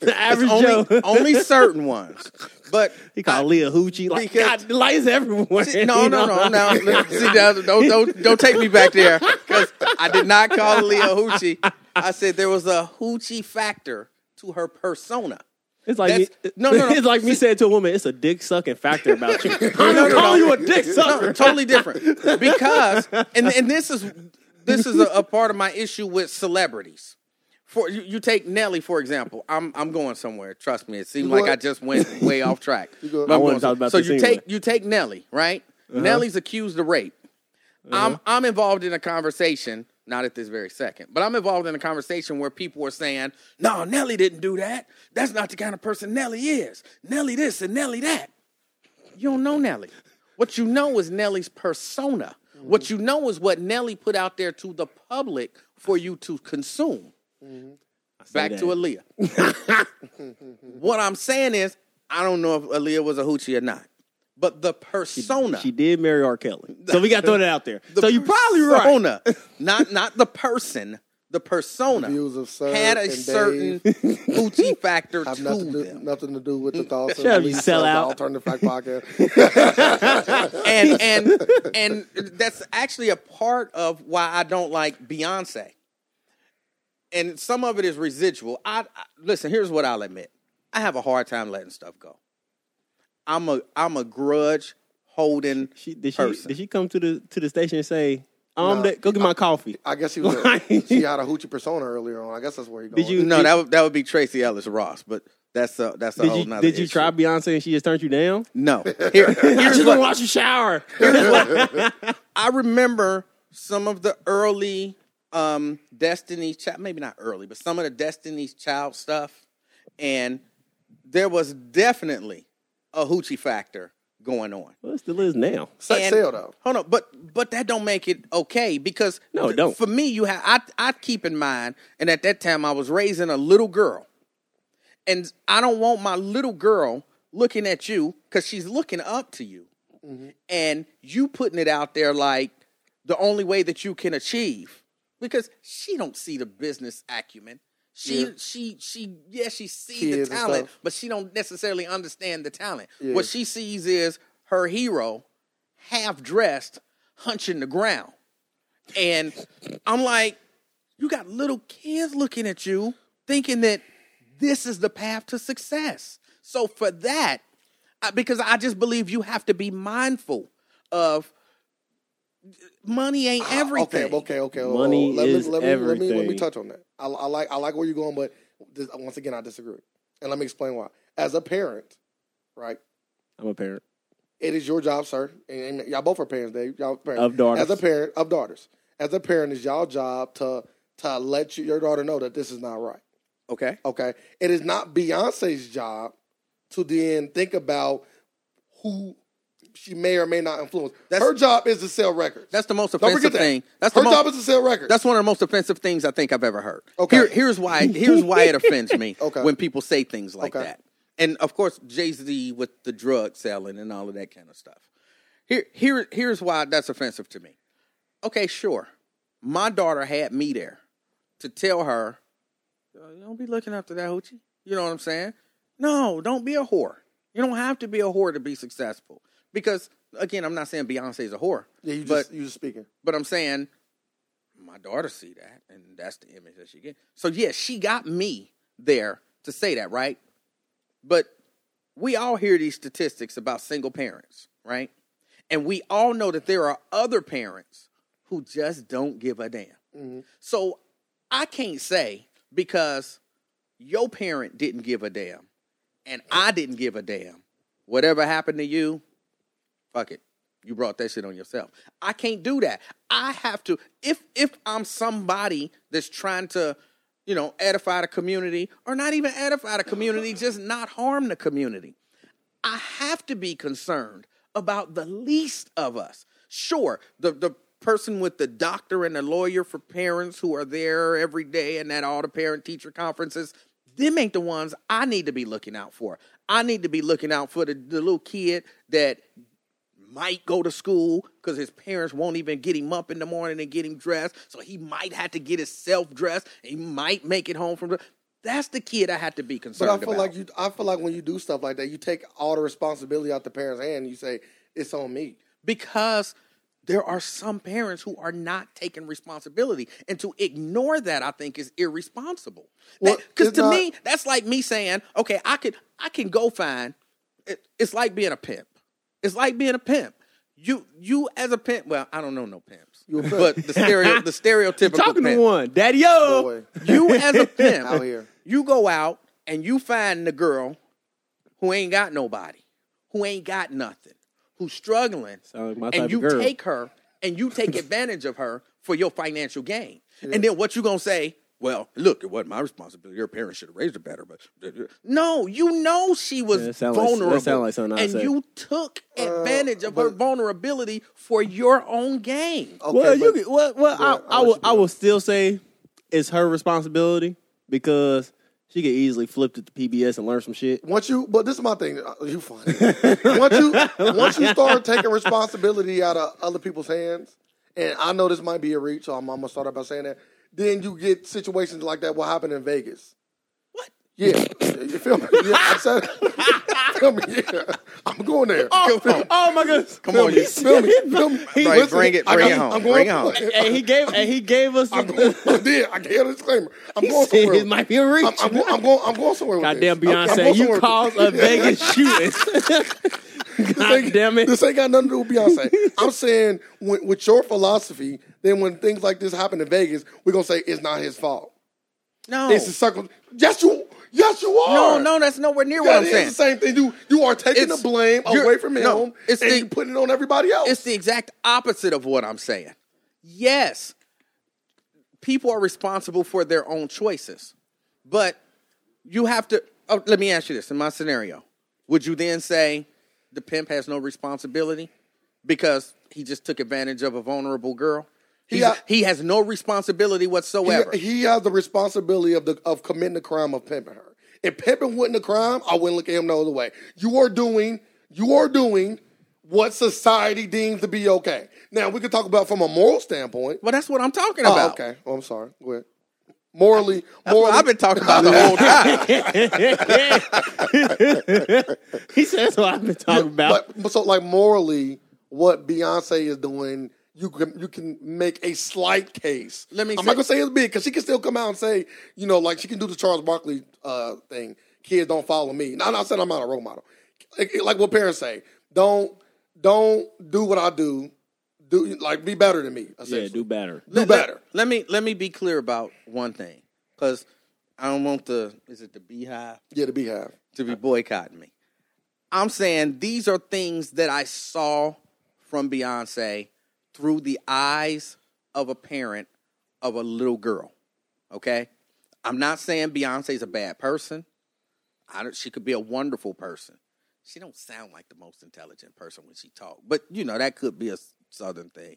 S1: the average Joe.
S3: only, only certain ones. But
S1: He called Leah Hoochie. Like,
S3: Because-
S1: God, lights everywhere.
S3: See, no, no, no, no. Look, See, now, don't, don't, don't take me back there because I did not call Leah hoochie. I said there was a hoochie factor to her persona.
S1: It's like
S3: That's-
S1: no, no, no. It's like me saying to a woman, "It's a dick sucking factor about you." I'm
S3: no,
S1: not
S3: no.
S1: calling you a dick
S3: No,
S1: sucker.
S3: totally different because, and and this is this is a, a part of my issue with celebrities. For you, you take Nelly for example. I'm I'm going somewhere. Trust me. It seems
S2: You
S3: like I
S2: what?
S3: just went way off track.
S2: go-
S3: But
S2: I
S1: wanna
S3: I'm going
S1: talk
S3: some-
S1: about
S3: so
S1: this
S3: you
S1: anyway.
S3: take you take Nelly right. Nelly's accused of rape. I'm I'm involved in a conversation, not at this very second, but I'm involved in a conversation where people are saying, "No, Nelly didn't do that. That's not the kind of person Nelly is. Nelly this and Nelly that." You don't know Nelly. What you know is Nelly's persona. What you know is what Nelly put out there to the public for you to consume. Back to
S1: that.
S3: Aaliyah. what I'm saying is, I don't know if Aaliyah was a hoochie or not, but the persona
S1: She did marry R. Kelly, so we got to throw that out there.
S3: the
S1: so you probably right.
S3: persona, not not the person, the persona
S2: Views of Sir
S3: had a
S2: and Dave
S3: certain hoochie factor to
S2: have nothing to,
S3: them, Mm.
S2: nothing to do with the thoughts
S1: Shut up,
S2: and
S1: you
S2: beliefs
S1: sell
S2: of the
S1: out.
S2: alternative fact podcast.
S3: and and and that's actually a part of why I don't like Beyonce. And some of it is residual. I, I listen. Here's what I'll admit: I have a hard time letting stuff go. I'm a I'm a grudge holding
S1: She, did she?
S3: person.
S1: Did she come to the to the station and say, "Um,
S2: No.
S1: that, go get my coffee"?
S2: I guess she was a, she had a hoochie persona earlier on. I guess that's where you going.
S1: Did you-
S3: no, that would, that would be Tracy Ellis Ross, but that's a that's a
S1: did
S3: whole
S1: you
S3: nother
S1: did you
S3: issue.
S1: try Beyonce and she just turned you down?
S3: No. Here, here's what,
S1: watch you shower.
S3: I remember some of the early um Destiny's Child, maybe not early, but some of the Destiny's Child stuff, and there was definitely a hoochie factor going on.
S1: well, it still is now.
S2: Sex
S3: And-
S2: sale though.
S3: Hold on, but but that don't make it okay because
S1: No, it don't.
S3: For me, you have I I keep in mind, and at that time I was raising a little girl, and I don't want my little girl looking at you because she's looking up to you, and you putting it out there like the only way that you can achieve because she don't see the business acumen. She
S2: Yeah.
S3: she she yeah she see
S2: Kids
S3: the
S2: and
S3: talent,
S2: stuff.
S3: but she don't necessarily understand the talent.
S2: Yeah.
S3: What she sees is her hero half dressed, hunching the ground. And I'm like, you got little kids looking at you thinking that this is the path to success. So for that, I- because I just believe you have to be mindful of money ain't everything.
S2: Ah, Okay, okay, okay. oh,
S1: Money
S2: let, me-
S1: is
S2: let me, let me, let me
S1: everything.
S2: touch on that. I, I like I like where you're going, but this, once again, I disagree, and let me explain why. As a parent, right,
S1: I'm a parent.
S2: it is your job, sir, and, and y'all both are parents. Dave, y'all parents
S1: Of daughters.
S2: As a parent of daughters, as a parent, it's y'all job to to let you, your daughter know that this is not right.
S3: Okay.
S2: Okay. It is not Beyonce's job to then think about who she may or may not influence.
S3: That's-
S2: her job is to sell records.
S3: That's the most
S2: Don't forget
S3: offensive
S2: that.
S3: thing. That's
S2: her
S3: the most,
S2: job is to sell records.
S3: That's one of the most offensive things I think I've ever heard.
S2: Okay.
S3: Here, here's why. Here's why it offends me
S2: Okay.
S3: when people say things like
S2: Okay.
S3: that. And of course, Jay Z with the drug selling and all of that kind of stuff. Here, here, here's why that's offensive to me. Okay, sure. My daughter had me there to tell her, "Uh, "Don't be looking after that hoochie." You know what I'm saying? No, don't be a whore. You don't have to be a whore to be successful. Because again, I'm not saying Beyonce's a whore.
S2: yeah, you
S3: but-
S2: just you just speaking.
S3: but I'm saying my daughter see that, and that's the image that she get. So yeah, she got me there to say that, right? But we all hear these statistics about single parents, right? And we all know that there are other parents who just don't give a damn. So I can't say because your parent didn't give a damn and I didn't give a damn. Whatever happened to you, fuck it. You brought that shit on yourself. I can't do that. I have to if if I'm somebody that's trying to, you know, edify the community or not even edify the community, just not harm the community. I have to be concerned about the least of us. Sure, the the person with the doctor and the lawyer for parents who are there every day and at all the parent teacher conferences, them ain't the ones I need to be looking out for. I need to be looking out for the, the little kid that might go to school because his parents won't even get him up in the morning and get him dressed. So he might have to get himself dressed. He might make it home from the. That's the kid I had to be
S2: But
S3: concerned
S2: I feel
S3: about.
S2: like you. I feel like when you do stuff like that, you take all the responsibility out the parents' hand. And you say it's on me.
S3: because there are some parents who are not taking responsibility and to ignore that i think is irresponsible
S2: Well,
S3: because
S2: it's
S3: to
S2: not-
S3: me that's like me saying okay i could i can go find it, it's like being a pimp it's like being a pimp you you as a pimp well i don't know no pimps
S2: You a pimp.
S3: but the stereo the stereotypical
S1: Talking to
S3: pimp.
S1: one, Daddy O.
S2: Boy,
S3: You as a pimp,
S2: Out here.
S3: you go out and you find the girl who ain't got nobody, who ain't got nothing, who's struggling,
S1: Sound like my type
S3: and
S1: of
S3: you
S1: girl.
S3: take her and you take advantage of her for your financial gain. And then what you gonna say? Well, look, it wasn't my responsibility. Your parents should have raised her better, but no, you know she was
S1: Yeah, that sound like- that
S3: vulnerable,
S1: sound like something Uh, I'd
S3: and
S1: say.
S3: you took advantage of her vulnerability for your own gain.
S2: okay,
S1: well, you
S2: but-
S1: could, well, well,
S2: Go ahead.
S1: I, I
S2: I'll let
S1: would,
S2: you
S1: I
S2: go.
S1: would still say it's her responsibility because she could easily flip it to PBS and learn some shit.
S2: Once you, but this is my thing. uh, You funny. once you, once you start taking responsibility out of other people's hands, and I know this might be a reach, so I'm, I'm gonna start out by saying that. Then you get situations like that. What happened in Vegas?
S3: What?
S2: Yeah, you feel me? Yeah, I said, feel me? Yeah, I'm going there.
S3: Come on.
S1: Oh my goodness!
S3: Come on, you-
S2: Feel me? Feel me?
S1: Right,
S3: bring it-
S2: I
S3: bring
S2: got-
S3: it home,
S2: I'm going
S3: bring it home.
S1: and he gave, and he gave us.
S2: I'm going, yeah, I gave a disclaimer. I'm going
S1: said
S2: somewhere.
S1: it might be a reach.
S2: I'm, I'm, going, I'm, going, I'm going somewhere with
S1: Goddamn
S2: this. I'm- I'm
S1: Beyonce,
S2: going
S1: you
S2: somewhere with
S1: caused a Vegas shooting.
S2: this ain't,
S1: damn it.
S2: This ain't got nothing to do with Beyonce. I'm saying when, with your philosophy, then when things like this happen in Vegas, we're gonna say it's not his fault.
S3: No,
S2: It's a circle. Yes, you. Yes, you
S3: no,
S2: are.
S3: no, that's nowhere near what
S2: That
S3: I'm
S2: is
S3: saying.
S2: the same thing. You you are taking
S3: It's-
S2: the blame
S3: you're-
S2: away from him,
S3: no, it's
S2: and
S3: the-
S2: you putting it on everybody else.
S3: It's the exact opposite of what I'm saying. Yes, people are responsible for their own choices, but you have to. Oh, let me ask you this: In my scenario, would you then say the pimp has no responsibility because he just took advantage of a vulnerable girl? He's,
S2: Yeah.
S3: He has no responsibility whatsoever.
S2: he, he has the responsibility of the of committing the crime of pimping her. If pimping wasn't a crime, I wouldn't look at him no other way. You are doing, you are doing what society deems to be okay. Now we can talk about from a moral standpoint.
S3: well, that's what I'm talking about.
S2: Oh, okay. Well, I'm sorry. Go ahead. Morally,
S3: Well,
S2: morally,
S3: I've been talking about the whole time.
S1: he said that's what I've been talking about.
S2: but, but so like morally, what Beyonce is doing, you can you can make a slight case.
S3: Let me
S2: I'm
S3: say-
S2: not gonna say it's big because she can still come out and say, you know, like she can do the Charles Barkley uh, thing. Kids don't follow me. Now, I'm not saying I'm not a role model. Like, like what parents say, don't don't do what I do. Do like be better than me.
S1: yeah,
S2: Essentially.
S1: do better.
S2: do better.
S3: Let me let me be clear about one thing, because I don't want the is it the beehive
S2: Yeah, the beehive.
S3: to be boycotting me. I'm saying these are things that I saw from Beyonce through the eyes of a parent of a little girl. Okay, I'm not saying Beyonce's a bad person. I don't, she could be a wonderful person. She don't sound like the most intelligent person when she talk, but you know that could be a southern thing.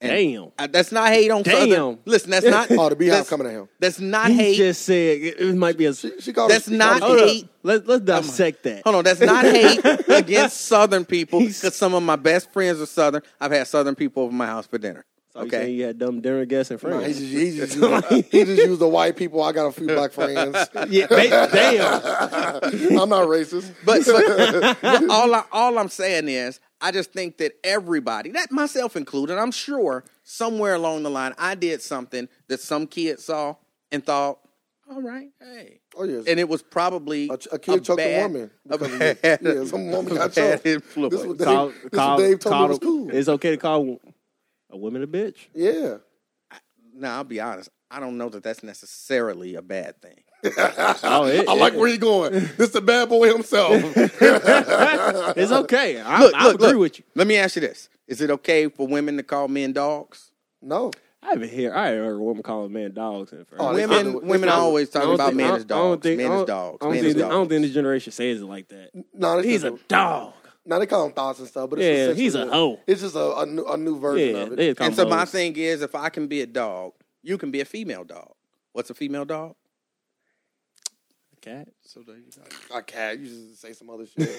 S1: Damn.
S3: Uh, that's not hate on
S1: Damn.
S3: Southern. Listen, that's not.
S2: Oh, the beehive
S3: that's,
S2: coming at him.
S3: That's not
S1: He
S3: hate.
S1: just said it, it might be a.
S2: She, she called.
S3: That's
S2: she
S3: not
S2: called-
S1: Hold up.
S3: hate.
S1: Let, let's dissect that.
S3: Hold on, that's not hate against Southern people
S1: He's-
S3: because some of my best friends are Southern. I've had Southern people over my house for dinner.
S1: So you saying
S3: okay,
S1: you had dumb dinner guests and
S2: Nah, He
S1: friends.
S2: just, he, just used, he just used the white people. I got a few black friends.
S1: yeah, ba- damn.
S2: I'm not racist.
S3: but, but- but all I, all I'm saying is, I just think that everybody, that myself included, I'm sure somewhere along the line, I did something that some kid saw and thought, "All right, hey."
S2: Oh, yes.
S3: And it was probably
S2: A, a kid choked a
S3: bad-
S2: woman.
S3: A
S2: because of
S3: bad,
S2: it. yeah, some woman got
S3: bad
S2: choked. This
S3: influence.
S2: was Dave,
S1: Call-
S2: this was
S1: call-
S2: Dave told
S1: call-
S2: me was cool.
S1: It's okay to call a woman a bitch.
S2: Yeah.
S3: Now, I'll be honest. I don't know that that's necessarily a bad thing.
S1: Oh, it-
S2: I like
S1: it-
S2: where you're going. This the bad boy himself.
S1: It's okay. I,
S3: Look,
S1: I
S3: look,
S1: agree
S3: look.
S1: with you.
S3: Let me ask you this: Is it okay for women to call men dogs?
S2: no.
S1: I haven't hear. I haven't heard a woman calling man dogs in forever.
S2: Oh, they
S3: women,
S2: probably would. They
S3: women are
S2: probably would.
S3: always
S1: I
S3: talking
S1: don't
S3: about
S1: think- I
S3: men
S1: don't-
S3: as
S1: I don't
S3: dogs.
S1: think-
S3: Men
S1: I
S3: as
S1: don't-
S3: dogs.
S1: I don't
S3: Men
S1: think
S3: as
S1: th- I don't
S3: dogs.
S1: think this generation says it like that.
S2: No,
S1: He's a dog.
S2: now they call him thoughts and stuff, but it's
S1: Yeah,
S2: essentially
S1: he's a
S2: it.
S1: hoe.
S2: It's just a, a, new, a new version
S1: Yeah,
S2: of it.
S1: they call
S3: And so
S1: them
S3: my
S1: hoes.
S3: thing is, if I can be a dog, you can be a female dog. What's a female dog?
S1: Cat.
S3: So there you go.
S2: I can't. You just say some other shit.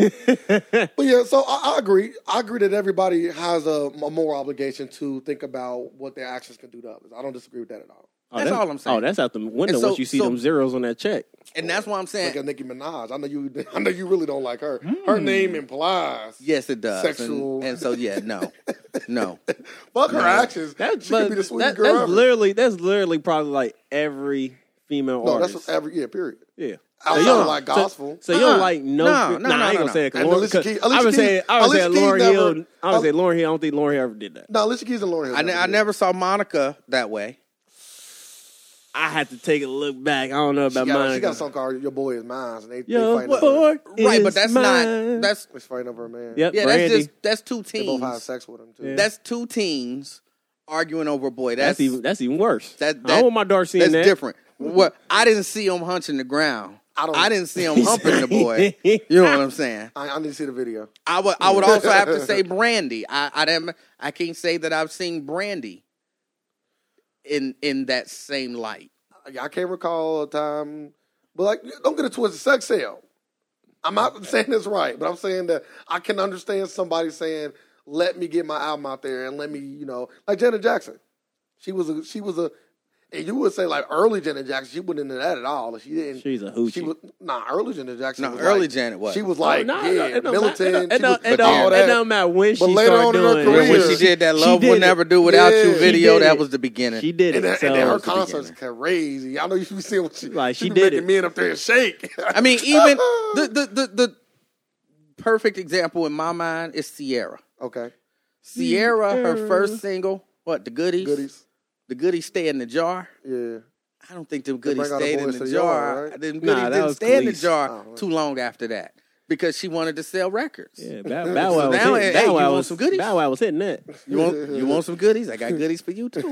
S2: but yeah, so I, I agree. I agree that everybody has a, a moral obligation to think about what their actions can do to others. I don't disagree with that at all.
S1: Oh,
S3: That's all I'm saying.
S1: Oh, that's out the window
S3: And so-
S1: once you see
S3: so-
S1: them zeros on that check.
S3: And that's why I'm
S2: Like
S3: saying.
S2: a Nicki Minaj. I know you. I know you really don't like her.
S1: Mm.
S2: Her name implies.
S3: Yes, it does. And-
S2: Sexual.
S3: and so yeah, no, no.
S2: Fuck her actions.
S1: That,
S2: she could
S1: but
S2: be the sweetest
S1: that-
S2: girl
S1: that's
S2: ever.
S1: literally that's literally probably like every female
S2: no, that's
S1: artist.
S2: what every yeah. Period.
S1: yeah.
S2: Outside
S1: you don't-
S2: of like
S1: so-
S2: gospel.
S1: So, you don't
S3: Uh-uh.
S1: like no?
S3: No,
S1: fe-
S3: no,
S1: nah, I
S3: no,
S1: ain't
S3: no,
S1: gonna
S3: no.
S1: say it. 'cause
S2: And
S1: Lauren-
S2: Alicia
S1: 'cause
S2: Keys-
S1: I
S2: Alicia
S1: would say
S2: Keys-
S1: I would
S2: Alicia
S1: say
S2: Keys
S1: Lauren
S2: never-
S1: Hill. I would
S2: Al-
S1: say Lauren Hill. I don't think Lauren Hill ever did that.
S2: No, Alicia Keys and Lauren Hill.
S3: I, ne-
S2: never
S3: I
S2: did.
S3: never saw Monica that way.
S1: I had to take a look back. I don't know
S2: She
S1: about
S2: got, she
S1: Monica.
S2: got a song called "Your Boy Is Mine," and they,
S1: Yo,
S2: they fighting over,
S1: boy
S3: Right, but
S1: is
S3: that's
S1: mine.
S3: not that's
S2: they fighting over a man.
S1: Yep,
S3: yeah,
S1: Brandy.
S3: that's just that's two
S2: they both have
S3: teens.
S2: sex with him too.
S1: Yeah.
S3: That's two teens arguing over a boy. That's
S1: that's even that's even worse.
S3: that-
S1: I
S3: that-
S1: don't want my daughter seeing
S3: that's
S1: that.
S3: different. What I didn't see him hunching the ground.
S2: I don't-
S3: I didn't see him humping the boy. You know what I'm saying?
S2: I, I need to see the video.
S3: I would I would also have to say Brandy. I I didn't I can't say that I've seen Brandy in in that same light.
S2: I, I can't recall a time, but like, don't get it twisted. Sex sale. I'm not saying this right, but I'm saying that I can understand somebody saying, "Let me get my album out there and let me," you know, like Janet Jackson. She was a she was a, and you would say like early Janet Jackson. She wasn't into that at all. She didn't.
S1: She's a hoochie.
S2: She was nah early Janet Jackson.
S3: No,
S2: was
S3: early
S2: like-
S3: Janet was.
S2: She was like
S1: no, no,
S2: yeah,
S1: Oh, it don't matter. It
S2: militant.
S1: don't- It
S2: she was-
S1: don't it
S2: but all
S1: don't- it
S2: that-
S1: don't matter when
S2: But
S1: she
S2: later
S1: started
S2: on in her
S1: doing
S2: career-
S1: it.
S3: When she did that
S1: She
S3: love will
S1: did it.
S3: never do without
S2: Yeah.
S3: you
S2: She
S3: video,
S1: did
S3: that
S1: it.
S3: was the beginning.
S1: She did it.
S2: And, that,
S1: so
S2: and then her
S3: it's the
S2: concerts crazy. I know you be seeing what she
S1: Like,
S2: she,
S1: she
S2: be
S1: did
S2: making
S1: it.
S2: men up there shake.
S3: I mean, even the, the the the perfect example in my mind is Sierra.
S2: okay,
S3: Sierra, her
S1: Sierra.
S3: first single, what the goodies?
S2: goodies.
S3: The goodies stay in the jar.
S2: Yeah.
S3: I don't think the goodies
S2: Bring All the
S3: stayed in
S2: Boys
S3: the
S2: to
S3: jar.
S2: the Yard, right?
S3: The goodies
S1: Nah, that
S3: didn't
S1: was
S3: stay in the
S1: Khalees.
S3: jar
S2: Oh,
S3: too long after that because she wanted to sell records.
S1: Yeah, Bow, Bow Wow
S3: So
S1: was
S3: now,
S1: hitting, Bow
S3: hey, you
S1: Wow
S3: want
S1: was,
S3: some goodies?
S1: Bow Wow was hitting that.
S3: You want you want some goodies? I got goodies for you too.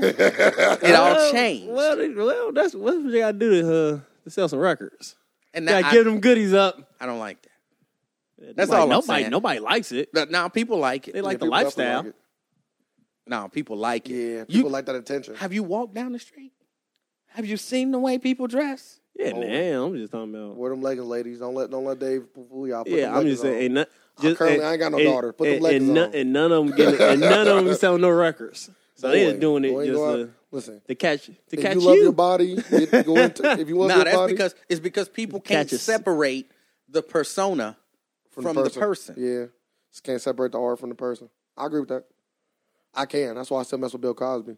S3: It all changed,
S1: Well, they- well, that's that's what you got to do to, uh, to sell some records.
S3: and
S1: Got
S3: now
S1: to
S3: I,
S1: give them goodies up.
S3: I don't like that. That's
S1: Like,
S3: all I'm
S1: Nobody
S3: saying.
S1: nobody likes it.
S3: But now people like it.
S1: They like the
S2: People definitely
S1: lifestyle.
S2: like it.
S3: now people like it.
S2: yeah,
S3: You-
S2: people like that attention.
S3: Have you walked down the street? Have you seen the way people dress?
S1: yeah,
S2: Oh.
S1: man, I'm just talking about.
S2: Wear them leggings, ladies. Don't let don't let Dave fool y'all. Put them
S1: Yeah, I'm
S2: leggings
S1: just saying.
S2: on.
S1: ain't not-
S2: I
S1: just-
S2: currently-
S1: and-
S2: I ain't got no
S1: and-
S2: daughter. Put them
S1: and-
S2: legs
S1: and, no-
S2: on.
S1: and none of them getting, and none of them selling no records. So they just
S2: Boy,
S1: doing
S2: boy,
S1: it just
S2: go out-
S1: to,
S2: listen.
S1: to catch to
S2: If
S1: catch
S2: you love your
S1: you.
S2: body, it, go into, if you love
S3: No,
S2: your
S3: that's
S2: body,
S3: because it's because people can't
S1: Catch us.
S3: separate the persona from, the, person.
S2: Yeah, just can't separate the art from the person. I agree with that. I can. That's why I still mess with Bill Cosby.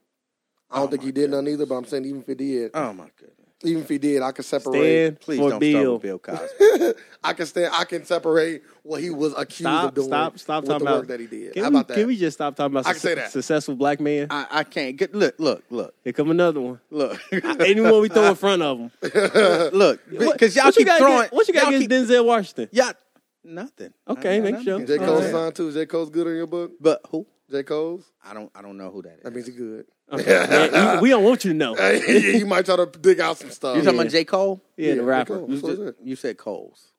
S2: I
S1: Oh
S2: don't think he did none either, but I'm saying even if he did,
S3: Oh my goodness!
S2: even if he did, I can separate.
S1: Uh, Stand
S3: Please
S1: for
S3: don't start
S1: Bill.
S3: with Bill Cosby.
S2: I can stand. I can separate what he was accused of
S1: Stop!
S2: doing.
S1: Stop! Stop
S2: with
S1: talking
S2: the
S1: about
S2: work that he did.
S1: Can
S2: How
S1: we,
S2: about that?
S1: Can we just stop talking about
S2: I can say
S1: suc-
S2: that.
S1: successful black man?
S3: I, I can't get look, look, look,
S1: Here come another one.
S3: look,
S1: Anyone we throw in front of him.
S3: look. Because y'all
S1: What you
S3: keep
S1: got
S3: throwing.
S1: against- What you got
S3: y'all
S1: against
S3: keep-
S1: Denzel Washington?
S3: Y'all nothing.
S1: Okay,
S3: I- I-
S1: make
S3: I-
S1: sure.
S2: J.
S1: All
S2: Cole's
S1: right.
S2: signed too. Is J. Cole's good in your book?
S3: But who?
S2: J. Cole's?
S3: I don't. I don't know who that is.
S2: That means he's good.
S1: Okay, man, we, we don't want you to know. Yeah,
S2: Hey, yeah, you might try to dig out some stuff.
S3: you talking about J Cole?
S1: the
S2: Yeah,
S1: rapper.
S2: Nicole.
S3: You,
S2: That's what I
S3: just, you said Coles.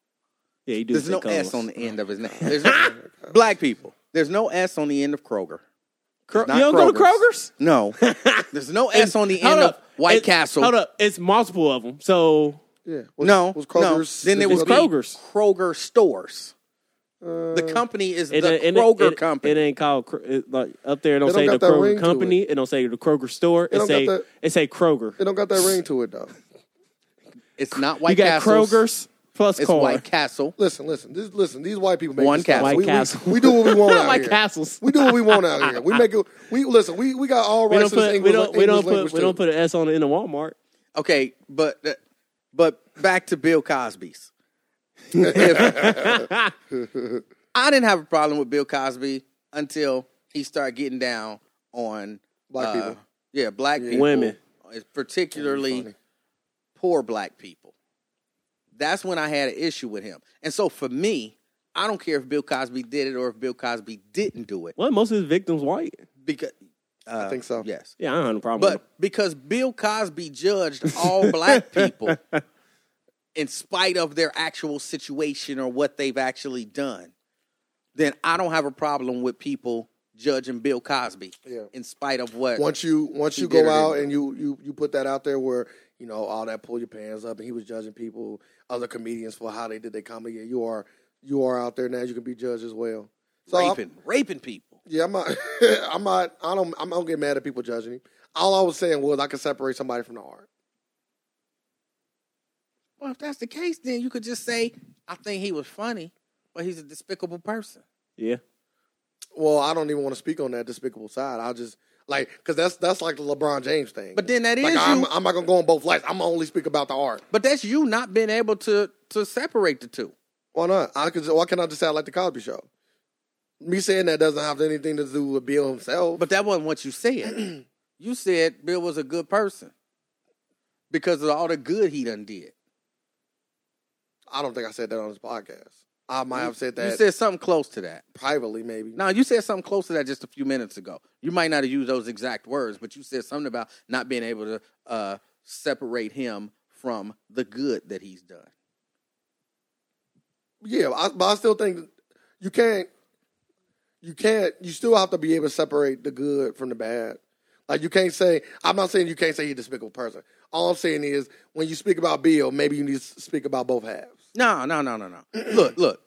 S1: Yeah, he do.
S3: There's
S1: say
S3: no
S1: Coles. Oh,
S3: S on the end of his name. There's no, black people. There's no S on the end of Kroger.
S1: Kro-
S3: It's not
S1: you don't go to
S3: Kroger's.
S1: Kroger's?
S3: No. There's no S on the
S1: Hold
S3: end of
S1: up.
S3: White
S1: It-
S3: Castle.
S1: Hold up, it's multiple of them. So
S2: Yeah. Was,
S3: No,
S2: Was Kroger's?
S3: no. Then there
S1: It's
S3: was
S1: Kroger's.
S3: Kroger's. Kroger stores.
S2: Uh,
S3: The company is
S1: it,
S3: the
S1: ain't- it,
S3: Kroger
S1: it,
S3: company.
S1: It ain't called Kro- it, like up there. It don't
S2: It don't
S1: say
S2: got
S1: the
S2: that ring
S1: Kroger
S2: to
S1: company. It. don't say the Kroger store. It,
S2: don't got
S1: say
S2: that-
S1: it say Kroger.
S2: It don't got that ring to it though.
S3: it's not
S1: you
S3: White
S1: got
S3: Castle.
S1: Kroger's plus
S3: It's
S1: car.
S3: White Castle.
S2: Listen, listen. This, listen. These white people make
S3: One
S2: this stuff.
S3: castle.
S1: White
S2: We, we-
S1: castle.
S2: We, do what we want out
S1: White
S2: here.
S1: castles.
S2: We do what we want out here. We make it. We listen. We we got all
S1: We don't
S2: rights to this
S1: put we
S2: English,
S1: don't we don't
S2: English
S1: put
S2: language
S1: we
S2: too.
S1: don't put an S on it in the Walmart.
S3: Okay, but uh, but back to Bill Cosby's. If- I didn't have a problem with Bill Cosby until he started getting down on
S2: Black
S3: uh,
S2: people.
S3: Yeah, black people,
S1: Women.
S3: It's particularly poor black people. That's when I had an issue with him. And so for me, I don't care if Bill Cosby did it or if Bill Cosby didn't do it
S1: Well, most of his victims white.
S3: because uh,
S2: I think so.
S3: yes,
S1: Yeah, I don't have a problem. with
S3: but because Bill Cosby judged all black people in spite of their actual situation or what they've actually done, then I don't have a problem with people judging Bill Cosby
S2: Yeah.
S3: in spite of what.
S2: Once you once
S3: He
S2: you go
S3: did or didn't
S2: out
S3: do.
S2: and you you you put that out there where you know all that pull your pants up and he was judging people other comedians for how they did their comedy. Yeah, you are you are out there now. You can be judged as well. So I-
S3: raping, raping people.
S2: Yeah, I'm not. I'm not. I don't. I'm, I don't get mad at people judging me. All I was saying was I could separate somebody from the art.
S3: Well, if that's the case, then you could just say, I think he was funny, but he's a despicable person.
S1: Yeah.
S2: Well, I don't even want to speak on that despicable side. I just like because that's that's like the LeBron James thing.
S3: But then that is
S2: like I'm,
S3: you.
S2: I'm not gonna go on both lights. I'm gonna only speak about the art.
S3: But that's you not being able to to separate the two.
S2: Why not? I could. Why can't I just sound like the Cosby Show? Me saying that doesn't have anything to do with Bill himself.
S3: But that wasn't what you said. you said Bill was a good person because of all the good he done did.
S2: I don't think I said that on this podcast. I might
S3: You-
S2: have said
S3: You
S2: that
S3: said something close to that.
S2: privately, maybe.
S3: No, you said something close to that just a few minutes ago. You might not have used those exact words, but you said something about not being able to uh, separate him from the good that he's done.
S2: Yeah, I, but I still think you can't. You can't. You still have to be able to separate the good from the bad. Like you can't say. I'm not saying you can't say he's a despicable person. All I'm saying is when you speak about Bill, maybe you need to speak about both halves.
S3: No, no, no, no, no. look, look.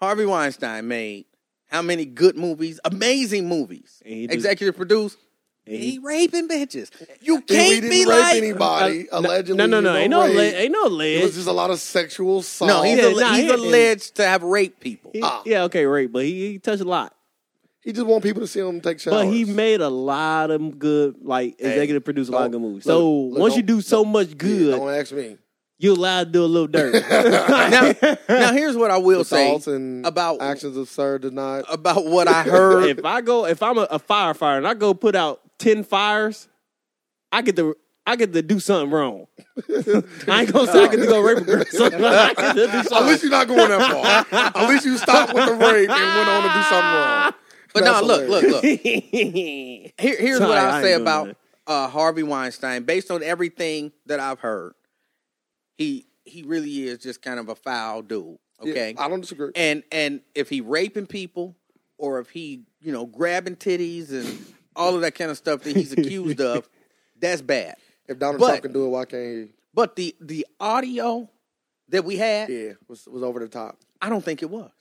S3: Harvey Weinstein made how many good movies? Amazing movies.
S1: And he did-
S3: Executive produced.
S1: And
S3: He,
S1: he-
S3: raping bitches. You
S2: He-
S3: can't
S2: he didn't
S3: be
S2: rape
S3: like
S2: anybody
S1: Uh,
S2: allegedly.
S1: No, no, no.
S2: he
S1: Ain't no,
S2: was
S1: le-
S2: raped.
S1: ain't no
S2: It was
S1: leg.
S2: just a lot of sexual assault.
S3: No, he's,
S1: Yeah,
S3: al-
S1: nah,
S3: he's
S1: he-
S3: alleged to have raped people.
S1: He-
S2: Ah.
S1: Yeah, okay, right. But he, he touched a lot.
S2: he just want people to see him take showers.
S1: But he made a lot of good, like executive produced a lot of good
S2: don't-
S1: movies.
S2: look,
S1: So
S2: look,
S1: once you
S2: don't-
S1: do so much
S2: Yeah,
S1: good,
S2: Don't ask me.
S1: you're allowed to do a little dirt.
S3: now, now here's what I will say
S2: Assaults and
S3: about- Uh,
S2: actions of sir did not.
S3: about what I heard.
S1: if I go, if I'm a, a firefighter and I go put out ten fires, I get to, I get to do something wrong. I ain't gonna say I get to go rape a girl. I get to do
S2: At
S1: something.
S2: least you're not going that far. At least you stopped with the rape and went on to do something wrong.
S3: But no,
S2: That's
S3: look, look,
S2: hilarious.
S3: look. Here, here's what
S1: Sorry, I
S3: I'll
S1: ain't
S3: say
S1: doing
S3: about
S1: that.
S3: uh, Harvey Weinstein. Based on everything that I've heard, he he really is just kind of a foul dude.
S2: Yeah,
S3: Okay,
S2: I don't disagree.
S3: and and if he raping people or if he you know grabbing titties and all of that kind of stuff that he's accused of, that's bad.
S2: If Donald
S3: But-
S2: Trump can do it, why can't
S3: But the the audio that we had,
S2: he? Yeah, was was over the top.
S3: I don't think it was.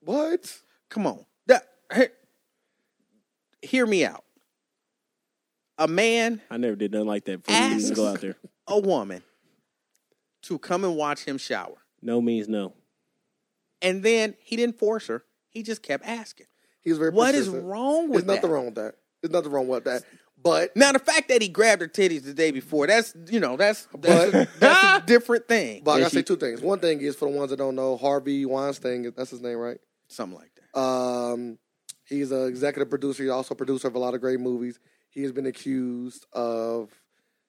S2: What?
S3: Come on. That- he- hear me out. A man,
S1: I never did nothing like that. Before. You
S3: Ass.
S1: just go out there.
S3: a woman, to come and watch him shower.
S1: No means no.
S3: And then he didn't force her. He just kept asking.
S2: He was very.
S3: What is
S2: persistent.
S3: wrong with
S2: There's nothing
S3: that?
S2: wrong with that. There's nothing wrong with that. But
S3: Now the fact that he grabbed her titties the day before, that's you know, that's that's,
S2: But-
S3: that's a different thing.
S2: but I
S1: Yeah,
S2: gotta say
S1: she-
S2: two things. One thing is for the ones that don't know, Harvey Weinstein. That's his name, right?
S3: Something like that.
S2: Um, he's an executive producer. He's also a producer of a lot of great movies. He has been accused of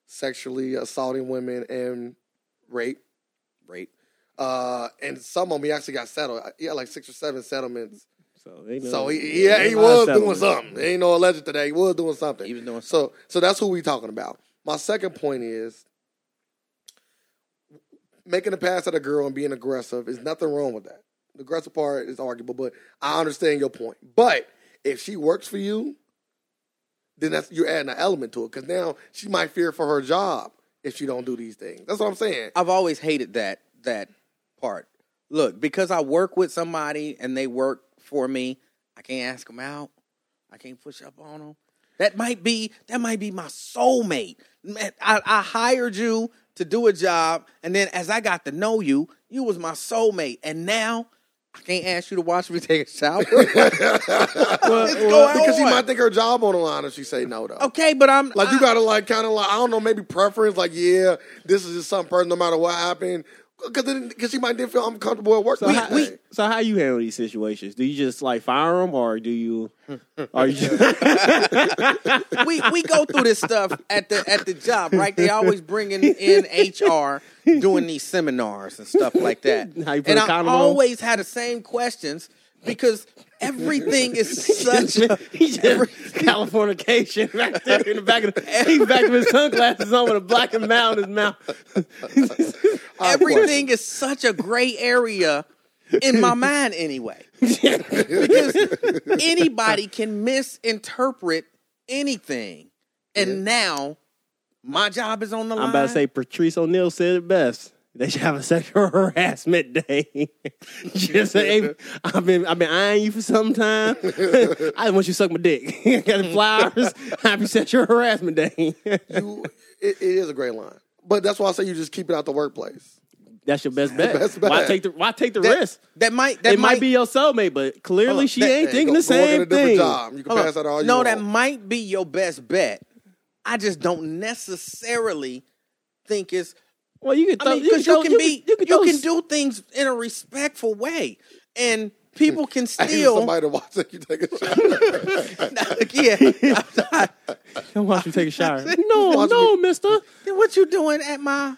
S2: sexually assaulting women and rape.
S3: Rape.
S2: Uh, and some of them he actually got settled. Uh, He had like six or seven settlements.
S1: So, ain't no-
S2: So he, yeah, he
S1: ain't no
S2: was doing
S1: settlement.
S2: something. There ain't no alleged today. He was doing something.
S3: He was doing
S2: so. So that's who we talking about. My second point is making a pass at a girl and being aggressive is nothing wrong with that. The aggressive part is arguable, but I understand your point. But if she works for you, then that's you're adding an element to it because now she might fear for her job if she don't do these things. That's what I'm saying.
S3: I've always hated that that part. Look, because I work with somebody and they work for me, I can't ask them out. I can't push up on them. That might be that might be my soulmate. Man, I, I hired you to do a job, and then as I got to know you, you was my soulmate, and now I can't ask you to watch me take a shower.
S1: Well,
S3: Go
S1: well,
S3: out
S2: Because she
S3: on.
S2: might think her job on the line if she say no though.
S3: okay, but I'm
S2: Like
S3: I-
S2: you
S1: Uh.
S2: gotta like kind of like I don't know maybe preference like yeah this is just some person no matter what happened because because she might didn't feel uncomfortable at work.
S1: so,
S2: that
S1: how,
S2: day.
S1: so how you handle these situations? Do you just like fire them, or do you? Are you?
S3: we we go through this stuff at the at the job, right? They always bringing in HR doing these seminars and stuff like that.
S1: How you put
S3: and
S1: a
S3: I
S1: condom on?
S3: always had the same questions because everything is such a
S1: He's Californication right there in the back of the, he's back of his sunglasses on with a black and mouth in his mouth.
S3: everything is such a gray area in my mind anyway. because anybody can misinterpret anything. And now my job is on the line.
S1: I'm about to say Patrice O'Neill said it best. They should have a sexual harassment day. Just say, hey, I've been I've been eyeing you for some time. I want you to suck my dick. Got the flowers. Happy sexual harassment day.
S2: You, it, it is a great line, but that's why I say you just keep it out the workplace.
S1: That's your best bet.
S2: best
S1: Why
S2: bet.
S1: take the Why take the
S3: That,
S1: risk?
S3: that might that
S1: it might, be your soulmate, but clearly
S3: on,
S1: she
S3: that-
S1: ain't
S2: Hey,
S1: thinking
S2: go-
S1: the
S2: go work at
S1: same
S2: a different
S1: thing.
S2: job. You can pass that all you
S3: no,
S2: want.
S3: that might be your best bet. I just don't necessarily think it's.
S1: Well, you can.
S3: I
S1: throw-
S3: mean, because you,
S1: throw-
S3: can be, you can,
S1: throw s-
S3: do things in a respectful way, and people can
S2: I need
S3: still.
S2: somebody to watch it. You take a shot.
S3: yeah.
S1: Come watch me take a shower. no, no, Mister.
S3: Then what you doing at my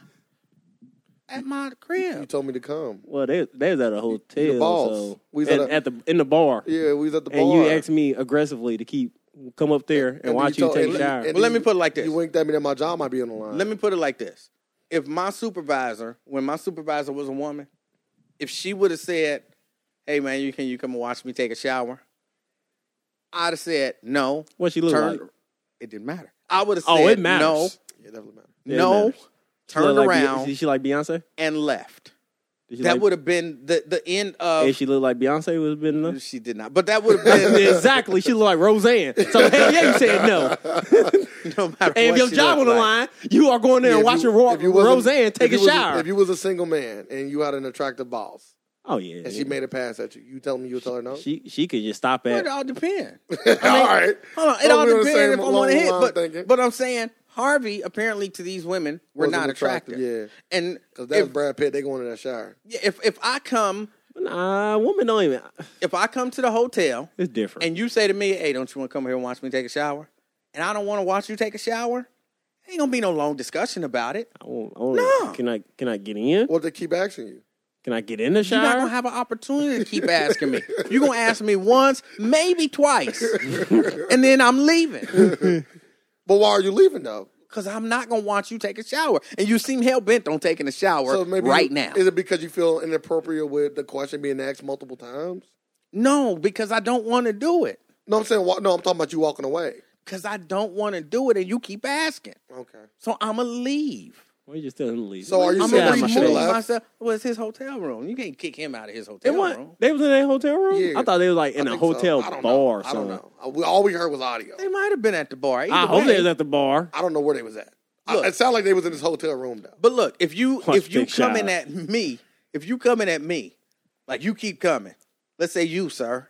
S3: at my
S2: you
S3: crib?
S2: told me to come.
S1: Well, they they was at a hotel.
S2: The balls.
S1: So
S2: We was
S1: at,
S2: at a-
S1: at the in the bar,
S2: Yeah, we was at the
S1: and
S2: bar.
S1: you asked me aggressively to keep come up there and,
S2: then
S1: watch you,
S2: told-
S1: take
S2: and
S1: a
S2: then-
S1: shower.
S2: and
S3: Well, let
S2: then
S3: me
S2: you-
S3: put it like this.
S2: You winked at me that my job might be on the line.
S3: Let me put it like this: If my supervisor, when my supervisor was a woman, if she would have said, "Hey man, you can you come and watch me take a shower," I'd have said no.
S1: what she look
S3: Turn.
S1: like?
S3: It didn't matter. I would have said
S1: Oh, it matters.
S3: no,
S2: Yeah, definitely matter.
S1: Yeah, it
S3: no,
S1: matters. She look
S3: turned
S1: like Be-
S3: around
S1: Did she like Beyonce?
S3: and left.
S1: Did she
S3: that
S1: like,
S3: would have been the the end of.
S1: If she looked like Beyonce, would have been enough.
S3: she did not, but that would have been
S1: exactly. She looked like Roseanne. So hell yeah, you said no.
S3: no matter.
S1: And if
S3: what
S1: your
S3: she
S1: job on
S3: looked
S1: the
S3: like.
S1: line, you are going there
S2: Yeah,
S1: and
S2: if
S1: watching
S2: you-
S1: Ro-
S2: if you wasn't-
S1: Roseanne
S2: if
S1: take
S2: you
S1: a
S2: was
S1: shower.
S2: If you was a single man and you had an attractive boss
S1: oh yeah,
S2: and she made a pass at you, you tell me you'll tell her no?
S1: she she could just stop
S3: Well,
S1: at.
S3: it all depends.
S2: all right.
S3: Hold on, it
S2: So
S3: all
S2: we on the
S3: depends
S2: same
S3: if I want to
S2: long
S3: hit.
S2: line
S3: But,
S2: thinking.
S3: but I'm saying Harvey apparently to these women were
S2: Wasn't
S3: not attractive.
S2: attractive,
S3: yeah. And
S2: 'Cause that was
S3: if,
S2: Brad Pitt. They going in that shower.
S3: yeah, if if I come
S1: Nah, women don't even.
S3: if I come to the hotel
S1: It's different.
S3: and you say to me, "Hey, don't you want to come here and watch me take a shower?" and I don't want to watch you take a shower, ain't gonna be no long discussion about it.
S1: I won't, I won't,
S3: No.
S1: Can I can I get in?
S2: What if they keep asking you?
S1: Can I get in the
S3: You're not gonna
S1: shower?
S3: have an opportunity to keep asking me. You're gonna ask me once, maybe twice, and then I'm leaving.
S2: But why are you leaving though?
S3: Cause I'm not gonna watch you take a shower, and you seem hell bent on taking a shower right
S2: you-
S3: now.
S2: Is it because you feel inappropriate with the question being asked multiple times?
S3: No, because I don't want to do it.
S2: No, I'm saying wa- no. I'm talking about you walking away.
S3: Because I don't want to do it, and you keep asking.
S2: Okay.
S3: So I'm going to leave.
S1: Why you just telling him to leave?
S2: So are you
S3: I'm
S1: Sit
S2: saying
S1: down,
S3: going
S1: my
S2: we
S3: to remove
S1: friend.
S2: should left?
S3: myself. Well, it's his hotel room. You can't kick him out of his
S1: It
S3: hotel
S1: was
S3: room.
S1: they was in a hotel room.
S2: Yeah.
S1: I thought they was like in
S2: I
S1: a
S2: think
S1: hotel
S2: so.
S1: bar
S2: I don't
S1: or
S2: know. I don't
S1: something.
S2: know. I- we- All we heard was audio.
S3: They might have been at the bar. Either
S1: I hope
S3: way.
S1: they was at the bar.
S2: I don't know where they was at. I-
S3: Look.
S2: it sounded like they was in this hotel room though.
S3: But look, if you
S1: Watch
S3: if you
S1: Big Sean.
S3: coming at me, if you coming at me, like you keep coming. Let's say you, sir.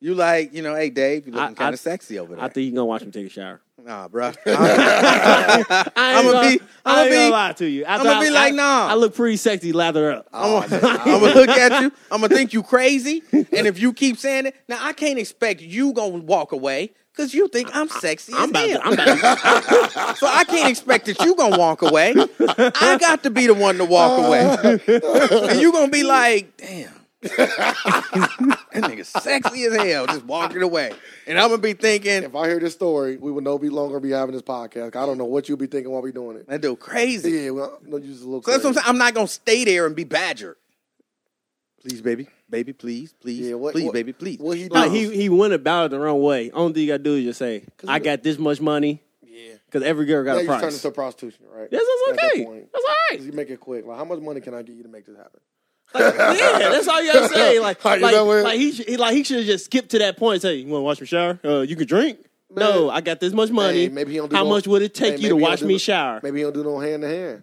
S3: You like, you know, hey Dave, you
S1: I-
S3: looking
S1: I-
S3: kind of sexy over there.
S1: I think you gonna watch him take a shower.
S3: nah, bro. I'm,
S1: I ain't
S3: I'ma
S1: gonna,
S3: be-
S1: I ain't
S3: I'ma
S1: gonna
S3: be-
S1: lie to you. After
S3: I'ma
S1: I-
S3: be like,
S1: I-
S3: nah.
S1: I look pretty sexy, lathered up.
S2: Oh, man.
S3: I'm gonna look at you. I'm gonna think you crazy. And if you keep saying it, now I can't expect you gonna walk away because you think I'm sexy
S1: I'm about,
S3: as hell.
S1: to, I'm about to,
S3: so I can't expect that you gonna walk away. I got to be the one to walk away, and you gonna be like, damn. that nigga sexy as hell, just walking away. And I'm gonna be thinking,
S2: If I hear this story, we would no be longer be having this podcast. I don't know what you'll be thinking while we doing it.
S3: that dude crazy.
S2: Yeah, well, no, you just a little.
S3: So that's what I'm
S2: crazy.
S3: saying. I'm not gonna stay there and be badgered. Please, baby, baby, please, please,
S2: Yeah, what-
S3: please,
S2: what-
S3: baby, please.
S2: what he
S1: like
S2: does.
S1: he he went about it the wrong way. Only thing you gotta do is just say, I got this much money
S2: Yeah,
S1: because every girl got
S2: now
S1: a
S2: you
S1: price.
S2: turn into prostitution, right?
S1: This is
S2: At that
S1: okay.
S2: point.
S1: That's all
S2: 'Cause
S1: right.
S2: You make it quick. Like, how much money can I get you to make this happen?
S1: yeah, that's all you gotta say. Like,
S2: All right,
S1: like,
S2: you know what?
S1: like he, sh- he like he should have just skipped to that point. And say, you want to watch me shower? Uh, you can drink. No, I got this much money.
S2: Hey, maybe he don't do
S1: How
S2: no-
S1: much would it take
S2: Hey,
S1: you to
S2: maybe he
S1: watch
S2: don't do
S1: me
S2: no-
S1: shower?
S2: Maybe he don't do no hand to hand.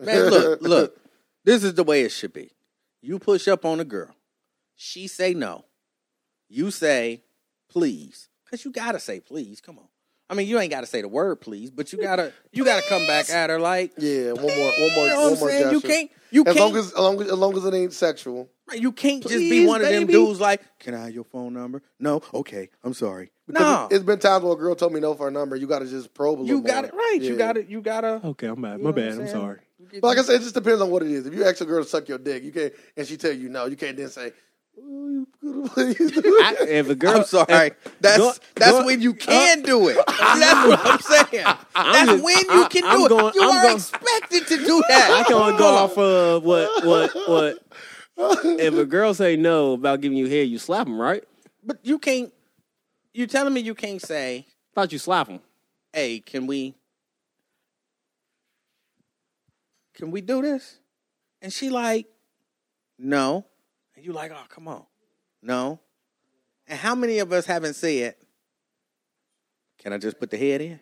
S3: Man, look, look. This is the way it should be. You push up on a girl. She say no. You say please, cause you gotta say please. Come on. I mean, you ain't gotta say the word please, but you gotta you gotta come back at her like.
S2: Yeah, one more, one more,
S3: You know what I'm
S2: one more.
S3: saying? You
S2: gesture.
S3: can't. You
S2: As long
S3: can't.
S2: as, as long as, as long as it ain't sexual.
S3: right, you can't just be
S1: Please,
S3: one of them
S1: baby.
S3: dudes like. Can I have your phone number? No. Okay. I'm sorry.
S2: 'Cause
S3: No.
S2: it, has been times where a girl told me no for a number. You got to just probe a little.
S3: You got it
S2: more.
S3: right. You
S2: Yeah.
S3: got it. You gotta.
S1: Okay, I'm bad. My
S3: You know what
S1: bad.
S3: I'm
S1: I'm
S3: saying?
S1: sorry.
S2: But like I said, it just depends on what it is. If you ask a girl to suck your dick, you can't, and she tell you no, you can't then say, "Oh, you please."
S1: I, if a girl,
S3: I'm sorry.
S1: if-
S3: that's
S1: go-
S3: that's
S1: go-
S3: when you can do it. That's what I'm saying. that's
S1: just-
S3: when you
S1: I-
S3: can
S1: I'm
S3: do
S1: going-
S3: it. You
S1: I'm
S3: are
S1: going-
S3: expected to do that.
S1: I can only go off of what what what. If a girl say no about giving you head, you slap them, right?
S3: But you can't. You're telling me you can't say,
S1: Thought you slap them.
S3: "Hey, can we?" can we do this? And she like, no. And you like, oh, come on. No. And how many of us haven't said, can I just put the head in?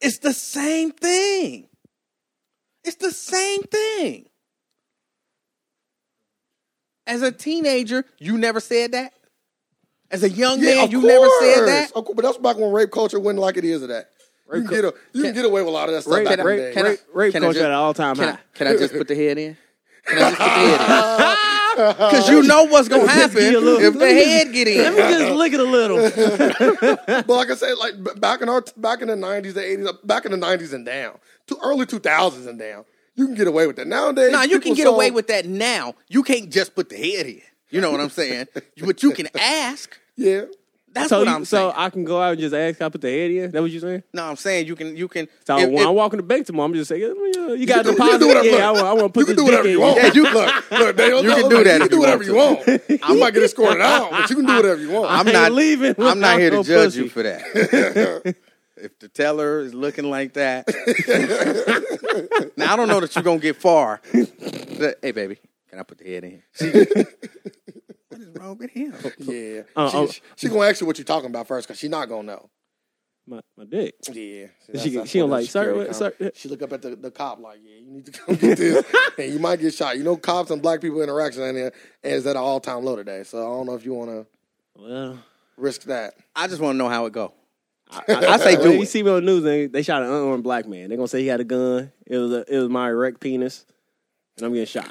S3: It's the same thing. It's the same thing. As a teenager, you never said that. As a young man,
S2: of
S3: you never said
S2: course.
S3: that.
S2: Of course, but that's back when rape culture wasn't like it is today. You can, get a, you can get away with a lot of that stuff
S1: Rape, rape,
S2: back in the
S1: rape,
S2: day.
S3: can I-
S1: rape, rape
S3: can I
S1: culture
S3: just-
S1: at an all time
S3: Can
S1: high.
S3: I, can I just put the head in? Can I just put the head in? Because you know what's going to happen
S1: get a little-
S3: if the
S1: let me just-
S3: head get
S1: Let me
S3: in.
S1: just look at a little.
S2: but like I said, like b- back in our back in the nineties, the eighties, uh, back in the nineties and down, to early two thousands and down, you can get away with that. Nowadays,
S3: Now, you can
S2: people
S3: get
S2: so-
S3: away with that now. You can't just put the head in. You know what I'm saying? But you can ask.
S2: yeah.
S3: That's
S1: So,
S3: what
S1: you-
S3: I'm
S1: so
S3: saying.
S1: I can go out and just ask. Can I put the head in. That what you saying?
S3: no, I'm saying you can. You can.
S1: So
S3: if-
S1: when
S3: if-
S1: I'm walking the bank tomorrow, I'm just saying, you, know, you got
S2: do-
S1: a
S2: you can do
S1: deposit.
S2: whatever-
S1: Yeah, I want, I want to
S2: You
S1: put this
S2: can do
S1: dick
S2: whatever
S1: in.
S2: you want.
S3: Yeah, you-
S2: look, look, they don't
S3: you
S2: know,
S3: can do
S2: like,
S3: that
S2: You can
S3: if
S2: do
S3: you
S2: whatever
S3: want
S2: you want. I might get escorted out, but you can do whatever you want.
S3: I'm
S1: ain't
S3: not
S1: leaving
S3: I'm not
S1: without
S3: here to
S1: no
S3: judge
S1: pussy.
S3: you for that. if the teller is looking like that, now I don't know that you're gonna get far. But, hey, baby, can I put the head in? See, what is wrong with him?
S2: yeah,
S1: Uh,
S2: she,
S1: oh.
S2: she, she gonna ask you what you're talking about first, cause she not gonna know.
S1: My, my dick.
S2: Yeah,
S1: she get-
S2: that's
S1: she
S2: what
S1: gonna
S2: the
S1: like, "Sir,
S2: security
S1: what-
S2: com-
S1: sir, uh,
S2: She look up at the, the cop like, yeah, you need to come get this, and you might get shot. You know, cops and black people interaction in there is at an all time low today. So I don't know if you want to
S1: Well,
S2: risk that.
S3: I just want to know how it go.
S1: I, I, I
S3: say do
S1: You
S3: it.
S1: see me on the news, they, they shot an unarmed black man. They're gonna say he had a gun. It was a, it was my erect penis, and I'm getting shot.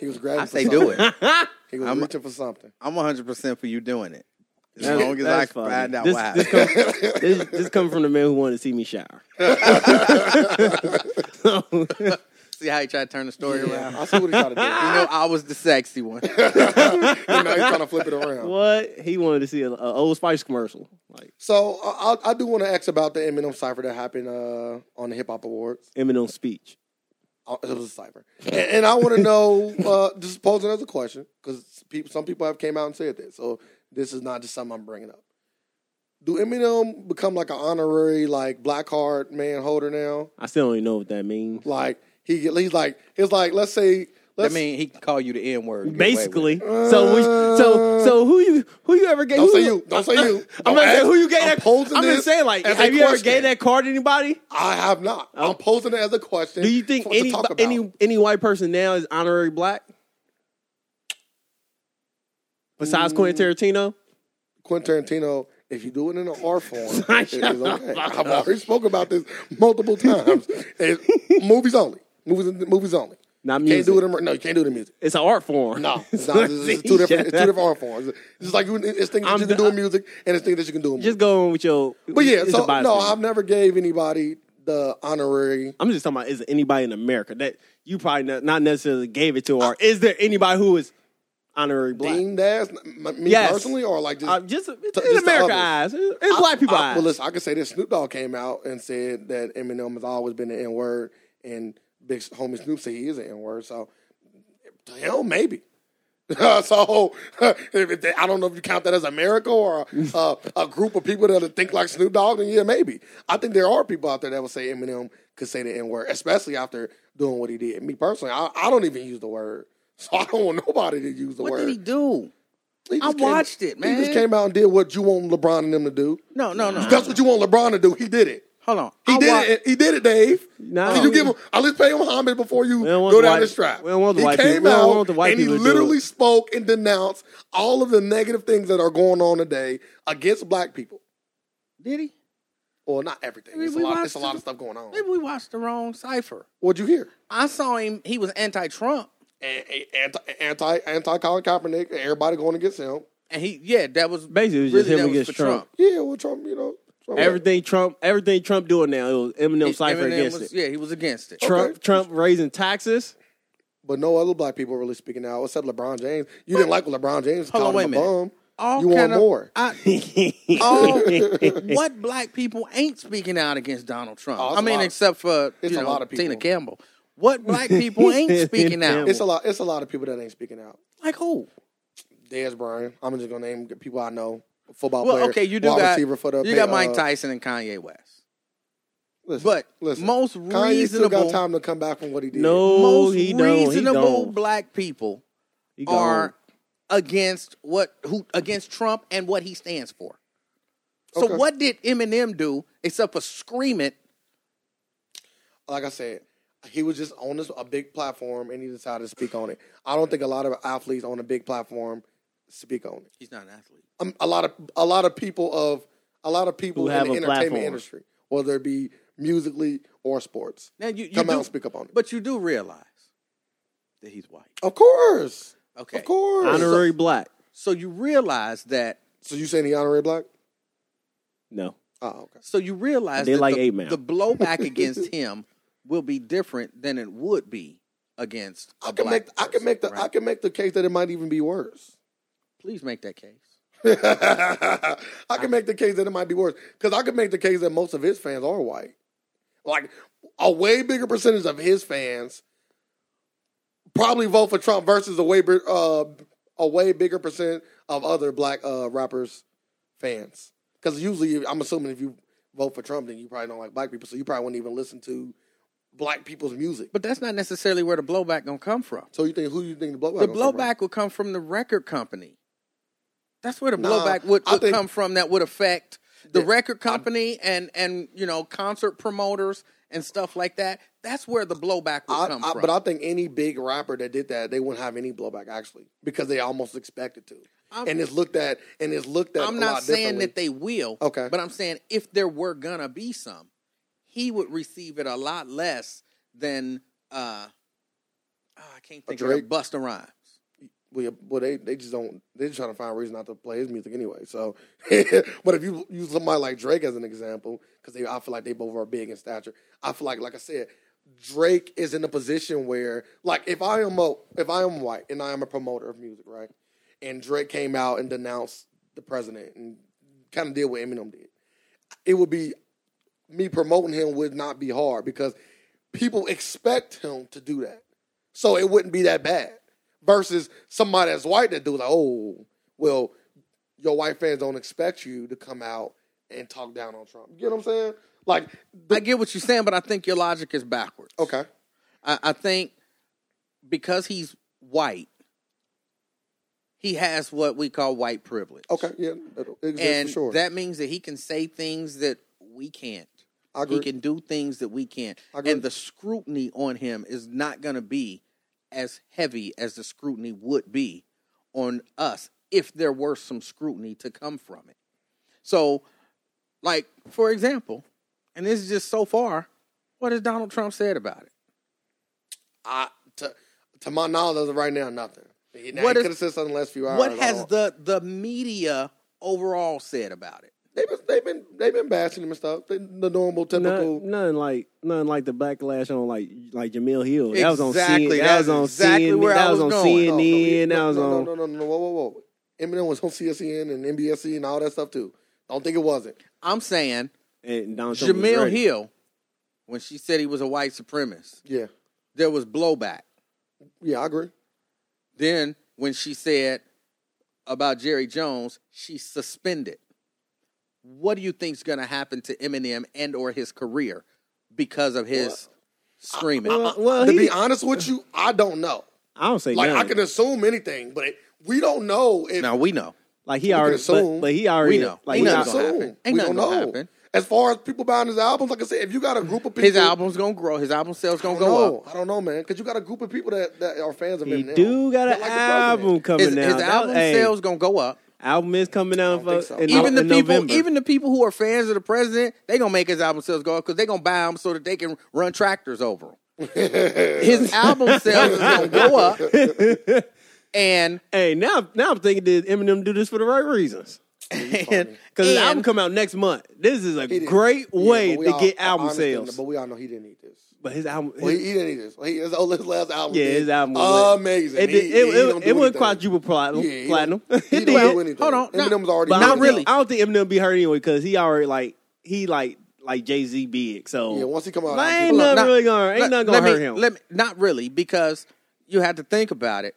S2: He was grabbing. for
S3: I say
S2: something.
S3: do it.
S2: He was
S3: I'm-
S2: reaching for something.
S3: I'm 100 percent for you doing it. As
S1: That's-
S3: long as I
S1: that's
S3: can find
S1: funny.
S3: out
S1: this,
S3: why.
S1: This, come, this, this come from the man who wanted to see me shower. So,
S3: See how he tried to turn the story around.
S2: I see what he tried to do.
S3: You know, I was the sexy one.
S2: You know, he's trying to flip it around.
S1: what he wanted to see an old Spice commercial. Like
S2: So I, I I do want to ask about the Eminem cipher that happened uh, on the Hip Hop Awards.
S1: Eminem speech.
S2: Uh, It was a cipher, and, and I want to know. Uh, just posing as a question, because people, some people have came out and said this. So this is not just something I'm bringing up. Do Eminem become like an honorary like black card man holder now?
S1: I still don't even know what that means.
S2: Like he get- he's like it's like let's say
S3: I
S2: let's
S3: mean, he can call you the N word.
S1: Basically, so we, so
S2: Uh,
S1: so who you who you ever gave?
S2: don't
S1: who-
S2: say you don't say you.
S1: I'm
S2: Don't
S1: gonna say
S2: ask.
S1: who you gave
S2: I'm
S1: that.
S2: posing
S1: I'm gonna
S2: this
S1: say like,
S2: as a
S1: have you ever
S2: question.
S1: gave that card to anybody?
S2: I have not. I'm posing it as a question.
S1: Do you think
S2: for- to
S1: any
S2: talk about.
S1: any any white person now is honorary black? Besides
S2: Mm.
S1: Quentin Tarantino,
S2: Quentin Tarantino, if you do it in an art form, it is
S1: Shut
S2: okay. I've already spoken about this multiple times. It's movies only. Movies, movies only.
S1: Not
S2: You Can't do
S1: music.
S2: it in, no, you can't do it in music.
S1: it's an art form.
S2: No, it's, not, it's, it's two different. It's two different art forms. It's just like you- it's things
S1: I'm
S2: that you
S1: the-
S2: can do in music, and it's things that you can do in music.
S1: Just go on with your.
S2: But yeah,
S1: it's
S2: so
S1: a bias
S2: no,
S1: thing.
S2: I've never gave anybody the honorary.
S1: I'm just talking about is there anybody in America that you probably not, not necessarily gave it to, or is there anybody who is honorary black?
S2: Deemed as m- me
S1: Yes.
S2: personally, or like just
S1: Uh, just in
S2: just to
S1: America eyes,
S2: others.
S1: in in black people
S2: I,
S1: eyes.
S2: well, listen, I can say this. Snoop Dogg came out and said that Eminem has always been an N word, and big homie Snoop said he is an N word. So, to him, maybe. so, if they, I don't know if you count that as a miracle or a, a, a group of people that think like Snoop Dogg, then yeah, maybe. I think there are people out there that would say Eminem could say the N word, especially after doing what he did. Me personally, I, I don't even use the word. So I don't want nobody to use the
S3: What
S2: word.
S3: did he do?
S2: He
S3: I
S2: just
S3: watched it,
S2: He just
S3: man.
S2: came out and did what you want LeBron and them to do.
S3: No, no, no.
S2: That's what you want LeBron to do. He did it.
S3: Hold on.
S2: He
S3: I
S2: did
S3: wa-
S2: it. He did it, Dave.
S1: No.
S2: Did you give him? At least pay him homage before you
S1: We don't want
S2: go
S1: the
S2: down
S1: white-
S2: this track.
S1: we don't want the
S2: he
S1: white
S2: came
S1: people- we don't
S2: out
S1: want the white
S2: and he
S1: people to do it.
S2: literally spoke and denounced all of the negative things that are going on today against black people.
S3: Did he?
S2: Well, not everything.
S3: Maybe
S2: It's a
S3: we
S2: lot.
S3: watched
S2: It's a lot of
S3: it.
S2: stuff going on.
S3: Maybe we watched the wrong cipher.
S2: What'd you hear?
S3: I saw him. He was anti-Trump,
S2: A- a- Anti, anti, anti Colin Kaepernick. Everybody going against him.
S3: and he yeah, that was
S1: Basically, it was just
S3: really,
S1: him
S3: that was
S1: against
S3: for Trump.
S1: Trump.
S2: Yeah, well, Trump. You know, Trump-
S1: everything Trump, everything Trump doing now, it was Eminem
S3: He-
S1: cipher
S3: Eminem
S1: against
S3: was-
S1: it.
S3: Yeah, he was against it.
S1: Trump,
S2: Okay.
S1: Trump raising taxes.
S2: But no other black people really speaking out except LeBron James. You didn't like what LeBron James
S3: Hold on,
S2: called him
S3: wait
S2: a
S3: a
S2: bum.
S3: All
S2: You want
S3: kind of-
S2: more.
S3: I- all- what black people ain't speaking out against Donald Trump?
S2: Oh, it's
S3: I
S2: a
S3: mean,
S2: lot.
S3: except for
S2: It's
S3: you
S2: a
S3: know,
S2: lot of people.
S3: Tina Campbell. What black people ain't speaking out?
S2: It's a lot. It's a lot of people that ain't speaking out.
S3: like who?
S2: Dez Bryant. I'm just gonna name people I know. Football
S3: Well,
S2: player.
S3: okay, you do
S2: wide
S3: got
S2: receiver for the
S3: you got
S2: uh,
S3: Mike Tyson and Kanye West.
S2: Listen,
S3: But
S2: listen,
S3: most
S2: Kanye still got
S3: reasonable-
S2: time to come back from what he did.
S1: No,
S3: Most
S1: Oh, he don't. He
S3: reasonable
S1: gone.
S3: black people
S1: He gone.
S3: are against what who against Trump and what he stands for. So
S2: Okay.
S3: what did Eminem do except for scream it?
S2: like I said, he was just on this, a big platform and he decided to speak on it. I don't think a lot of athletes on a big platform speak on it.
S3: He's not an athlete.
S2: Um, a lot of a lot of people of a lot of people
S1: Who
S2: in
S1: have
S2: the
S1: a
S2: entertainment
S1: platform.
S2: industry, whether it be musically or sports,
S3: Now you, you
S2: come out
S3: do,
S2: and speak up on it.
S3: but you do realize that he's white.
S2: Of course,
S3: Okay.
S2: of course.
S1: honorary black.
S3: So you realize that.
S2: So you saying he honorary black?
S1: No,
S2: Oh, okay.
S3: So you realize
S1: They
S3: that
S1: like
S3: the,
S1: Ape Man.
S3: the blowback against him will be different than it would be against. a
S2: I can
S3: black
S2: make I can make the
S3: person,
S2: I
S3: right?
S2: can make the case that it might even be worse.
S3: Please make that case.
S2: I can make the case that it might be worse because I can make the case that most of his fans are white. Like a way bigger percentage of his fans probably vote for Trump versus a way bi- uh, a way bigger percent of other black uh, rappers fans. Because usually, I'm assuming if you vote for Trump, then you probably don't like black people, so you probably wouldn't even listen to black people's music.
S3: But that's not necessarily where the blowback gonna come from.
S2: So you think who you think the blowback? gonna
S3: The
S2: come from?
S3: blowback will come from the record company. That's where the
S2: Nah,
S3: blowback would,
S2: I
S3: would
S2: think-
S3: come from. That would affect the
S2: Yeah,
S3: record company and and you know concert promoters and stuff like that. That's where the blowback would
S2: I,
S3: come
S2: I,
S3: from.
S2: but I think any big rapper that did that, they wouldn't have any blowback actually, because they almost expected to,
S3: I'm-
S2: and it's looked at, and it's looked at.
S3: I'm
S2: a
S3: not
S2: lot
S3: saying
S2: differently.
S3: that they will.
S2: Okay.
S3: But I'm saying if there were gonna be some, he would receive it a lot less than uh oh, I can't think of
S2: Drake?
S3: it. Busta Rhymes.
S2: Well, yeah, well, they they just don't. They're just trying to find a reason not to play his music anyway. So, but if you use somebody like Drake as an example, because I feel like they both are big in stature. I feel like, like I said, Drake is in a position where, like, if I am a, if I am white and I am a promoter of music, right, and Drake came out and denounced the president and kind of did what Eminem did, it would be me promoting him would not be hard because people expect him to do that. So it wouldn't be that bad. Versus somebody that's white that do like, oh, well, your white fans don't expect you to come out and talk down on Trump. You know what I'm saying? Like,
S3: I get what you're saying, but I think your logic is backwards.
S2: okay,
S3: I, I think because he's white, he has what we call white privilege.
S2: okay, yeah, it exists
S3: And
S2: for sure.
S3: that means that he can say things that we can't.
S2: I agree.
S3: He can do things that we can't.
S2: I agree.
S3: And the scrutiny on him is not going to be as heavy as the scrutiny would be on us if there were some scrutiny to come from it. So, like, for example, and this is just so far, what has Donald Trump said about it?
S2: I, to, to my knowledge, as of right now, nothing. Now,
S3: What
S2: he
S3: is-
S2: could have said something the last few hours.
S3: what
S2: I
S3: has
S2: don't-
S3: the the media overall said about it?
S2: they've been they've been they've been bashing him and stuff. The, the normal, typical.
S1: none, none like none like the backlash on like like Jamil Hill. That was on CNN.
S3: Exactly,
S1: That
S3: that's
S1: was on
S3: exactly
S1: CNN.
S3: where I
S1: that was
S3: was
S1: on
S3: going.
S2: No, no,
S1: CNN.
S2: no,
S1: that was
S2: no,
S1: on.
S2: No, no, no, no, whoa, whoa, whoa. Eminem was on CSN and NBSC E and all that stuff too. Don't think it wasn't.
S3: I'm saying
S1: And Donald Trump was
S3: Jamil
S1: ready.
S3: Hill, when she said he was a white supremacist,
S2: Yeah,
S3: there was blowback.
S2: yeah, I agree.
S3: Then when she said about Jerry Jones, she suspended. What do you think's going to happen to Eminem and or his career because of his screaming?
S1: Well, well
S2: to
S1: he,
S2: be honest with you, I don't know.
S1: I don't say
S2: Like
S1: none.
S2: I can assume anything, but it, we don't know if
S3: now we know.
S1: like he already,
S2: assume.
S1: but, but he already,
S3: know.
S1: like
S3: We
S2: we
S1: he
S3: know
S2: don't
S1: al-
S3: it's gonna
S2: assume.
S3: happen.
S2: We
S3: Ain't nothing
S2: don't know.
S3: gonna happen.
S2: As far as people buying his albums, like I said, if you got a group of people,
S3: His album's going to grow. His album sales
S2: I
S3: going
S2: don't
S3: to go up.
S2: know. I don't know, man, because you got a group of people that, that are fans of
S1: he
S2: Eminem.
S1: do got
S2: Not
S1: an
S2: like the
S1: album
S2: president.
S1: coming
S3: His,
S1: out.
S3: his
S1: That-
S3: album
S1: hey,
S3: sales going to go up.
S1: album is coming out.
S2: I don't
S1: for-
S2: think so.
S1: in,
S3: even
S1: no-
S3: the
S1: in
S3: people,
S1: November.
S3: even the people who are fans of the president, they gonna make his album sales go up because they gonna buy him so that they can run tractors over him. his album sales is gonna go up, and
S1: hey, now now I'm thinking did Eminem do this for the right reasons?
S3: and
S1: Because the
S3: and-
S1: album come out next month. This is a
S2: He didn't-
S1: great
S2: Yeah,
S1: way
S2: but we
S1: to
S2: all-
S1: get
S2: I
S1: album
S2: understand that,
S1: sales.
S2: But we all know he didn't need this.
S1: But his album,
S2: Well, he, he didn't need this. He, his, oh, his last album.
S1: yeah,
S2: did.
S1: his album was lit.
S2: amazing.
S1: It,
S2: He-
S1: did-
S2: he-
S1: it,
S2: he
S1: it,
S2: don't do
S1: it wasn't
S2: anything.
S1: quadruple
S2: Yeah,
S1: platinum.
S2: he
S1: platinum.
S2: Don't, he
S1: It
S2: don't
S1: did.
S2: do anything.
S3: Hold on, nah,
S2: Eminem's already.
S1: But I
S3: Not
S1: don't,
S2: doing
S1: really.
S3: really.
S2: it.
S1: I don't think Eminem be hurt anyway because he already like he like like Jay Z big. So
S2: Yeah, once he come out,
S1: Like,
S2: I'll
S1: ain't
S2: do it.
S1: nothing
S3: Nah,
S1: really gonna ain't
S3: let-
S1: nothing gonna
S3: let me-
S1: hurt him.
S3: Let me, not really because you have to think about it.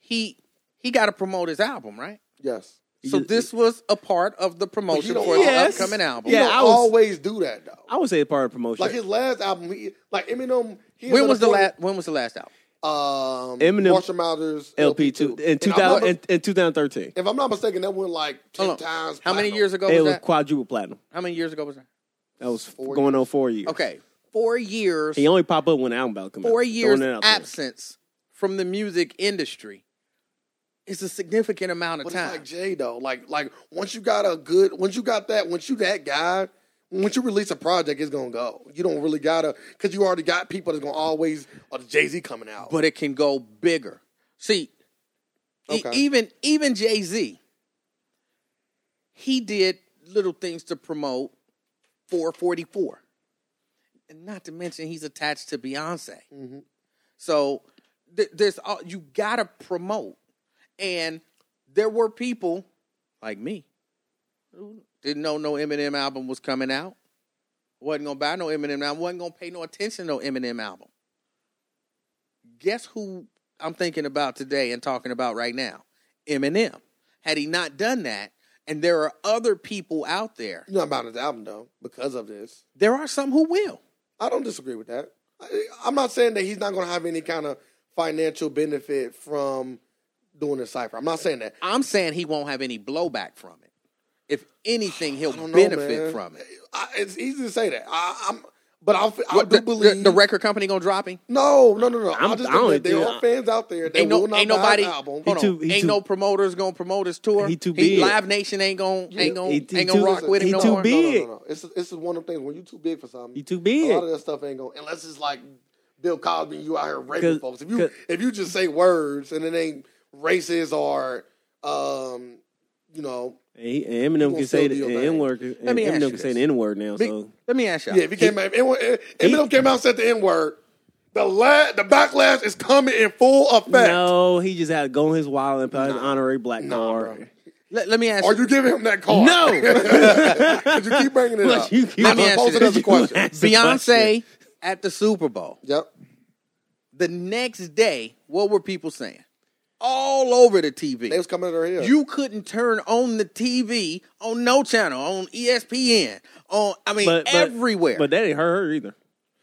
S3: He he got to promote his album, right?
S2: Yes.
S3: So
S1: You-
S3: this was a part of the promotion
S2: don't-
S3: for his
S1: Yes.
S3: upcoming album.
S1: Yeah,
S2: don't
S1: I was-
S2: always do that though.
S1: I would say part of promotion.
S2: Like his last album, he, like Eminem. He
S3: When was the
S2: last?
S3: last? When was the last album?
S2: Um,
S1: Eminem-
S2: Marshall Mathers
S1: LP two in two
S2: And I'm not-
S1: thousand in, in two thousand thirteen.
S2: If I'm not mistaken, that went like ten
S3: Hold on.
S2: times.
S3: How many
S2: platinum.
S3: years ago
S1: It
S3: was
S1: was
S3: that?
S1: quadruple platinum.
S3: How many years ago was that?
S1: That was
S2: Four
S1: going on four years.
S3: Okay, four years.
S1: He only pop up when the album about come out.
S3: four
S1: Throwing
S3: years
S1: that out there.
S3: absence from the music industry is a significant amount of
S2: But
S3: time.
S2: it's like Jay though. Like like once you got a good, once you got that, once you that guy, once you release a project, it's gonna go. You don't really gotta because you already got people that's gonna always. Oh, Jay Z coming out.
S3: but it can go bigger. See, e-
S2: Okay.
S3: even even Jay Z, he did little things to promote 444, and not to mention he's attached to Beyonce. So th- there's all, you gotta promote, and there were people like me who didn't know no Eminem album was coming out. Wasn't gonna buy no Eminem album. Wasn't gonna pay no attention to no Eminem album guess who I'm thinking about today and talking about right now? Eminem. Had he not done that, and there are other people out there,
S2: you know about his album though because of this.
S3: there are some who will.
S2: I don't disagree with that. I, I'm not saying that he's not gonna have any kind of financial benefit from doing this cipher. I'm not saying that.
S3: I'm saying he won't have any blowback from it. If anything, he'll
S2: don't know,
S3: benefit
S2: man.
S3: from it.
S2: I, it's easy to say that. I, I'm, but I, I
S3: What,
S2: do
S3: the,
S2: believe
S3: the, the record company gonna drop him?
S2: No, no, no, no. i
S1: I'm-
S2: just
S1: I don't
S2: think that there
S1: think-
S2: are fans out there that
S3: Ain't no,
S2: will not
S3: ain't
S2: buy
S3: nobody.
S2: an album.
S3: hold on.
S1: too- he
S3: ain't
S1: too-
S3: no promoters gonna promote his tour.
S1: He too big.
S3: Live Nation ain't gonna ain't gonna
S1: He too-
S3: ain't gonna
S1: too-
S3: rock with him
S1: he
S3: no
S1: too
S3: more.
S1: big.
S2: No, no, no, no. It's it's one of them things when you're too big for something.
S1: You too
S2: a
S1: big.
S2: lot of that stuff ain't going unless it's like Bill Cosby. You out here raping
S1: 'Cause-
S2: folks. If you
S1: 'cause-
S2: if you just say words and it ain't racist or um, you know,
S1: And he- and
S2: gonna
S1: Eminem can
S2: still
S1: say
S2: do
S1: the
S2: your
S1: the
S2: thing.
S1: N word.
S3: Let me ask you
S1: Eminem can say
S3: this.
S1: the N word now.
S3: Big-
S1: So
S3: Let me ask y'all.
S2: yeah. If he came out, if Eminem came out and said the N word, the la- the backlash is coming in full effect.
S1: no, he just had to go in his wallet and put his honorary black
S2: Nah,
S1: card.
S3: let, let me ask
S2: Are
S3: you.
S2: you giving him that card?
S1: No.
S2: 'Cause you keep bringing it up.
S1: Like, you keep-
S3: Let me ask you
S2: Pose
S3: this.
S2: another question.
S1: ask the
S3: Beyonce
S1: question.
S3: at the Super Bowl.
S2: Yep.
S3: the next day, what were people saying? All over the TV.
S2: They was coming at her heels.
S3: you couldn't turn on the TV on no channel, on E ESPN, on I mean
S1: But, but-
S3: everywhere.
S1: But that ain't hurt her either.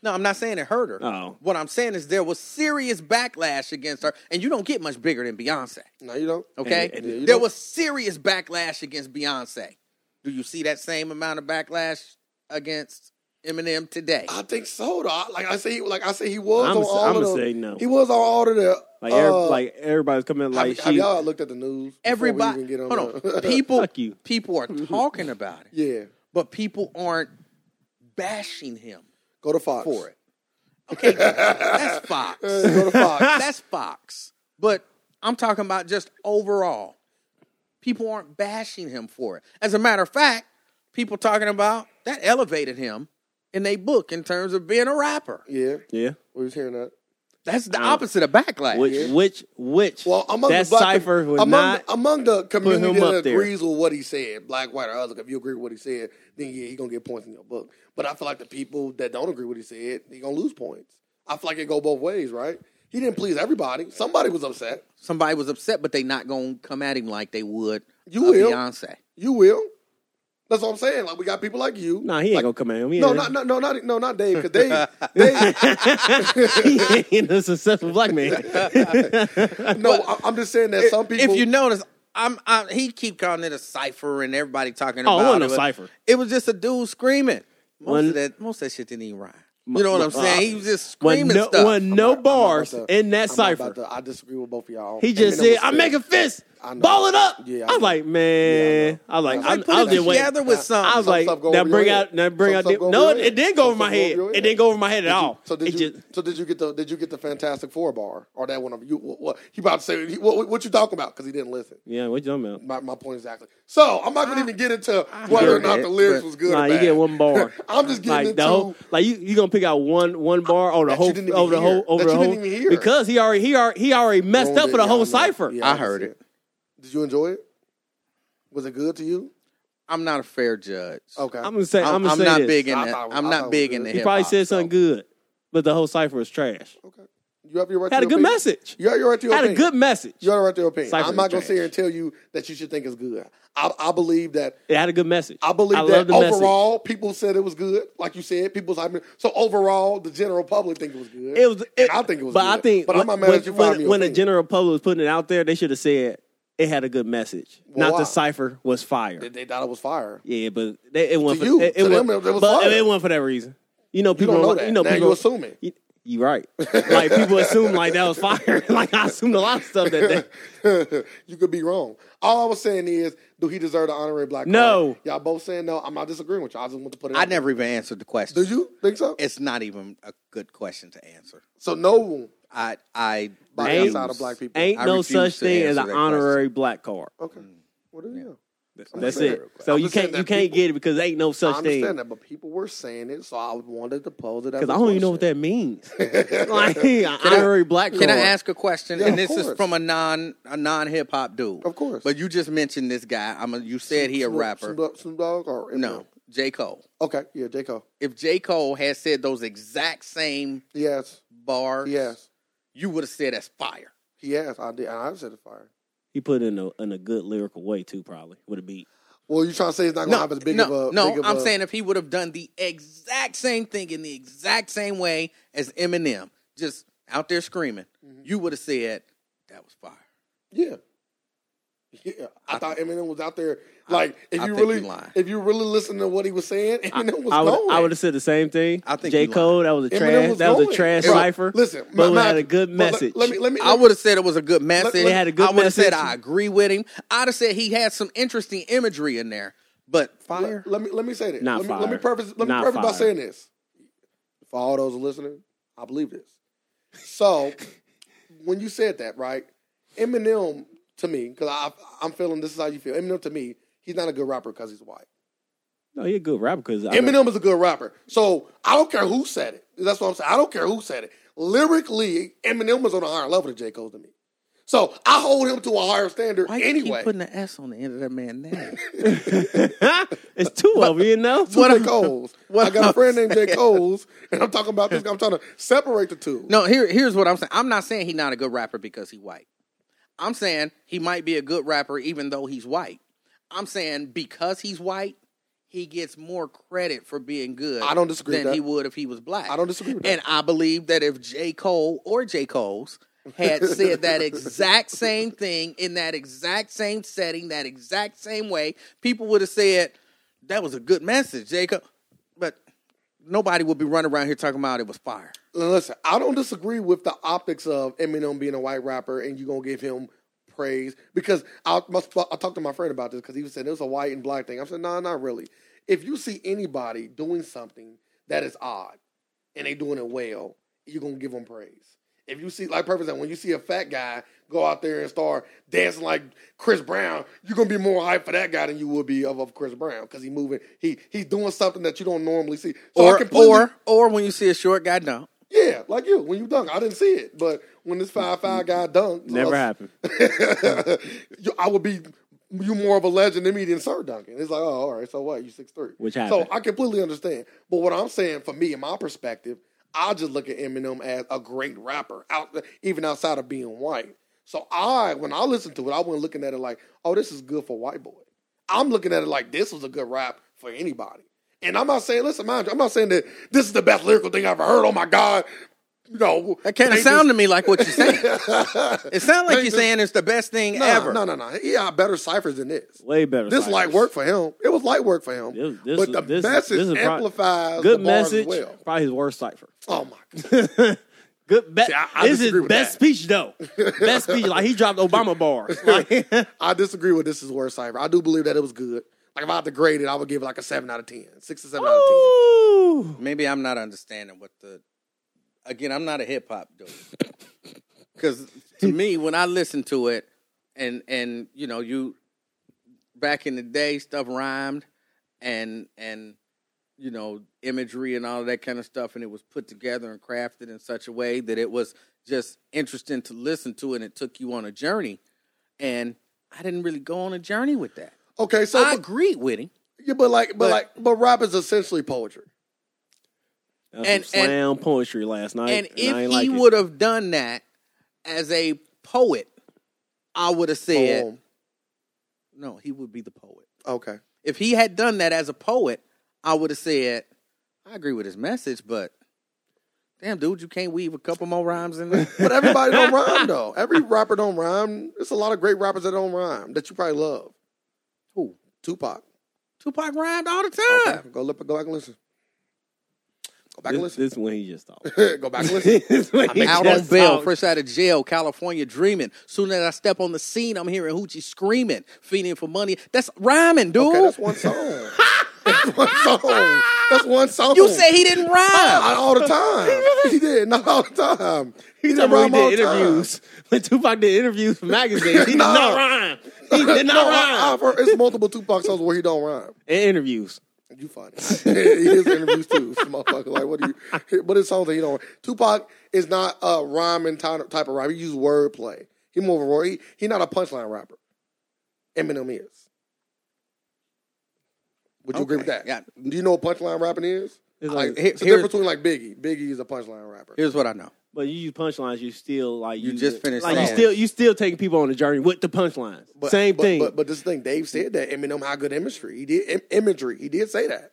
S3: no, I'm not saying it hurt her.
S1: Oh.
S3: What I'm saying is there was serious backlash against her, and you don't get much bigger than Beyonce.
S2: no, you don't.
S3: Okay?
S1: And- and-
S3: there was serious backlash against Beyonce. Do you see that same amount of backlash against Eminem today?
S2: I think so. Though. I- Like I say, like I say, he was
S1: I'ma
S2: on
S1: s-
S2: all
S1: I'ma
S2: of the.
S1: say no.
S2: He was on all of the.
S1: Like,
S2: uh,
S1: every, like everybody's coming
S2: have,
S1: like
S2: have
S1: she.
S2: y'all looked at the news? before we
S3: Everybody,
S2: even get on
S3: hold
S2: the-
S3: on. People,
S1: Fuck you.
S3: people are talking about it.
S2: yeah,
S3: but people aren't bashing him
S2: go to Fox
S3: for it. Okay, that's Fox.
S2: Uh, go to Fox.
S3: That's Fox. But I'm talking about just overall. People aren't bashing him for it. As a matter of fact, people talking about that elevated him in their book in terms of being a rapper.
S2: yeah,
S1: yeah.
S2: we was hearing that.
S3: That's the opposite of backlash.
S1: Which which which?
S2: Well, among
S1: that
S2: the black
S1: cipher was
S2: among,
S1: not.
S2: among the community
S1: him
S2: that
S1: up there.
S2: agrees with what he said, black, white, or other. If you agree with what he said, then yeah, he's gonna get points in your book. But I feel like the people that don't agree with what he said, they gonna lose points. I feel like it go both ways, right? He didn't please everybody. Somebody was upset.
S3: Somebody was upset, but they not going to come at him like they would
S2: You
S3: a
S2: will.
S3: Beyonce.
S2: You will. That's what I'm saying. Like we got people like you.
S1: nah, he ain't
S2: Like-
S1: gonna come at him. He
S2: No,
S1: ain't-
S2: not, no, no, not no, not Dave. Because Dave, Dave.
S1: he ain't a successful black man.
S2: no, I, I'm just saying that some people.
S3: If you notice, I'm, i he keep calling it a cipher and everybody talking
S1: Oh, it
S3: about
S1: wasn't
S3: it.
S1: a cipher.
S3: It was just a dude screaming. Most
S1: When-
S3: of that most of that shit didn't even rhyme. You know what I'm
S1: well,
S3: saying? He was just
S1: When
S3: screaming
S1: no,
S3: stuff.
S1: when no bars
S2: I'm about to-
S1: in that
S2: I'm
S1: cipher.
S2: about to- I disagree with both of y'all.
S1: He just
S2: Eminem
S1: said,
S2: was
S1: "I
S2: sick.
S1: make a fist,
S2: I know.
S1: ball it up."
S2: Yeah, I
S1: I, was
S2: know.
S1: like, "Man,"
S2: Yeah,
S1: I was like,
S2: know.
S1: "I'm."
S3: Like, put
S1: I
S3: it
S1: was just waiting.
S3: together with some.
S1: I was
S2: Some
S1: like,
S2: stuff go
S1: "That
S2: over
S1: bring
S2: your head.
S1: out, that bring
S2: Some
S1: out."
S2: stuff
S1: the-
S2: go
S1: No,
S2: over
S1: it,
S2: your
S1: it didn't go
S2: head.
S1: over my
S2: Some stuff
S1: head.
S2: go over your
S1: It didn't go over my head at all.
S2: So did
S1: It
S2: you?
S1: just-
S2: So did you get the? Did you get the Fantastic Four bar or that one of you? What, what he about to say? he- What, what you talking about? Because he didn't listen.
S1: yeah, what you talking about?
S2: My, my point exactly. So I'm not gonna even get into whether or
S3: heard
S2: not
S3: it,
S2: the lyrics
S3: but-
S2: was good.
S1: Nah,
S2: or
S1: you
S2: bad.
S1: get one bar.
S2: I'm just getting
S1: Like
S2: into.
S1: the whole, like you, you gonna pick out one one bar over the
S2: That you
S1: whole,
S2: didn't even
S1: over the
S2: hear.
S1: whole, over
S2: That
S1: the
S2: you didn't
S1: whole,
S2: even hear.
S1: because he already, he already, he already messed
S2: Ruined
S1: up
S2: it,
S1: for the
S2: y'all know.
S1: whole cipher.
S2: Yeah.
S3: I heard it.
S2: did you enjoy it? Was it good to you?
S3: I'm not a fair judge.
S2: Okay.
S1: I'm gonna say,
S3: I'm,
S1: I'm, gonna
S3: I'm
S1: say
S3: not
S1: this.
S3: big in
S2: I
S3: that.
S2: thought- I
S3: I'm
S2: thought
S3: not
S2: it
S3: big
S2: was
S3: in the
S2: good.
S1: He
S3: hip
S1: probably
S3: hop,
S1: said something
S3: so.
S1: good, but the whole cipher is trash.
S2: okay. You have your right
S4: Had
S2: to
S4: a
S2: your
S4: good
S2: opinion.
S4: message.
S2: You have your right to your
S4: Had a
S2: opinion.
S4: good message.
S2: You have your right to your opinion.
S4: Cypher
S2: I'm not going to
S4: trash.
S2: sit here and tell you that you should think it's good. I, I believe that.
S4: It had a good message.
S2: I believe
S4: love
S2: that
S4: the
S2: overall, people said it was good. Like you said, people's. I mean, so overall, the general public think it was good.
S4: message. It was.
S2: And
S4: It,
S2: I think it was
S4: But
S2: good.
S4: I think.
S2: But I'm
S4: when-
S2: not mad at you for
S4: when,
S2: having your
S4: when the
S2: opinion.
S4: general public was putting it out there, they should have said it had a good message,
S2: Well,
S4: not
S2: why?
S4: the cipher was fire.
S2: They- they thought it was fire.
S4: Yeah, but they, it wasn't
S2: To
S4: for
S2: you,
S4: it, it
S2: to
S4: wasn't-
S2: them, it was
S4: but
S2: fire.
S4: it wasn't for that reason. You know, people
S2: don't know
S4: like-
S2: that.
S4: You know,
S2: Now
S4: people
S2: you assuming.
S4: You, you right. like people assume like that was fire. like I assumed a lot of stuff that day.
S2: you could be wrong. All I was saying is, do he deserve the honorary black? card?
S4: No.
S2: y'all both saying no. I'm not disagreeing with you. all I just want to put it.
S3: I
S2: out there.
S3: never even answered the question.
S2: Do you think so?
S3: It's not even a good question to answer.
S2: So no one
S3: I I
S2: black
S4: Ain't-
S2: outside of black people.
S4: Ain't
S3: I
S4: no
S3: refuse
S4: such
S3: to
S4: thing as
S3: answer
S4: an
S3: that
S4: honorary black card.
S2: okay.
S3: Mm.
S2: What do you know?
S4: That's
S2: saying-
S4: it. So
S2: I'm
S4: you
S2: just
S4: can't
S2: saying
S4: you
S2: that
S4: can't
S2: people-
S4: get it because ain't no
S2: I
S4: such
S2: understand
S4: thing.
S2: that, but people were saying it, so I wanted to pose it.
S4: Because I don't even know what that means. like an honorary black card.
S3: Can I ask a question?
S2: Yeah,
S3: and
S2: of
S3: this is
S2: course.
S3: from a non a non hip hop dude.
S2: Of course.
S3: But you just mentioned this guy. I'm a, you said he a rapper.
S2: Snoop, Dogg- Snoop Dogg or Eminem?
S3: No, J Cole.
S2: Okay, yeah, J Cole.
S3: If J Cole had said those exact same
S2: Yes,
S3: bars,
S2: yes,
S3: you would have said that's fire.
S2: yes. I did. I said it fire.
S4: He put it in a in a good lyrical way too, probably with a beat.
S2: Well, you trying to say it's not gonna have as big
S3: no,
S2: of a
S3: no.
S2: Big of
S3: I'm
S2: a-
S3: saying if he would have done the exact same thing in the exact same way as Eminem, just out there screaming,
S2: Mm-hmm.
S3: you would have said that was fire.
S2: Yeah. Yeah, I, thought Eminem was out there. Like, if
S3: I
S2: you
S3: think
S2: really,
S3: you lying.
S2: if you really listen to what he was saying, Eminem was
S4: I would
S2: going.
S4: I would have said the same thing.
S3: I think
S4: J
S3: you lying.
S4: Cole that was a
S2: Eminem
S4: trash
S2: was
S4: that was
S2: going.
S4: a trash
S2: Bro,
S4: cipher.
S2: listen,
S4: but
S2: Ma-
S4: it had
S2: Ma-
S4: a good
S2: but let-
S4: message.
S2: Let me, let me.
S3: I would have said it was a good message.
S4: It had a good
S3: I would have said
S4: message.
S3: I agree with him. I'd have said he had some interesting imagery in there, but fire.
S2: Let, let me let me say this.
S4: Not
S2: let, me, let me
S4: fire.
S2: preface. Let me
S4: Not
S2: preface by
S4: fire.
S2: saying this. For all those listening, I believe this. So, when you said that, right? Eminem to me, because I I'm feeling this is how you feel. Eminem to me, he's not a good rapper because he's white.
S4: no, he a good rapper because
S2: Eminem is a good rapper. So I don't care who said it. That's what I'm saying. I don't care who said it. Lyrically, Eminem was on a higher level than J. Cole to me. So I hold him to a higher standard
S3: Why you
S2: anyway.
S3: keep putting an S on the end of that man name?
S4: it's two of you, you know.
S2: Two J. Cole's.
S3: what
S2: I got a
S3: I'm
S2: friend named J. Cole's, and I'm talking about this guy. I'm trying to separate the two.
S3: no, here, here's what I'm saying. I'm not saying he's not a good rapper because he's white. I'm saying he might be a good rapper even though he's white. I'm saying because he's white, he gets more credit for being good.
S2: I don't disagree with
S3: than
S2: that.
S3: he would if he was black.
S2: I don't disagree with that.
S3: And I believe that if J. Cole or J. Cole's had said that exact same thing in that exact same setting, that exact same way, people would have said, that was a good message, J. Cole. But nobody would be running around here talking about it was fire.
S2: Listen, I don't disagree with the optics of Eminem being a white rapper and you gonna give him praise because I must. I talked to my friend about this because he was saying it was a white and black thing. I said, nah, not really. If you see anybody doing something that is odd and they doing it well, you're gonna give them praise. If you see, like, purpose, when you see a fat guy go out there and start dancing like Chris Brown, you're gonna be more hype for that guy than you would be of, of Chris Brown because he moving, he he's doing something that you don't normally see. So I
S3: or,
S2: completely-
S3: or, or when you see a short guy dunk.
S2: yeah, like you when you dunk. I didn't see it, but when this five five guy uh, dunked,
S4: Never happened.
S2: you, I would be you more of a legend than me than Sir Duncan. It's like, oh, all right, so what? You six three,
S4: Which
S2: So
S4: happened.
S2: I completely understand. But what I'm saying, for me, in my perspective, I just look at Eminem as a great rapper, out even outside of being white. So I, when I listen to it, I wasn't looking at it like, oh, this is good for white boy. I'm looking at it like this was a good rap for anybody. And I'm not saying, listen, mind you, I'm not saying that this is the best lyrical thing I ever heard. Oh my God, you know
S3: That kind of
S2: Ain't
S3: sound to me like what you're saying.
S2: this-
S3: It sounds like
S2: Ain't
S3: you're
S2: this-
S3: saying it's the best thing
S2: Nah,
S3: ever.
S2: No, no, no. He had better ciphers than this.
S4: Way better.
S2: This
S4: cyphers.
S2: light work for him. It was light work for him.
S4: This- this-
S2: but the
S4: this-
S2: message
S4: this is pro-
S2: amplifies
S4: Good
S2: the bars as
S4: message.
S2: well.
S4: Probably his worst cipher.
S2: Oh my god!
S4: Good. Be-
S2: See, I- I
S4: this is
S2: disagree
S4: his
S2: with
S4: best
S2: that.
S4: speech though. best speech. Like he dropped Obama bars. Like,
S2: I disagree with this is worst cipher. I do believe that it was good. Like if I had to grade it, I would give it like a seven out of ten, six to seven out of ten.
S4: Ooh.
S3: Maybe I'm not understanding what the. Again, I'm not a hip hop dude. Because to me, when I listen to it, and and you know, you back in the day, stuff rhymed, and and you know, imagery and all of that kind of stuff, and it was put together and crafted in such a way that it was just interesting to listen to, and it took you on a journey. And I didn't really go on a journey with that.
S2: Okay, so
S3: I
S2: but,
S3: agreed with him.
S2: yeah, but like, but,
S3: but-
S2: like, but rap is essentially poetry.
S1: That's
S3: And-
S1: some slam poetry last night.
S3: And
S1: I
S3: if
S1: ain't
S3: he
S1: like it.
S3: would have done that as a poet, I would have said,
S2: Poem.
S3: no, he would be the poet.
S2: Um, Okay.
S3: If he had done that as a poet, I would have said, I agree with his message, but damn, dude, you can't weave a couple more rhymes in there.
S2: But everybody don't rhyme though. Every rapper don't rhyme. There's a lot of great rappers that don't rhyme that you probably love.
S3: Who?
S2: Tupac.
S3: Tupac rhymed all the time.
S2: Okay. Go look, go back and listen. Go back and
S1: this,
S2: listen.
S1: this when he just talked.
S2: go back and listen.
S1: This when he
S3: Out on
S1: just
S3: bail,
S1: talked.
S3: fresh out of jail, California dreaming. Soon as I step on the scene, I'm hearing Hoochie screaming, feeding for money. That's rhyming, dude.
S2: Okay, that's one song. That's one song. That's one song.
S3: you said he didn't rhyme.
S2: not all the time. He did not all the time. He didn't
S1: Remember
S2: rhyme all
S1: when
S2: the
S1: he did interviews. When Tupac did interviews for magazines, he did
S2: No.
S1: not rhyme. He did
S2: time.
S1: not
S2: No, I,
S1: rhyme.
S2: I've heard it's multiple Tupac songs where he don't rhyme.
S1: In interviews.
S2: You funny. he is interviews too. This motherfucker. Like, what do you? But it's songs that he don't. Tupac is not a rhyming ty- type of rapper. He uses wordplay. He more of a word. He, he not a punchline rapper. Eminem is. Would you agree with
S3: Okay,
S2: that?
S3: yeah.
S2: Do you know what punchline rapping is?
S1: It's
S2: Like,
S1: like-
S3: here-
S2: it's the
S3: here's-
S2: difference between like Biggie. Biggie is a punchline rapper.
S3: Here's what I know.
S1: But you use punchlines, you still like
S3: You
S1: use
S3: just
S1: it.
S3: finished
S1: Like you
S3: saying.
S1: still you still taking people on the journey with the punchlines.
S2: But,
S1: Same
S2: but,
S1: thing.
S2: But, but this thing, Dave said that Eminem had good imagery. He did im- imagery. He did say that.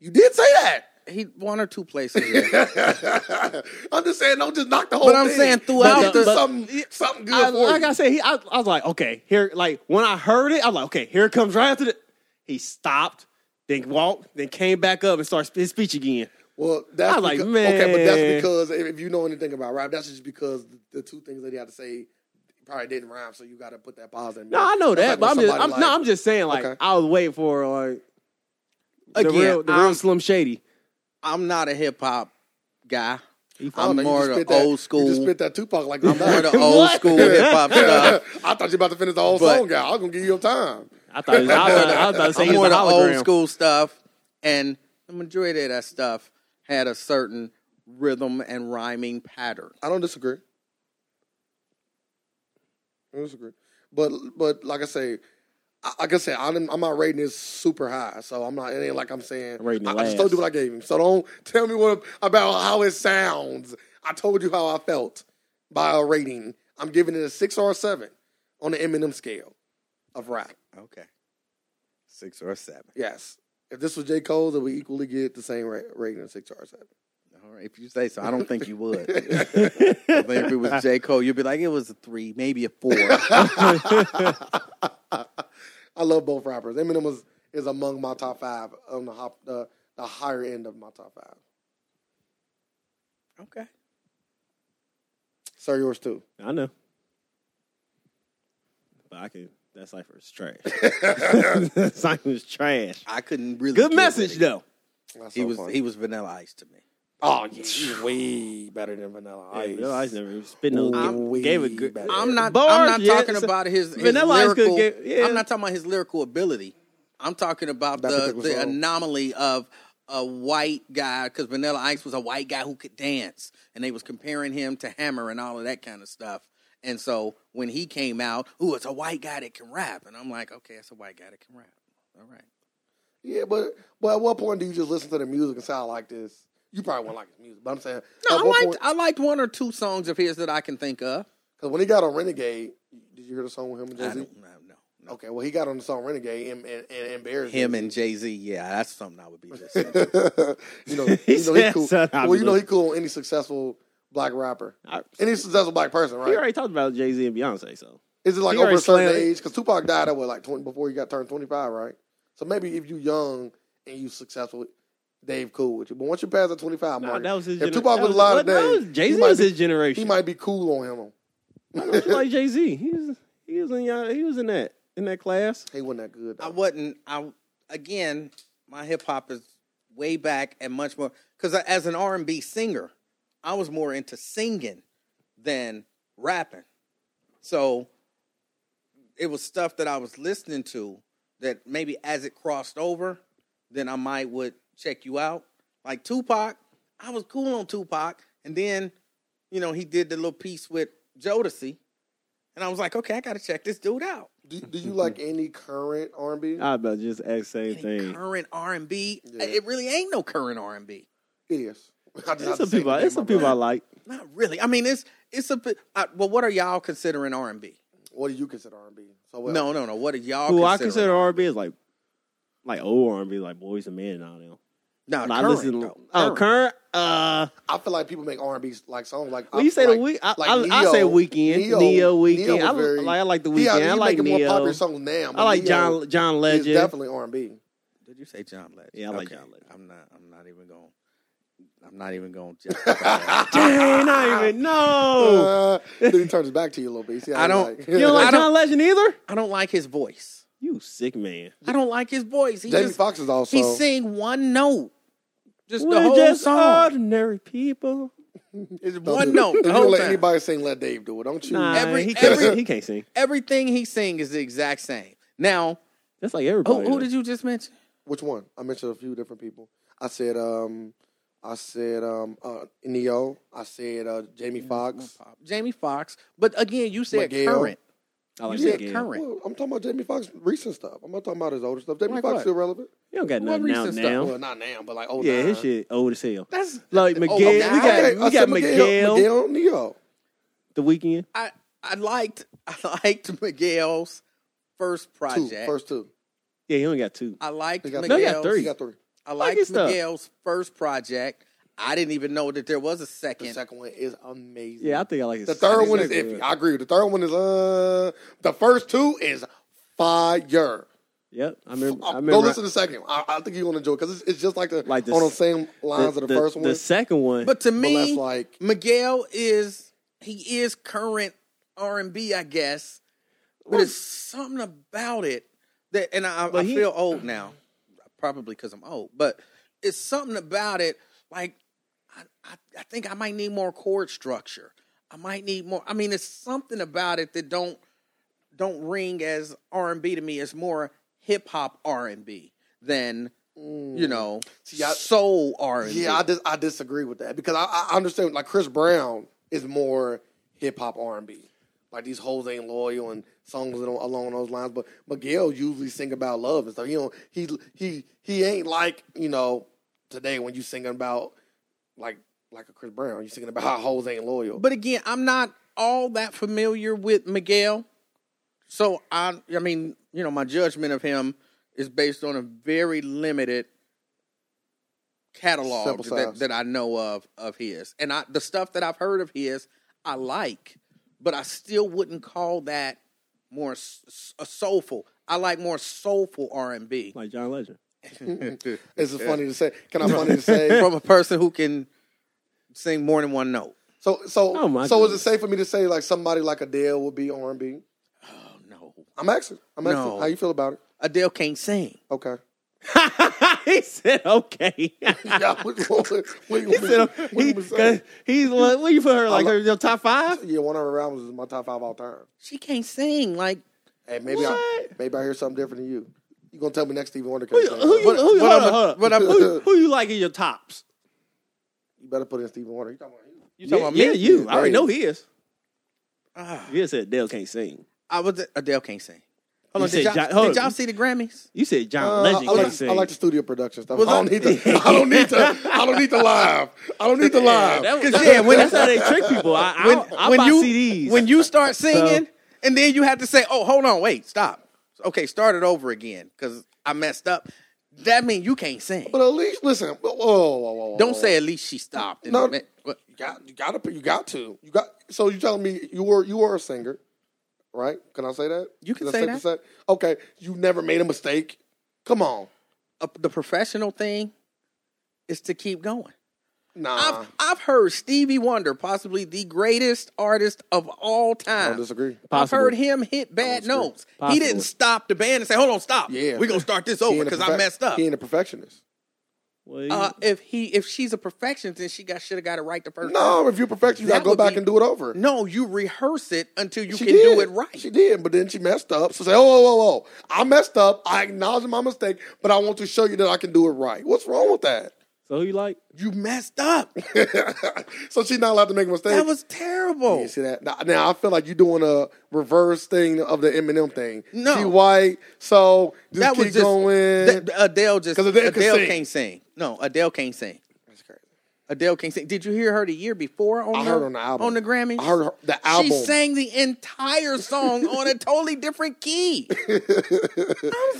S2: You did say that.
S3: He one or two places. yeah.
S2: I'm just saying, don't just knock the whole
S3: I'm
S2: thing.
S3: saying
S2: But
S3: throughout
S2: if
S3: the-
S2: there's something, something good
S1: I,
S2: for
S1: like
S2: you.
S1: I said, he, I, I was like, okay, here, like when I heard it, I was like, okay, here it comes right after the. He stopped, then walked, then came back up and started his speech again.
S2: well, that's
S1: I like,
S2: because, okay, but that's
S1: man.
S2: because if, if you know anything about rap, that's just because the, two things that he had to say probably didn't rhyme, so you got to put that pause in.
S1: No, I know that,
S2: That's
S1: but
S2: like when
S1: I'm just,
S2: somebody
S1: I'm,
S2: like-
S1: no, I'm just saying, like
S2: Okay.
S1: I was waiting for like the
S3: Again,
S1: real, the real
S3: I'm-
S1: Slim Shady.
S3: I'm not a hip hop guy.
S2: I don't
S3: I'm
S2: know, you
S3: more
S2: just
S3: the
S2: spit that-
S3: old school.
S2: You just spit that Tupac like I'm
S3: More the
S2: not.
S3: old school hip hop stuff.
S2: I thought you about to finish the whole
S3: But-
S2: song, guy. I was gonna give you your time.
S1: I thought, he was, I, was, I was about to say
S3: I'm
S1: he
S3: more
S1: was a
S3: the old
S1: hologram.
S3: school stuff, and the majority of that stuff had a certain rhythm and rhyming pattern.
S2: I don't disagree. I don't disagree. But but like I say, I- like I said, I'm I'm not rating this super high, so I'm not. It ain't like I'm saying.
S1: I'm rating
S2: I,
S1: it
S2: I just told you
S1: last.
S2: what I gave him, so don't tell me what about how it sounds. I told you how I felt by a rating. I'm giving it a six or a seven on the Eminem scale of rap.
S3: Okay, six or seven.
S2: Yes, if this was J Cole, then we equally get the same ra- rating of six or a seven.
S3: All right, if you say so, I don't think you would. I think if it was J Cole, you'd be like, it was a three, maybe a four.
S2: I love both rappers. Eminem was, is among my top five on the, hop, the the higher end of my top five.
S3: okay,
S2: Sir, yours too.
S1: I know, but I can. That cipher is trash. that cipher is trash.
S3: I couldn't really.
S1: Good
S3: get
S1: message
S3: with it.
S1: though.
S2: That's
S3: He
S2: so
S3: was
S2: funny.
S3: he was Vanilla Ice to me.
S2: oh yeah, he's way better than Vanilla
S1: Yeah,
S2: Ice.
S1: Vanilla Ice never even spit no.
S2: I'm-
S1: gave- gave a good.
S2: I'm
S3: I'm not. I'm
S1: Bars,
S3: not
S1: yeah,
S3: talking
S1: so-
S3: about his, his
S1: Vanilla Ice could
S3: lyrical.
S1: get- yeah.
S3: I'm not talking about his lyrical ability. I'm talking about
S2: That
S3: the,
S2: particular
S3: the
S2: song.
S3: anomaly of a white guy because Vanilla Ice was a white guy who could dance, and they was comparing him to Hammer and all of that kind of stuff. And so when he came out, ooh, it's a white guy that can rap, and I'm like, okay, it's a white guy that can rap. All right.
S2: Yeah, but but at what point do you just listen to the music and sound like this? You probably won't like his music, but I'm saying
S3: No,
S2: at
S3: I
S2: what point-
S3: liked I liked one or two songs of his that I can think of.
S2: Because when he got on Renegade, did you hear the song with him and
S3: I
S2: Jay
S3: don't
S2: Z?
S3: know. No, no.
S2: Okay, well he got on the song Renegade and and, and embarrassed
S3: Him
S2: Jay-Z.
S3: and Jay Z, yeah, that's something I would be listening. to.
S2: you know, you know he
S1: said,
S2: cool.
S1: "Son, I'll
S2: Well,
S1: be
S2: you know he
S1: listening."
S2: cool. on Any successful black rapper,
S1: I-
S2: any successful black person,
S1: We
S2: right?
S1: already talked about Jay Z and Beyonce, so
S2: Is it like
S1: he
S2: over a
S1: already
S2: certain
S1: slammed it.
S2: age? Because Tupac died at what, like twenty before he got turned twenty five, right? So maybe if you young and you successful, Dave cool with you. But once you pass the twenty five
S1: nah,
S2: mark,
S1: that was his.
S2: if
S1: gener-
S2: Tupac
S1: that
S2: was alive
S1: that
S2: today,
S1: was- Jay
S2: he
S1: Z
S2: might
S1: was
S2: be-
S1: his
S2: he
S1: generation.
S2: might be cool on him.
S1: I don't like Jay Z. He was he was in y'all- he was in that in that class.
S2: He wasn't that good.
S3: I
S2: Though.
S3: wasn't. I again, my hip hop is way back and much more because as an R and B singer, I was more into singing than rapping. So it was stuff that I was listening to that maybe as it crossed over, then I might would check you out. Like Tupac, I was cool on Tupac, and then you know he did the little piece with Jodeci, and I was like, okay, I got to check this dude out.
S2: do, do you like any current R and B?
S1: I about just ask same
S3: Ain't
S1: thing.
S3: current R and B.
S2: Yeah.
S3: It really ain't no current R and B.
S2: It is. I just have
S1: There's
S2: to
S1: some
S2: say
S1: people.
S2: the
S1: There's
S2: name
S1: some
S2: of my
S1: people I
S2: brand.
S1: like.
S3: Not really. I mean, it's it's a bit. I, well, what are y'all considering R and B?
S2: What do you consider R and B? So what
S3: No, no, no. What are y'all?
S1: Who I
S3: considering?
S1: consider R and B is like, like old R and B, like Boys and Men and all them.
S3: No,
S1: Like, I
S3: Uh, current,
S1: listen.
S3: though.
S1: Oh,
S3: Current.
S1: current. Uh,
S2: I feel like people make R and B like songs like.
S1: when you say
S2: like,
S1: the week, I,
S2: like
S1: I, I say weekend, Neo, weekend.
S2: Neo
S1: I,
S2: was very-
S1: like, I like the
S2: he-
S1: weekend.
S2: he
S1: I like
S2: making more
S1: Neo.
S2: popular songs now.
S1: I like
S2: Neo
S1: John John
S2: is
S1: Legend.
S2: definitely R and B.
S3: Did you say John Legend?
S1: Yeah, I like John Legend.
S3: I'm not. I'm not even going. I'm not even going. to
S1: Dang, I even know.
S2: Uh, then he turns back to you a little bit. You see how
S3: I
S2: he
S3: don't-
S2: Like,
S1: you don't like
S3: I don't-
S1: John Legend either?
S3: I don't like his voice.
S1: You sick man.
S3: I don't like his voice. He
S2: Jamie
S3: just
S2: Foxx is also.
S3: he sing one note, just
S1: We're
S3: the whole
S1: just
S3: song.
S1: ordinary people.
S2: It's
S3: one note the
S2: You
S3: whole
S2: don't let
S3: time.
S2: anybody sing "Let Dave Do It." Don't you?
S1: Nah,
S3: Every-
S1: he, can't,
S3: every-
S1: he can't sing.
S3: Everything he sing is the exact same. Now,
S1: That's like
S3: who,
S1: everybody.
S3: who Oh, did you just mention?
S2: Which one? I mentioned a few different people. I said, um, I said um, uh, Neo. I said uh, Jamie Foxx.
S3: Jamie Foxx. But again, you said
S2: Miguel.
S3: current.
S1: I like
S3: you said
S1: Miguel.
S3: current.
S2: Well, I'm talking about Jamie Foxx recent stuff. I'm not talking about his older stuff. Jamie
S3: Like
S2: Foxx
S3: what?
S2: still relevant.
S1: You don't got
S3: What
S1: nothing out
S3: recent stuff? uh, Oh,
S1: now.
S2: Well, not now, but like oh
S1: Yeah,
S2: nine.
S1: his shit old as hell.
S3: That's
S1: Like Miguel, we
S3: now-
S1: got
S2: Okay, I
S1: we
S2: said
S1: got Miguel,
S2: Miguel E Neo.
S1: the weekend.
S3: I I liked I liked Miguel's first
S2: Two,
S3: project.
S2: first two.
S1: Yeah, he only got two.
S3: I liked
S2: He got
S3: Miguel's.
S1: No, you got
S2: He
S1: three.
S2: got three.
S3: I
S1: Like
S3: liked
S1: his stuff.
S3: Miguel's first project. I didn't even know that there was a
S2: The
S3: second.
S2: second one is amazing.
S1: Yeah, I think I like his.
S2: the third one
S1: I
S2: is
S1: think
S2: iffy.
S1: he's
S2: I agree. The third one is uh, the first two is fire.
S1: Yep, I remember. I
S2: Uh,
S1: remember
S2: Go listen to the second. one. I, I think you're gonna enjoy because it's, it's just like the
S1: Like the
S2: on the
S1: s-
S2: same lines of the, first one.
S1: The second one.
S3: But to
S2: but
S3: me,
S2: that's like
S3: Miguel is he is current R and B, I guess. But
S1: Well-
S3: it's something about it that, and I, I
S1: But he-
S3: feel old now, probably because I'm old. But it's something about it. Like I, I, I think I might need more chord structure. I might need more. I mean, it's something about it that don't don't ring as R and B to me. It's more hip hop R and B than you know
S2: Mm. See, I-
S3: soul R and B.
S2: yeah, I dis- I disagree with that because I, I understand like Chris Brown is more hip hop R and B. Like these hoes ain't loyal and songs that don't- along those lines. But Miguel usually sing about love and stuff. You know, he he he ain't like you know today when you singing about like like a Chris Brown, you singing about how hoes ain't loyal.
S3: But again, I'm not all that familiar with Miguel, so I I mean, you know, my judgment of him is based on a very limited catalog
S2: Sample
S3: that,
S2: size.
S3: that I know of of his, and I the stuff that I've heard of his I like, but I still wouldn't call that more s- s- a soulful. I like more soulful R and B
S1: like John Legend.
S2: It's just funny to say. Can I funny to say?
S3: from a person who can sing more than one note.
S2: So so
S1: Oh, my
S2: so
S1: goodness.
S2: is it safe for me to say like somebody like Adele would be R and B?
S3: Oh no,
S2: I'm asking. I'm asking.
S3: No.
S2: How you feel about it?
S3: Adele can't sing.
S2: Okay.
S1: he said okay.
S2: yeah, what, what, what, what,
S1: he said he, 'cause he's what, what you put her like her your top five?
S2: Yeah, one of her albums is my top five all time.
S3: She can't sing like
S2: Hey, maybe I
S1: What?
S2: maybe I hear something different than you. You gonna tell me next Stevie Wonder?
S1: Who
S2: Who,
S1: you, who you,
S3: But-
S1: who, you-
S3: but
S1: hold
S3: I'm a-
S1: on, hold on.
S3: but I'm a-
S1: who, who you like in your tops?
S2: you better put in Stevie Wonder. You talking about you?
S3: You talking
S1: yeah,
S3: about
S1: yeah,
S3: me?
S1: you. I already
S2: Yeah.
S1: know he is.
S3: Ah,
S1: You just said Dale can't sing.
S3: I was Adele can't sing. Hold
S1: You
S3: on, did
S1: said
S3: y'all,
S1: John- hold
S3: did
S1: on.
S3: y'all see the Grammys?
S1: You said John
S2: Uh,
S1: Legend
S2: I,
S1: can't
S2: like,
S1: sing.
S2: I like the studio production stuff.
S3: Was
S2: I don't
S3: I-
S2: need to. I don't need to. I don't need the live. I don't need the live.
S1: That was-
S3: 'Cause yeah, when-
S1: that's how they trick people. I, I, I buy
S3: you
S1: CDs.
S3: when you start singing, and then you have to say, "Oh, hold on, wait, stop." Okay, start it over again because I messed up. That means you can't sing.
S2: but at least listen. Whoa, whoa, whoa, whoa, whoa.
S3: Don't say at least she stopped. and
S2: No.
S3: meant- what?
S2: You got you got to you got to you got. So you telling me you were you were a singer, right? Can I say that?
S3: You can
S2: Is
S3: say
S2: safe to say? Okay, you never made a mistake. Come on,
S3: Uh, the professional thing is to keep going.
S2: nah. Uh-huh.
S3: I've, I've heard Stevie Wonder, possibly the greatest artist of all
S2: I
S3: time.
S2: don't disagree.
S1: Possible.
S3: I've heard him hit bad notes. He
S1: Possible.
S3: didn't stop the band and say, "Hold on, stop.
S2: Yeah.
S3: we're gonna start this
S2: He
S3: over
S2: ain't a
S3: because I
S2: perfec-
S3: messed up."
S2: He ain't a perfectionist.
S1: Well, you-
S3: Uh, if he, if she's a perfectionist, then she got should have got it right the first time.
S2: No, if you're perfectionist, you
S3: That
S2: gotta go
S3: would
S2: back
S3: be-
S2: and do it over.
S3: No, you rehearse it until you
S2: She
S3: can
S2: did.
S3: do it right.
S2: She did, but then she messed up. So say, oh, whoa, whoa, whoa. I messed up. I acknowledge my mistake, but I want to show you that I can do it right. What's wrong with that?
S1: so who you like?
S3: you messed up.
S2: so she's not allowed to make a mistake.
S3: That was terrible.
S2: You see that? Now, now I feel like you're doing a reverse thing of the Eminem thing.
S3: No.
S2: she white, so just
S3: that
S2: keep
S3: was just
S2: going.
S3: Th- Adele. Just
S2: 'Cause Adele can
S3: Adele
S2: sing.
S3: can't sing. No, Adele can't sing.
S2: That's crazy.
S3: Adele King sing. Did you hear her the year before on
S2: I
S3: the,
S2: heard on the album.
S3: on the Grammy?
S2: I heard her, the album.
S3: She sang the entire song on a totally different key. I was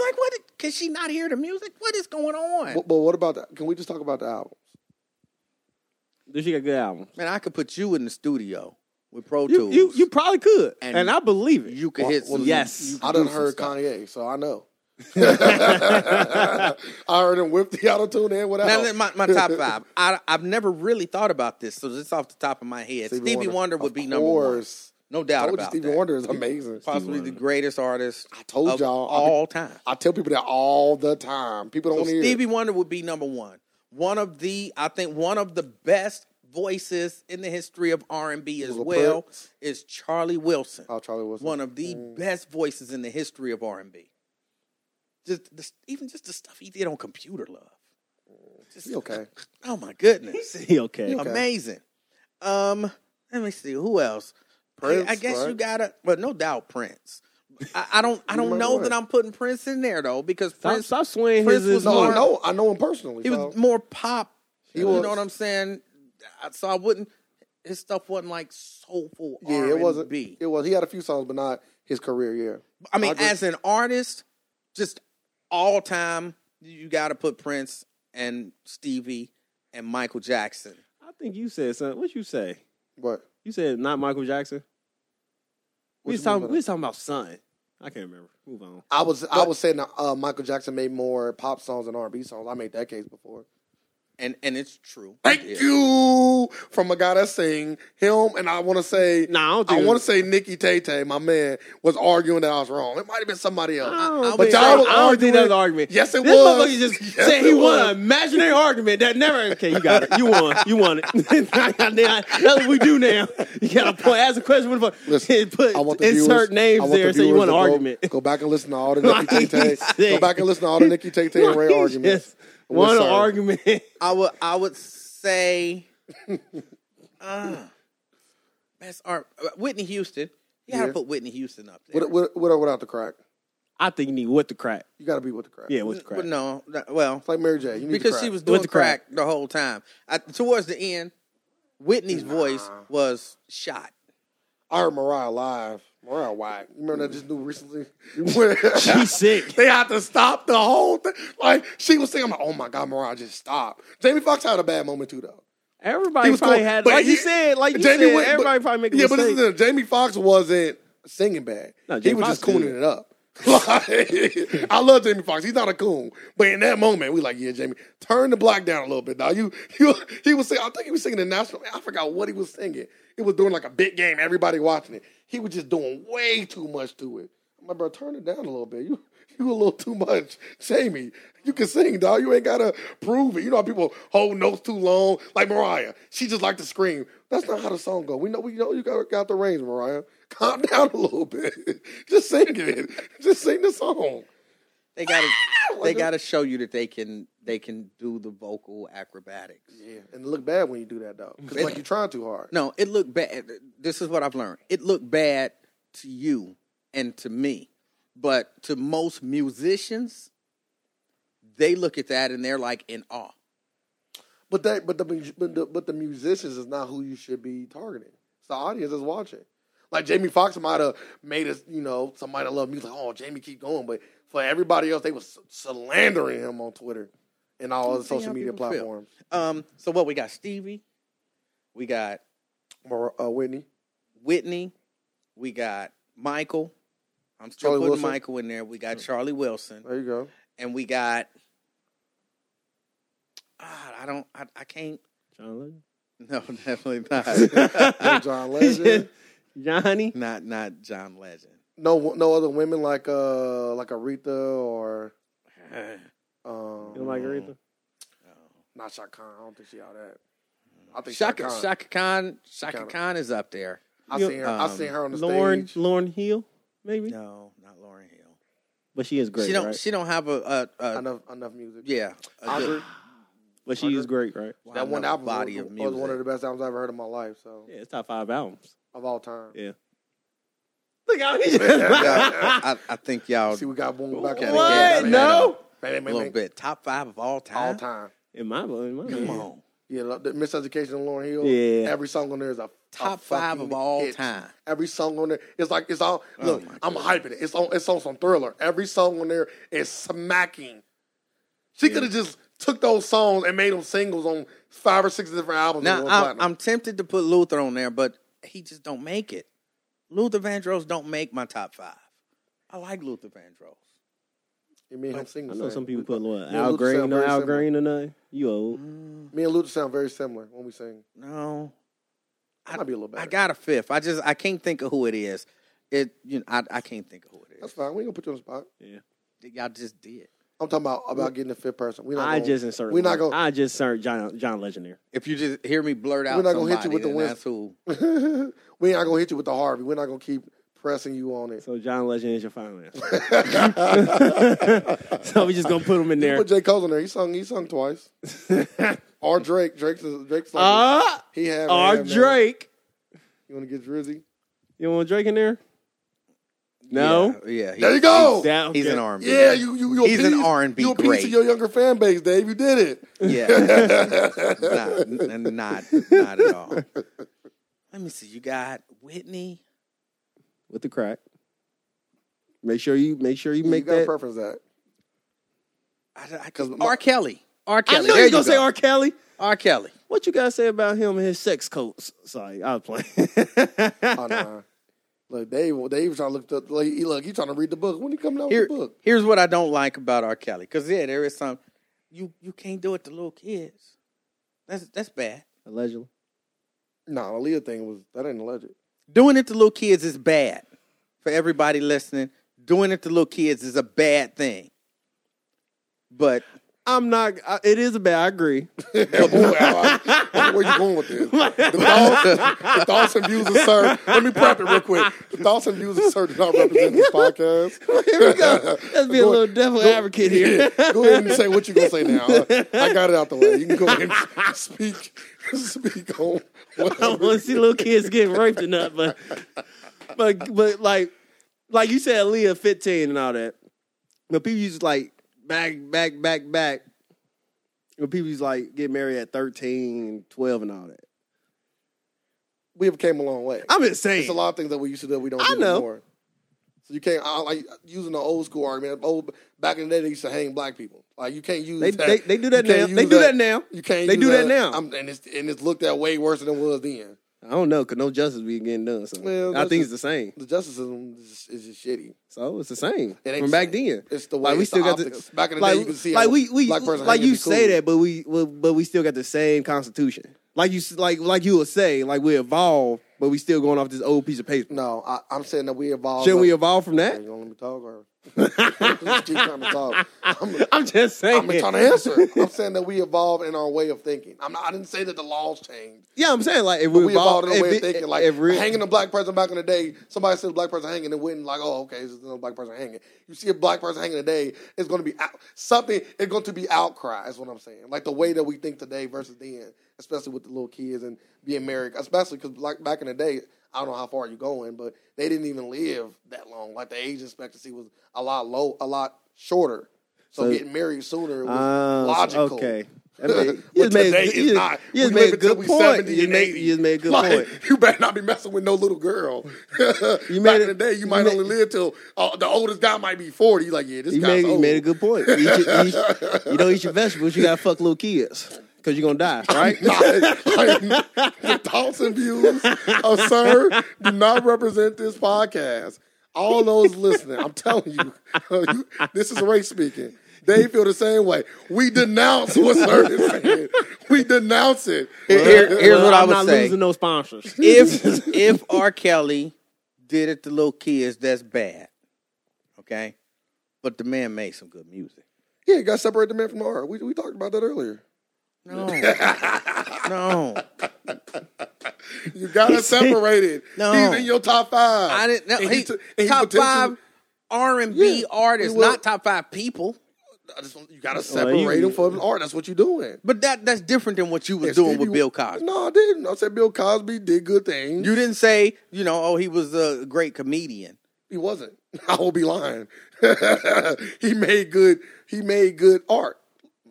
S3: like, what? Can she not hear the music? What is going on?
S2: But, but what about that? Can we just talk about the album?
S1: Did she got good album?
S3: Man, I could put you in the studio with Pro
S1: You,
S3: Tools.
S1: you you probably could,
S3: And-
S1: and, I believe it.
S3: You could hit
S2: Well,
S3: some.
S1: yes.
S3: you could
S2: I
S3: do
S2: done
S3: some
S2: heard
S3: stuff.
S2: Kanye, so I know. I heard him whip the auto tune in without.
S3: Now, my, my top five. I, I've never really thought about this, so it's off the top of my head. Stevie, Wonder, would
S2: Of
S3: be number one.
S2: course.
S3: No doubt
S2: told you
S3: about
S2: Stevie
S3: that.
S2: Wonder is amazing.
S3: Possibly the greatest artist
S2: I told
S3: of
S2: y'all. I,
S3: all time.
S2: I tell people that all the time. People
S3: So
S2: don't hear.
S3: Stevie Wonder would be number one. One of the, I think, one of the best voices in the history of R and B as
S2: Little
S3: well
S2: Perks.
S3: is Charlie Wilson.
S2: oh, Charlie Wilson. Mm.
S3: One of the best voices in the history of R and B. Just the, even just the stuff he did on Computer Love. Just-
S2: Mm. He okay.
S3: Oh my goodness,
S1: He okay.
S2: okay.
S3: amazing. Um, let me see who else. I-
S2: Prince,
S3: I, guess you
S2: right?
S3: gotta, but no doubt Prince. I, I don't, I
S2: might
S3: don't know
S2: be
S3: that
S2: right.
S3: I'm putting Prince in there though because
S1: Stop,
S3: Prince,
S1: stop swinging
S3: Prince
S1: his.
S3: was
S1: his
S2: No,
S3: more-
S2: I know. I know him personally.
S3: he
S2: so.
S3: was more pop.
S2: He
S3: you
S2: was.
S3: know what I'm saying? I- So I wouldn't. His stuff wasn't like soulful
S2: yeah,
S3: R&B.
S2: it wasn't. It was. He had a few songs, but not his career. Yeah.
S3: I mean,
S2: agree.
S3: as an artist, just all time, you got to put Prince and Stevie and Michael Jackson.
S1: I think you said something. What you say?
S2: But
S1: You said not Michael Jackson.
S2: What
S1: We
S2: you
S1: was talking.
S2: mean by
S1: We was talking about son. I can't remember. Move on.
S2: I was. I was saying that, uh, Michael Jackson made more pop songs than R and B songs. I made that case before.
S3: And and it's true.
S2: Thank
S3: Yeah.
S2: you from a guy that sing him, and I want to say,
S1: Nah, I don't
S2: I
S1: think-
S2: want to say Nikki Tay Tay, my man, was arguing that I was wrong. It might have been somebody else.
S1: I,
S2: but
S1: but
S2: y'all was
S1: I don't think that was an
S2: arguing-
S1: argument.
S2: Yes, it
S1: this
S2: was.
S1: motherfucker just
S2: Yes,
S1: said
S2: it
S1: he won
S2: was.
S1: an imaginary argument that never. Okay, you got it. You won. You won it. Now, That's what we do now. You got to point, ask a question. What the fuck?
S2: Listen,
S1: put
S2: I want the viewers,
S1: insert
S2: I
S1: names
S2: want
S1: there.
S2: the
S1: and say you
S2: viewers
S1: won an
S2: to go-
S1: argument.
S2: Go, back and listen to all the Nikki Tay Tay. Go back and listen to all the Nikki Tay Tay and Ray
S1: He
S2: arguments.
S1: just Won an
S2: sorry.
S1: argument.
S3: I would I would say uh, best art Whitney Houston. You gotta
S2: Yeah.
S3: put Whitney Houston up there.
S2: With, with, with or without the crack,
S1: I think you need what the crack.
S2: you got to be with the crack.
S1: Yeah, with the crack.
S3: But no, no, well,
S2: it's like Mary J. You need the
S3: because
S2: crack.
S3: she was doing
S1: the
S3: crack.
S1: crack.
S3: the whole time. I, towards the end, Whitney's voice was shot.
S2: I heard Mariah live. Mariah White. You remember that just new recently? Where-
S1: She's sick.
S2: They had to stop the whole thing. Like she was saying, I'm like, "Oh my God, Mariah, just stop." Jamie Foxx had a bad moment too, though.
S1: Everybody probably
S2: cool,
S1: had,
S2: but
S1: like
S2: he-
S1: you said, like you
S2: Jamie
S1: said,
S2: went- but-
S1: everybody probably make a
S2: yeah,
S1: mistake.
S2: but this is the Jamie Foxx wasn't singing bad.
S1: No,
S2: he
S1: Jamie
S2: was just
S1: Foxx
S2: cooning
S1: did.
S2: it up. Like, I love Jamie Foxx. He's not a coon, but in that moment, we like, yeah, Jamie, turn the block down a little bit. Now you, you, he was singing. I think he was singing the national. I forgot what he was singing. It was doing like a big game. Everybody watching it. He was just doing way too much to it. I'm like, bro, turn it down a little bit. You, you a little too much, Jamie. You can sing, dog. You ain't gotta prove it. You know how people hold notes too long, like Mariah. She just like to scream. That's not how the song go. We know, we know you got got the range, Mariah. Calm down a little bit. Just sing it. Just sing the song.
S3: They gotta they
S2: Like,
S3: gotta show you that they can they can do the vocal acrobatics.
S2: Yeah, and it look bad when you do that, though. Cause like you're trying too hard.
S3: No, it looked bad. This is what I've learned. It looked bad to you and to me, but to most musicians, they look at that and they're like in awe.
S2: But that, but the, mu- but the but the musicians is not who you should be targeting. It's the audience that's watching. Like Jamie Foxx might have made us, you know, somebody that love music. Oh, Jamie, keep going. But for everybody else, they was slandering him on Twitter and all other
S3: See how
S2: social media
S3: people feel.
S2: platforms.
S3: Um, so what we got? Stevie, we got
S2: Mar- uh, Whitney,
S3: Whitney, we got Michael. I'm still
S2: Charlie
S3: putting
S2: Wilson. Mm.
S3: Michael in there. We got Charlie Wilson,
S2: there you go.
S3: and we got. Ah, I don't. I, I can't.
S1: John
S3: No, definitely not.
S2: And John Legend.
S1: Legend. Johnny.
S3: not not John Legend.
S2: No, no other women like uh like Aretha or um
S1: You like Aretha?
S2: not Shaka Khan. I don't think she all that. I think Shaka. Khan.
S3: Shaka Shaka Khan Shaka
S2: Kinda.
S3: Khan is up there.
S2: I seen her. I
S3: Um,
S2: seen her on the
S1: Lauren
S2: stage.
S1: Lauren Hill,
S2: Hmm?
S1: maybe.
S3: No, not Lauren Hill.
S1: But she is great,
S3: she don't
S1: right?
S3: she don't have a, a, a
S2: Enough enough music.
S3: yeah. a
S2: Audrey,
S3: good-
S1: but she is great, right?
S3: wow,
S2: that one
S3: no
S2: album
S3: body
S2: was,
S3: of
S2: was
S3: music.
S2: one of the best albums I've ever heard in my life. So
S1: Yeah, it's top five albums.
S2: of all time.
S1: Yeah. Look how he just
S3: I, I think y'all
S2: See, we got one back.
S3: kinda
S1: What?
S3: gassed me
S1: No.
S3: up
S2: Bang, bang,
S3: a
S2: bang,
S3: little
S2: bang.
S3: bit. Top five of all time.
S2: All time.
S1: in my book, in my
S3: Come
S1: book.
S3: on.
S2: Yeah, like the Miseducation of Lauren Hill.
S1: Yeah.
S2: every song on there is a a
S3: Top five
S2: fucking
S3: of all
S2: hit.
S3: time. Oh
S2: Every song on there, it's like it's all. Look,
S3: my
S2: I'm hyping it. It's on. It's on some Thriller. Every song on there is smacking. She could have just took those songs and made them singles on five or six different albums.
S3: Now
S2: and went
S3: I'm,
S2: platinum.
S3: I'm tempted to put Luther on there, but he just don't make it. Luther Vandross don't make my top five. I like Luther Vandross.
S2: You mean him singing?
S1: I know some people put
S2: Me
S1: what
S2: and
S1: Al
S2: Luke
S1: Green,
S2: sound
S1: no
S2: very
S1: Al
S2: similar.
S1: Green or nothing. You old.
S2: Me and Luther sound very similar when we sing.
S3: No,
S2: I might be a little better.
S3: I got a fifth. I just I can't think of who it is. It you know I, I can't think of who it
S2: That's fine. We ain't gonna put you on the spot.
S3: is. Y'all just did.
S2: I'm talking about about getting the fifth person. We not
S1: I
S2: gonna-
S1: just insert.
S2: We not
S1: Lord.
S2: gonna.
S1: I just insert John John Legend there.
S3: If you just hear me blurt out,
S2: We're not gonna hit you
S3: somebody,
S2: with the Wins-
S3: then That's who.
S2: we ain't not gonna hit you with the Harvey. We're not gonna keep pressing you on it.
S1: So John Legend is your final answer. so we just gonna put him in
S2: You
S1: there.
S2: put J Cole's on there. He sung. He sung twice. or Drake. Drake's Drake's like
S1: Uh,
S2: he had.
S1: or Drake.
S2: You want to get Drizzy?
S1: You want Drake in there? No.
S3: Yeah, yeah, he-
S2: There you go.
S1: That-
S3: He's an
S1: okay.
S3: arm.
S2: yeah, you you you
S3: He's an
S2: appeased-
S3: R&B
S2: You appeased to
S3: great.
S2: your younger fan base, Dave. You did it.
S3: Yeah. not, n- not, not at all. Let me see. You got Whitney.
S1: With the crack. Make sure you make sure you
S2: You
S1: make
S2: gotta
S1: that.
S2: preference that.
S3: I, I,
S2: 'Cause
S3: R.
S2: my-
S3: Kelly. R.
S1: I
S3: Kelly.
S1: know
S3: there
S1: you
S3: you
S1: gonna say
S3: go.
S1: R. Kelly.
S3: R. Kelly.
S1: What you gotta say about him and his sex coats? Sorry, I was playing.
S2: Oh, nah. Look, Dave. Dave trying to look. up like, he- look, he trying to read the book. When he coming out
S3: Here,
S2: with the book?
S3: here's what I don't like about R. Kelly. Because, yeah, there is some. You, you can't do it to little kids. That's, that's bad.
S1: Allegedly.
S2: Nah, the Leah thing was that ain't alleged.
S3: Doing it to little kids is bad. For everybody listening, doing it to little kids is a bad thing. But
S1: I'm not. I, it is a bad. I agree.
S2: Where you going with this? The thoughts, the thoughts and views of Sir. Let me prep it real quick. The thoughts and views of Sir do not represent this podcast.
S1: Here we go. Let's be a little devil advocate here.
S2: Yeah, go ahead and say what you gonna say now. I got it out the way. You can go ahead and speak. Speak on.
S1: I don't want to see little kids getting raped or not, but but but like like you said, Leah fifteen and all that. But people used to like back back back back. When people used to like get married at 13, 12 and all that.
S2: We have came a long way.
S1: I'm just saying.
S2: It's a lot of things that we used to do. We don't.
S1: I
S2: do
S1: know.
S2: Anymore. So you can't. I like using the old school argument. Old back in the day, they used to hang black people. Like you can't use.
S1: They-
S2: that.
S1: they- they do that
S2: you can't
S1: now. They
S2: use
S1: do that now.
S2: You can't.
S1: They
S2: use
S1: do that now.
S2: I'm, and it's and it's looked at way worse than it was then.
S1: I don't know, cause no justice be getting done. So
S2: Well,
S1: I
S2: that's
S1: think
S2: just-
S1: it's the same.
S2: The justice system is just, is just shitty.
S1: So it's the same
S2: It ain't
S1: from
S2: the
S1: back
S2: same.
S1: then.
S2: It's the way.
S1: like we
S2: it's
S1: still
S2: the
S1: got the,
S2: optics. back in the
S1: like,
S2: day. You can see
S1: like
S2: how
S1: we we
S2: black person
S1: like
S2: hanging
S1: you
S2: be cool.
S1: say that, but we well, but we still got the same constitution. Like you s- like like you would say, like we evolved, but we still going off this old piece of paper.
S2: No, I, I'm saying that we evolved.
S1: Shouldn't we evolve from that?
S2: You gonna let me talk or? just keep trying to talk. I'm,
S1: I'm just
S2: I'm
S1: saying.
S2: trying to answer. I'm saying that we evolve in our way of thinking. I'm not, I didn't say that the laws changed.
S1: yeah, I'm saying like if we,
S2: we evolved in a
S1: if
S2: way of
S1: it-
S2: thinking. Like
S1: if we-
S2: hanging a black person back in the day, somebody said a black person hanging, it wouldn't like, oh, okay, it's just another black person hanging. You see a black person hanging today, it's going to be out, something. It's going to be outcry. Is what I'm saying. Like the way that we think today versus then, especially with the little kids and being married, especially because like back in the day. I don't know how far you're going, but they didn't even live that long. Like the age expectancy was a lot low, a lot shorter. So,
S1: So-
S2: getting married sooner was
S1: Ah, so-
S2: logical.
S1: Okay. That
S2: But
S1: made- You just made,
S2: today
S1: a good-
S2: is
S1: you
S2: not.
S1: just- you just
S2: We
S1: made
S2: live
S1: a
S2: until
S1: good
S2: we
S1: point.
S2: 70
S1: You
S2: and
S1: made,
S2: 80.
S1: you just made a good
S2: Like,
S1: point.
S2: You better not be messing with no little girl. you
S1: made
S2: Back
S1: a-
S2: in the day, you might
S1: made-
S2: only live till uh, the oldest guy might be forty. Like, yeah, this
S1: You
S2: guy's
S1: made, you
S2: old.
S1: made a good point. You, should- you should- you don't eat your vegetables. You gotta fuck little kids because you're gonna die, right?
S2: Like, like, the thoughts and views of sir do not represent this podcast. All those listening, I'm telling you, you- this is Ray speaking. They feel the same way. We denounce what sir is saying. We denounce it.
S3: Here- here's
S1: Well,
S3: what I
S1: I'm
S3: would
S1: not
S3: say.
S1: losing no sponsors.
S3: if if R. Kelly did it to little kids, that's bad. Okay, but the man made some good music.
S2: Yeah, you got to separate the man from the art. We, we talked about that earlier.
S3: No, no,
S2: You got to separate it.
S3: No.
S2: He's in your top five.
S3: I didn't. No,
S2: And
S3: he,
S2: t- and he
S3: top
S2: potentially-
S3: five R and B
S2: Yeah,
S3: artists,
S2: he will.
S3: not top five people.
S2: I just want- you
S3: Oh,
S2: got to
S1: Well, you-
S2: separate him from the art. That's what you're doing.
S3: But that that's different than what you was
S2: And
S3: doing
S2: Stevie-
S3: with Bill Cosby.
S2: No, I didn't. I said Bill Cosby did good things.
S3: You didn't say, you know, oh, he was a great comedian.
S2: he wasn't. I will be lying. he made good. He made good art,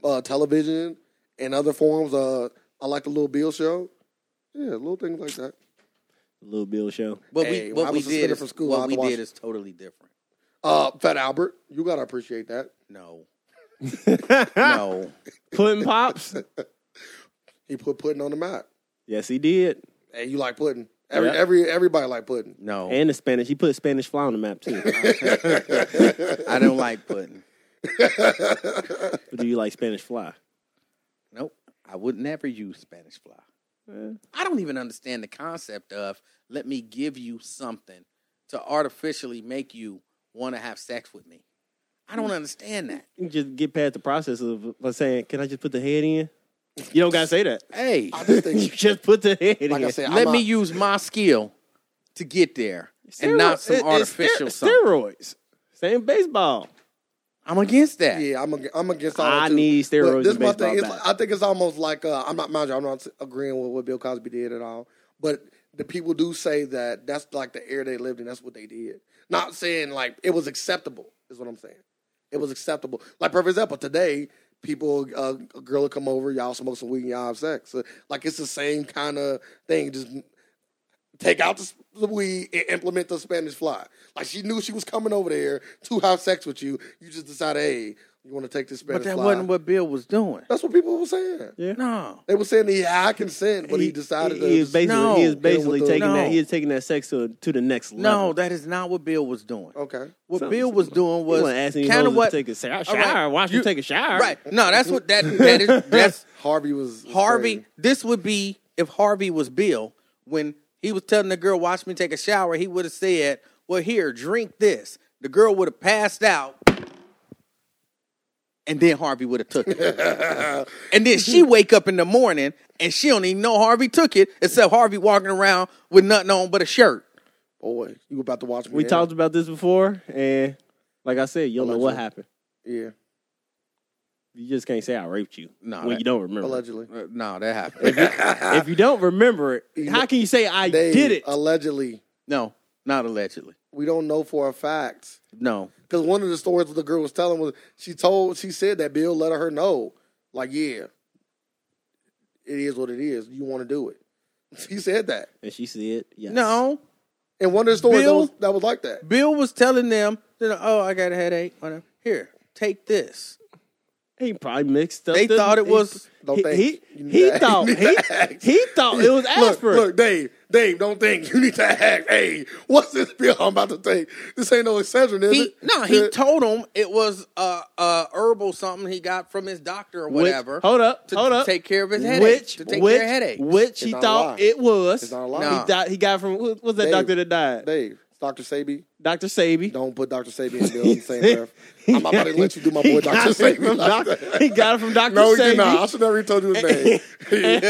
S2: uh, television and other forms. Uh, I like the Little Bill show. Yeah, little things like that.
S1: Little Bill show.
S3: But
S2: Hey,
S3: we,
S2: when I
S3: what we
S2: was suspended
S3: did is,
S2: from school, I
S3: what
S2: had
S3: we
S2: to watch-
S3: did is totally different.
S2: Uh, Fat Albert, you gotta appreciate that.
S3: No, no,
S1: Pudding pops.
S2: He put pudding on the map.
S1: Yes, he did.
S2: And you like pudding. Every
S1: Yeah.
S2: every everybody like pudding.
S3: no.
S1: And the Spanish. He put Spanish fly on the map too.
S3: I don't like pudding.
S1: Do you like Spanish fly?
S3: Nope. I would never use Spanish fly.
S1: Eh.
S3: I don't even understand the concept of let me give you something to artificially make you want to have sex with me. I don't understand that.
S1: You just get past the process of like, saying, "Can I just put the head in?" You don't gotta say that.
S3: Hey,
S2: I just
S1: You
S2: think
S1: just put the head in.
S2: like I said,
S3: let
S2: I'm
S3: me
S2: a-
S3: use my skill to get there and
S1: Steroid-
S3: not some
S1: it- it's
S3: artificial
S1: ster-
S3: something.
S1: steroids. Same baseball.
S3: I'm against that.
S2: Yeah, I'm ag- I'm against all
S1: I
S2: that too.
S1: need
S2: But
S1: steroids
S2: This
S1: in
S2: my
S1: baseball
S2: thing. It's
S1: bat.
S2: like- I think it's almost like uh, I'm not mind you. I'm not agreeing with what Bill Cosby did at all. But the people do say that that's like the era they lived in. That's what they did. Not saying like it was acceptable is what I'm saying. It was acceptable. Like for example, today people uh, a girl will come over, y'all smoke some weed, and y'all have sex. So, like it's the same kind of thing. Just take out the, s- the weed and implement the Spanish fly. Like she knew she was coming over there to have sex with you. You just decided, hey, you want to take this Spanish
S3: but that
S2: fly.
S3: wasn't what Bill was doing.
S2: That's what people were saying.
S1: Yeah.
S3: No.
S2: They were saying, yeah, I consent, but he, decided
S1: he,
S2: to.
S1: he is basically
S3: No.
S1: he is basically
S2: Hit him with the-
S1: taking that
S3: No.
S1: he is taking that sex to to the next level.
S3: No, that is not what Bill was doing.
S2: okay.
S3: What
S1: Some-
S3: Bill was doing
S1: He
S3: was
S1: wasn't asking you
S3: kind of
S1: hoes
S3: what
S1: to take a shower.
S3: All right.
S1: Watch you take a shower.
S3: Right. No, that's what that that is that's
S2: Harvey was. was
S3: Harvey.
S2: saying-
S3: This would be if Harvey was Bill when he was telling the girl, "Watch me take a shower." He would have said, "Well, here, drink this." The girl would have passed out, and then Harvey would have took it. and then she wake up in the morning and she don't even know Harvey took it, except Harvey walking around with nothing on but a shirt.
S2: Boy, you about to watch me.
S1: We
S2: now.
S1: talked about this before, and like I said, you don't know what
S2: Allegedly.
S1: happened.
S2: Yeah,
S1: You just can't say I raped you
S3: No,
S1: when
S3: that-
S1: you don't remember.
S2: allegedly.
S3: Uh, no, that happened.
S1: If you don't remember it, how can you say I
S2: They uh,
S1: did it?
S2: Allegedly.
S3: no, not allegedly.
S2: We don't know for a fact.
S3: No,
S2: Because one of the stories that the girl was telling was she told she said that Bill let her know, like, yeah, it is what it is. You want to do it. She said that,
S1: and she said, "Yes."
S3: no.
S2: and one of the stories that
S3: Bill-
S2: was, that was like that.
S3: Bill was telling them, that, "Oh, I got a headache. Whatever. Here, take this."
S1: he probably mixed up.
S3: They
S1: the-
S3: thought it
S1: he-
S3: was-
S2: Don't
S1: He
S2: think.
S1: he,
S2: You need
S1: he
S2: to ask.
S1: thought
S2: You
S1: he,
S2: need to ask.
S1: he thought it was
S2: Look,
S1: aspirin.
S2: look, Dave, Dave, don't think you need to act. Hey, what's this bill I'm about to take? This ain't no exception, is
S3: He
S2: it?
S3: no, he
S2: Yeah.
S3: told him it was a, a herbal something he got from his doctor or
S1: Which-
S3: whatever.
S1: hold up,
S3: to
S1: hold up.
S3: take care of his headache.
S1: which
S3: to take
S1: which
S3: care of headache.
S1: which he
S2: not a lie.
S1: thought it was.
S2: It's not a lie.
S3: No.
S1: He, died, he got from who was that
S2: Dave.
S1: doctor that died?
S2: Dave, Doctor Sabi,
S1: Doctor Sabi.
S2: don't put Doctor Sabi in the bill in the same breath. I'm about to let you do my boy
S1: He got
S2: Doctor
S1: it
S2: Sabi.
S1: from
S2: like
S1: doc-
S2: that.
S1: He got it from Doctor
S2: No, he
S1: Sabi.
S2: did not. I should never have told you his name.
S1: and,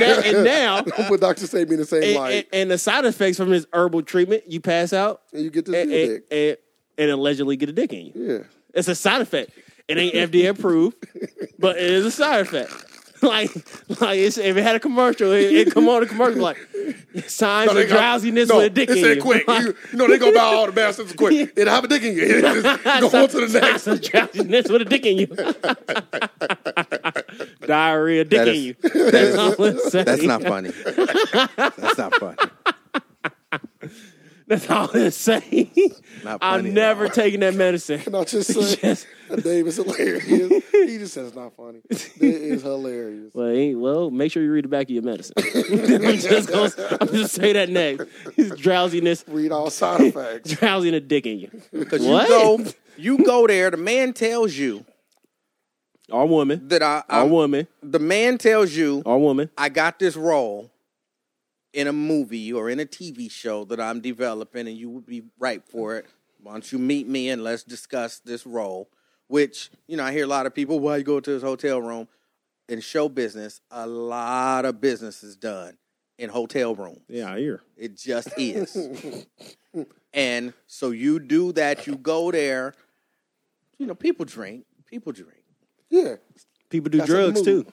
S1: now, and now,
S2: Don't put Doctor Sabi in the same
S1: and,
S2: light.
S1: and- and the side effects from his herbal treatment, you pass out
S2: and you get this
S1: and,
S2: new
S1: and,
S2: dick.
S1: and, and allegedly get a dick in you.
S2: yeah.
S1: It's a side effect. It ain't FDA approved, but it is a side effect. Like, like it's, if it had a commercial, it, it come on a commercial like signs
S2: Oh, they
S1: of
S2: go-
S1: drowsiness
S2: no,
S1: with a dick
S2: it
S1: in
S2: said
S1: you.
S2: quick. you, you know, they go buy all the bad stuff quick. It have a dick in you. go on to the next.
S1: Signs of drowsiness with a dick in you. Diarrhea, dick
S3: That
S1: in
S3: is-
S1: you.
S3: that
S1: That's
S3: is-
S1: all it say.
S3: That's not funny. That's not funny.
S1: That's all it say.
S3: Not
S1: I've
S3: funny at
S1: never
S3: all.
S1: taken that medicine.
S2: Can I just say
S1: Yes.
S2: that Dave is hilarious? He just says it's not funny. It is hilarious.
S1: Well, hey, well, make sure you read the back of your medicine. I'm just gonna, I'm just say that next. It's drowsiness,
S2: Read all side effects.
S1: drowsing a dick in you,
S3: Because you
S1: What?
S3: go, you go there. The man tells you
S1: or woman,
S3: that I.
S1: or
S3: I
S1: woman,
S3: the man tells you
S1: or woman.
S3: I got this role in a movie or in a TV show that I'm developing, and you would be right for it. Why don't you meet me and let's discuss this role? Which, you know, I hear a lot of people, why you go to this hotel room? In show business, a lot of business is done in hotel rooms.
S1: Yeah, I hear.
S3: It just is. and so you do that, you go there, you know, people drink, people drink.
S2: Yeah.
S1: People do
S2: That's a
S1: drugs
S2: move.
S1: too.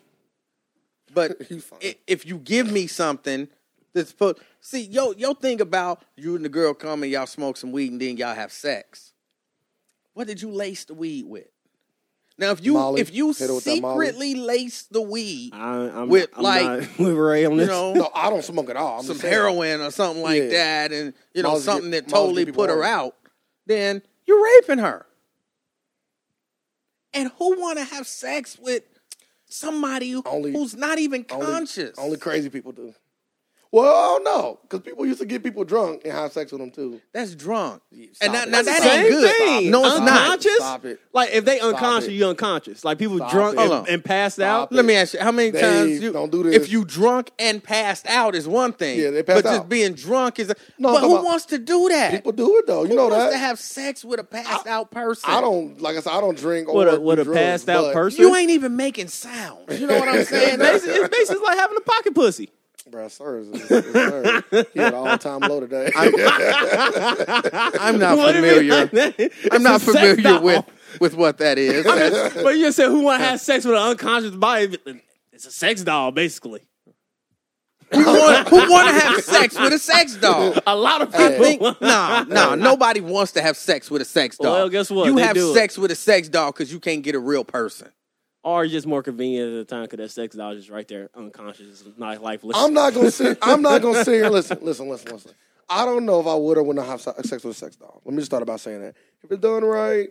S3: But
S2: You fine.
S3: i- if you give me something that's put, see, yo, yo, think about you and the girl come and y'all smoke some weed and then y'all have sex. What did you lace the weed with? Now, if you
S2: Molly,
S3: if you
S2: hit it with that Molly.
S3: secretly lace the weed,
S1: I, I'm,
S3: With,
S1: I'm
S3: like,
S1: not with Ray on
S3: you
S1: this.
S3: know,
S2: No, I don't smoke at all. I'm
S3: some
S2: just saying.
S3: heroin or something like
S2: Yeah.
S3: that, and you know
S2: Miles get-
S3: something that
S2: Miles get
S3: totally
S2: people
S3: put her
S2: hard.
S3: out, then you're raping her. And who want to have sex with somebody who-
S2: Only-
S3: who's not even
S2: Only-
S3: conscious?
S2: Only crazy people do. Well, no, because people used to get people drunk and have sex with them too.
S3: That's drunk.
S2: stop
S3: and now,
S2: it.
S3: now
S2: That's
S3: that
S2: the
S3: ain't
S2: same
S3: good.
S1: thing.
S3: No, it's not.
S1: Unconscious?
S2: Stop it.
S1: Like if they
S2: Stop
S1: unconscious,
S2: it.
S1: you unconscious. Like people
S2: Stop
S1: drunk
S2: it.
S1: and,
S3: Hold on.
S1: and passed out.
S2: Stop
S3: Let me ask you, how many
S2: Dave,
S3: times you
S2: don't do this.
S3: if you drunk and passed out is one thing.
S2: Yeah, they passed
S3: but just
S2: out.
S3: being drunk is a,
S2: No, I'm
S3: But
S2: talking
S3: who
S2: about-
S3: wants to do that?
S2: People do it though. You
S3: who
S2: know
S3: wants
S2: that.
S3: to have sex with a passed out person?
S2: I don't like I said. I don't drink or
S1: With a
S2: do
S1: with a
S2: drugs,
S1: passed out
S2: but-
S1: person.
S3: You ain't even making sounds. You know what I'm saying?
S1: It's basically, it's basically like having a pocket pussy.
S2: Bro, sir, is- sir. he had all time low today.
S3: I'm not
S1: What do you mean
S3: familiar.
S1: like that?
S3: I'm not
S1: It's a sex
S3: familiar
S1: doll.
S3: with with what that is. That's-
S1: but you said who want to have sex with an unconscious body? It's a sex doll, basically.
S3: who want to have sex with a sex doll?
S1: A lot of
S3: I
S1: people.
S3: think nah, nah. Nobody wants to have sex with a sex doll.
S1: Well, guess what?
S3: You
S1: They
S3: have
S1: do it.
S3: sex with a sex doll because you can't get a real person.
S1: or it's just more convenient at the time because that sex doll is just right there, unconscious, it's not lifeless.
S2: I'm not gonna sit. I'm not gonna sit here. Listen, listen, listen, listen. I don't know if I would or would not have se- sex with a sex doll. Let me just start about saying that. If it's done right,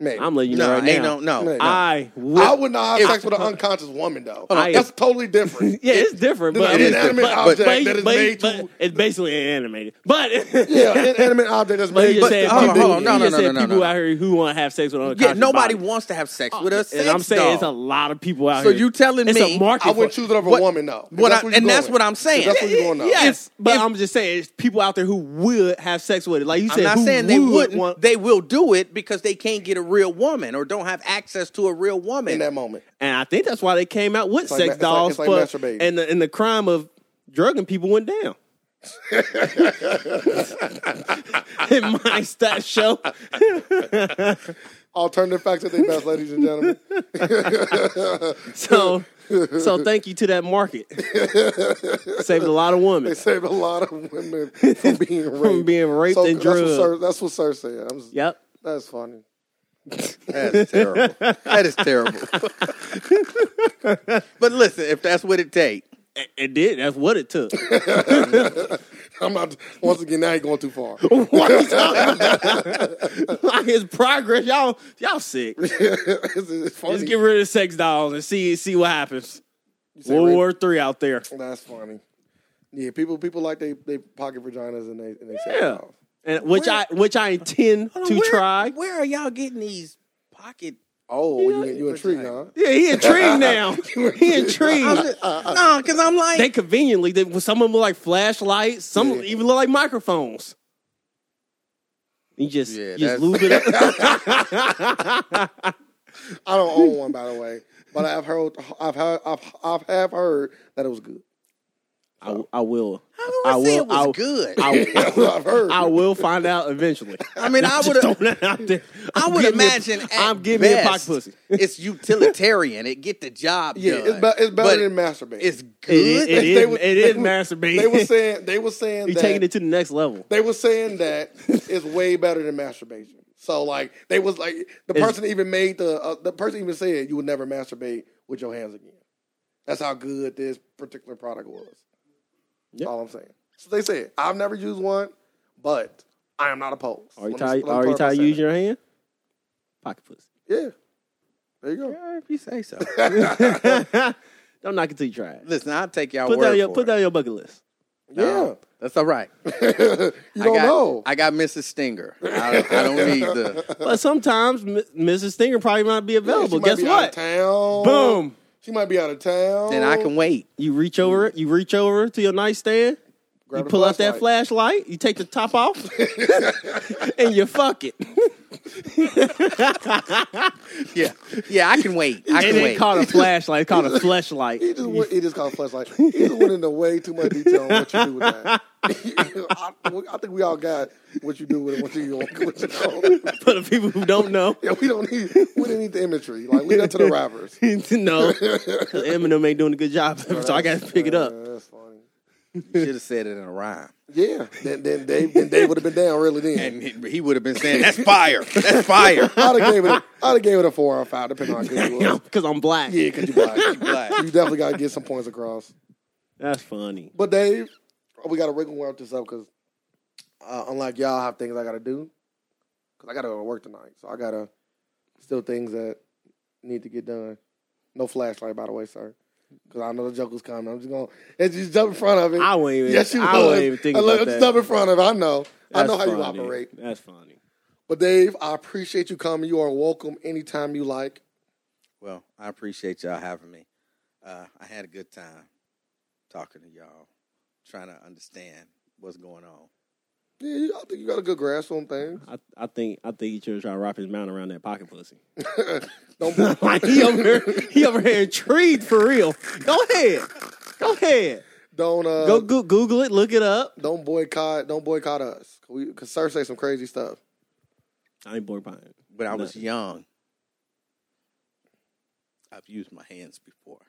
S2: maybe.
S1: I'm letting you know
S3: No,
S1: right
S3: ain't
S1: now.
S3: no, no.
S2: Man.
S1: I would.
S2: I would not have sex with an unconscious woman though.
S1: I-
S2: That's totally different.
S1: yeah, it's different, but,
S2: an
S1: I mean,
S2: inanimate
S1: but-
S2: object
S1: but-
S2: that is
S1: but-
S2: made
S1: but
S2: to-
S1: it's basically animated. But
S2: Yeah, an inanimate object that's
S1: But
S2: made.
S1: you
S2: But,
S1: just said
S3: hold on,
S1: people,
S3: hold on. No,
S1: you
S3: no,
S1: just
S3: no,
S1: said
S3: no, no,
S1: people
S3: no.
S1: out here who want to have sex with unconscious
S3: Yeah, nobody
S1: body. Oh,
S3: wants to have sex with a sex
S1: And I'm saying
S3: doll.
S1: it's a lot of people out
S3: So
S1: here.
S3: you telling
S1: it's
S3: me
S1: a market
S2: I would
S1: for-
S2: choose it over
S3: What-
S2: a woman though.
S3: what I-
S2: where you
S3: and that's
S2: going.
S3: what I'm saying.
S2: That's where you're going now.
S1: Yes, but
S3: If-
S1: I'm just saying it's people out there who would have sex with it. Like you
S3: I'm
S1: said,
S3: not
S1: who
S3: saying they
S1: would
S3: wouldn't.
S1: want-
S3: They will do it because they can't get a real woman or don't have access to a real woman.
S2: In that moment,
S1: and I think that's why they came out with
S2: like ma-
S1: sex
S2: it's like-
S1: dolls.
S2: it's like
S1: for,
S2: masturbating.
S1: and the, and the crime of drugging people went down. it might stop show.
S2: alternative facts at their best, ladies and gentlemen.
S1: So, so thank you to that market. Saved a lot of
S2: They
S1: women.
S2: saved a lot of women from being raped.
S1: being raped and
S2: that's what
S1: drugged.
S2: Sir- That's what Sir said. I'm just-
S1: Yep.
S2: That's funny.
S3: That's terrible. that is terrible. but listen, if that's what it takes,
S1: It- It did. That's what it took.
S2: I'm not. Once again, now you're going too far.
S1: What are you talking about? like his progress, y'all, y'all sick.
S2: it's, it's funny.
S1: Let's get rid of sex dolls and see see what happens. World
S2: rape?
S1: War Three out there.
S2: That's funny. Yeah, people people like they they pocket vaginas and they and they say
S1: Yeah, and which I which I intend
S3: Hold on,
S1: to
S3: where-
S1: try.
S3: Where are y'all getting these pocket?
S2: Oh, you you intrigued, huh?
S1: Yeah, he intrigued now. he intrigued.
S3: no, because I'm like,
S1: They conveniently, they, some of them look like flashlights. Some
S2: Yeah.
S1: even look like microphones. You just,
S3: Yeah,
S1: you just
S3: that's-
S1: lube it up.
S2: I don't own one, by the way, but I've heard I've heard I've, I've have heard that it was good.
S1: I, I will.
S3: how
S1: I
S3: I, I say
S1: will-
S3: it was
S1: I-
S3: good. I,
S1: I,
S2: I've heard.
S1: I will find out eventually.
S3: mean, I would
S1: Throwing
S3: have.
S1: that out there.
S3: I
S1: I'm
S3: would
S1: giving you-
S3: imagine. at
S1: I'm giving you a pocket
S3: best,
S1: pussy.
S3: it's utilitarian. It get the job
S2: yeah,
S3: done.
S2: it's, be, it's better
S3: but
S2: than masturbating.
S3: It's
S1: It, it,
S3: good.
S1: it,
S2: They
S1: is, it
S2: would- they
S1: is
S2: would-
S1: masturbating.
S2: they were saying they were saying
S1: You're
S2: that
S1: taking it to the next level.
S2: they were saying that it's way better than masturbation. So like they was like the
S1: It's-
S2: person even made the uh, the person even said you would never masturbate with your hands again. That's how good this particular product was. That's
S1: Yep.
S2: all I'm saying. So they said I've never used one, but I am not opposed.
S1: Are you
S2: Let
S1: tired? Are
S2: me- let me
S1: you
S2: clarify
S1: tired
S2: that.
S1: using your hand? Pocket pussy.
S2: Yeah. There you go.
S3: If you say so.
S1: Don't knock it till you try it.
S3: Listen, I'll take y'all
S1: Put
S3: word
S1: down your
S3: for
S1: put
S3: it.
S1: down your bucket list.
S2: Yeah.
S3: That's all right.
S2: You
S3: I
S2: don't
S3: got,
S2: know.
S3: I got Mrs. Stinger. I, I don't need the.
S1: But sometimes M- Mrs. Stinger probably might be
S2: Yeah, she
S1: available.
S2: might
S1: Guess
S2: be
S1: what?
S2: Out of town.
S1: Boom.
S2: She might be out of town.
S3: Then I can wait.
S1: You reach over. You reach over to your nightstand.
S2: Grab
S1: you
S2: the
S1: pull out that flashlight. You take the top off, and you fuck it.
S3: Yeah, yeah, I can wait. I
S1: It
S3: can
S1: ain't
S3: wait.
S1: called a flashlight. It's called a flashlight.
S2: He just went, he just called flashlight. He just went into way too much detail on what you do with that. I, I think we all got what you do with it. What you what you don't.
S1: For the people who don't know,
S2: Yeah, we don't need we didn't need the imagery. Like leave that to the rappers.
S1: no, Eminem ain't doing a good job, so I got to pick it up.
S2: Yeah, that's funny.
S3: You should have said it in a rhyme.
S2: Yeah, then then they then they would have been down really then.
S3: And he- he would have been saying, That's fire. That's fire.
S2: I'd have gave it. A, I'd have gave it a four or five, depending on how good you was.
S1: because I'm black.
S2: Yeah, because you black.
S3: Black.
S2: You definitely got to get some points across.
S1: That's funny.
S2: But Dave, oh, we got to wriggle and wrap this up because uh, unlike y'all, I have things I got to do because I got to go to work tonight, so I got to still things that need to get done. No flashlight, by the way, sir, because I know the joke was coming. I'm just gonna it's just jump in front of it.
S1: I wouldn't even.
S2: yes, you
S1: I
S2: was.
S1: wouldn't even think
S2: I
S1: about
S2: look-
S1: that.
S2: Jump in front of it. I know. I know how
S1: That's
S2: you
S1: funny.
S2: operate.
S1: That's funny.
S2: But Dave, I appreciate you coming. You are welcome anytime you like.
S3: Well, I appreciate y'all having me. Uh, I had a good time talking to y'all, trying to understand what's going on.
S2: Yeah, you- I think you got a good grasp on things.
S1: I, I think I think he should try to wrap his mouth around that pocket pussy.
S2: Don't
S1: like he over here, he over here intrigued for real. Go ahead, go ahead.
S2: don't uh,
S1: Go go- Google it, look it up.
S2: don't boycott don't boycott us. We, Cause sir say some crazy stuff.
S1: I ain't bored by it.
S3: When I was
S1: Nothing.
S3: young, I've used my hands before.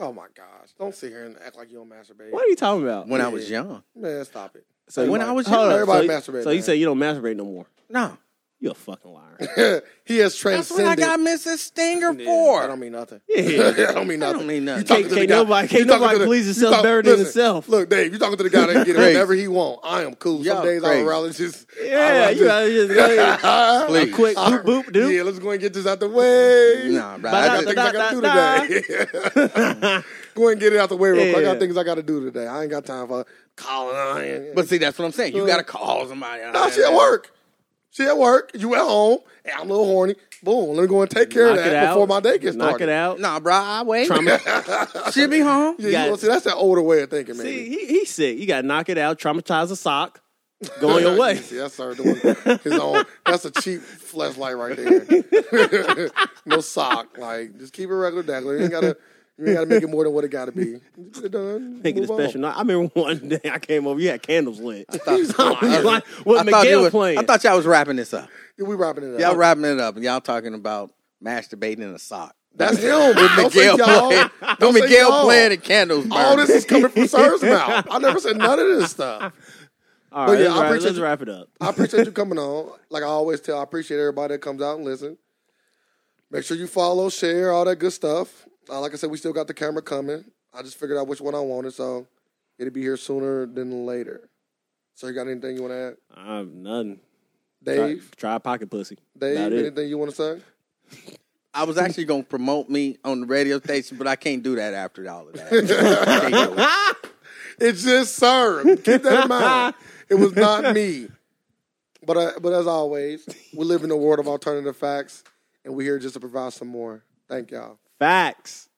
S2: Oh my gosh! Don't sit here and act like you don't masturbate.
S1: What are you talking about?
S3: When I was young,
S2: Man, stop it.
S1: So you
S3: when
S1: like-
S3: I was
S1: hold
S3: young,
S1: up,
S2: everybody
S1: so, you-
S2: masturbate,
S1: So you
S2: man.
S1: say you don't masturbate no more?
S3: no.
S1: You a fucking liar.
S2: he has
S3: That's what I
S2: transcended.
S3: got Mrs. Stinger
S2: Yeah,
S3: for.
S2: I don't mean nothing.
S1: Yeah.
S2: I don't mean
S3: I
S2: nothing.
S3: don't mean nothing.
S2: You talking
S1: Can't-
S2: to the
S1: can't
S2: guy-
S1: nobody- can't
S2: you talking
S1: nobody
S2: to the-
S1: please
S2: you
S1: himself
S2: talk-
S1: better than
S2: listen,
S1: himself.
S2: Look, Dave, you talking to the guy that can get it
S3: Crazy.
S2: whenever he want. I am cool. Some
S3: Yo,
S2: days
S3: crazy.
S2: I'll rather just
S1: yeah, you out here just like, a
S3: Please.
S1: quick boop boop
S2: Yeah,
S1: doop.
S2: let's go and get this out the way.
S3: Nah, bro.
S2: I
S3: I
S1: Ba-da-da-da.
S2: got
S3: just-
S2: things I gotta do today. go and get it out the way real quick. I
S1: Yeah.
S2: got things I gotta do today. I ain't got time for calling. I ain't-
S3: But see, that's what I'm saying. You got to call somebody.
S2: No, she at work. She at work. You at home. Hey, I'm a little horny. Boom. Let me go and take care
S1: Knock
S2: of
S1: it
S2: that
S1: out.
S2: before my day gets
S1: Knock it
S2: started.
S1: out.
S3: Nah, bro. I wait.
S1: Trauma.
S3: She'll be home.
S2: Yeah, you
S1: Got
S2: know,
S1: it.
S2: see, that's that older way of thinking, man.
S1: See, he, he's sick. You got to knock it out. Traumatize a sock.
S2: Oh,
S1: Go on your way.
S2: yes, sir. Doing his own. That's a cheap flashlight right there. no sock. Like, just keep it regular, regular. You ain't gotta. You ain't gotta make it more than what it gotta be. Get it done.
S1: Making it
S2: move on.
S1: special. night. I remember one day I came over. You had candles lit. I
S3: thought-
S1: was like,
S3: I
S1: what
S3: thought, it
S1: Miguel
S3: was-
S1: playing? Oh.
S3: I thought y'all was wrapping this up.
S2: Yeah, we wrapping it up.
S3: Y'all wrapping it up. and Y'all talking about masturbating in a sock.
S2: That's him. With
S3: Miguel playing. do
S2: Don't say
S3: Miguel
S2: y'all.
S3: playing the candles.
S2: All
S3: burning.
S2: this is coming from Sir's mouth. I never said none of this stuff.
S1: All
S2: But
S1: right,
S2: yeah,
S1: let's,
S2: I
S1: wrap,
S2: appreciate
S1: let's
S2: you-
S1: wrap it up.
S2: I appreciate you coming on. Like I always tell, I appreciate everybody that comes out and listen. Make sure you follow, share, all that good stuff. Uh, like I said, we still got the camera coming. I just figured out which one I wanted, so it'll be here sooner than later. So you got anything you want to add,
S1: I'm nothing. Try,
S2: Dave?
S1: try pocket pussy.
S2: Dave,
S1: About it.
S2: anything you want to say?
S3: I was actually gonna promote me on the radio station, but I can't do that after all of that. I can't do it.
S2: It's just sir. Keep that in mind. It was not me. But uh, but as always, we live in a world of alternative facts, and we're here just to provide some more. Thank y'all.
S1: Facts.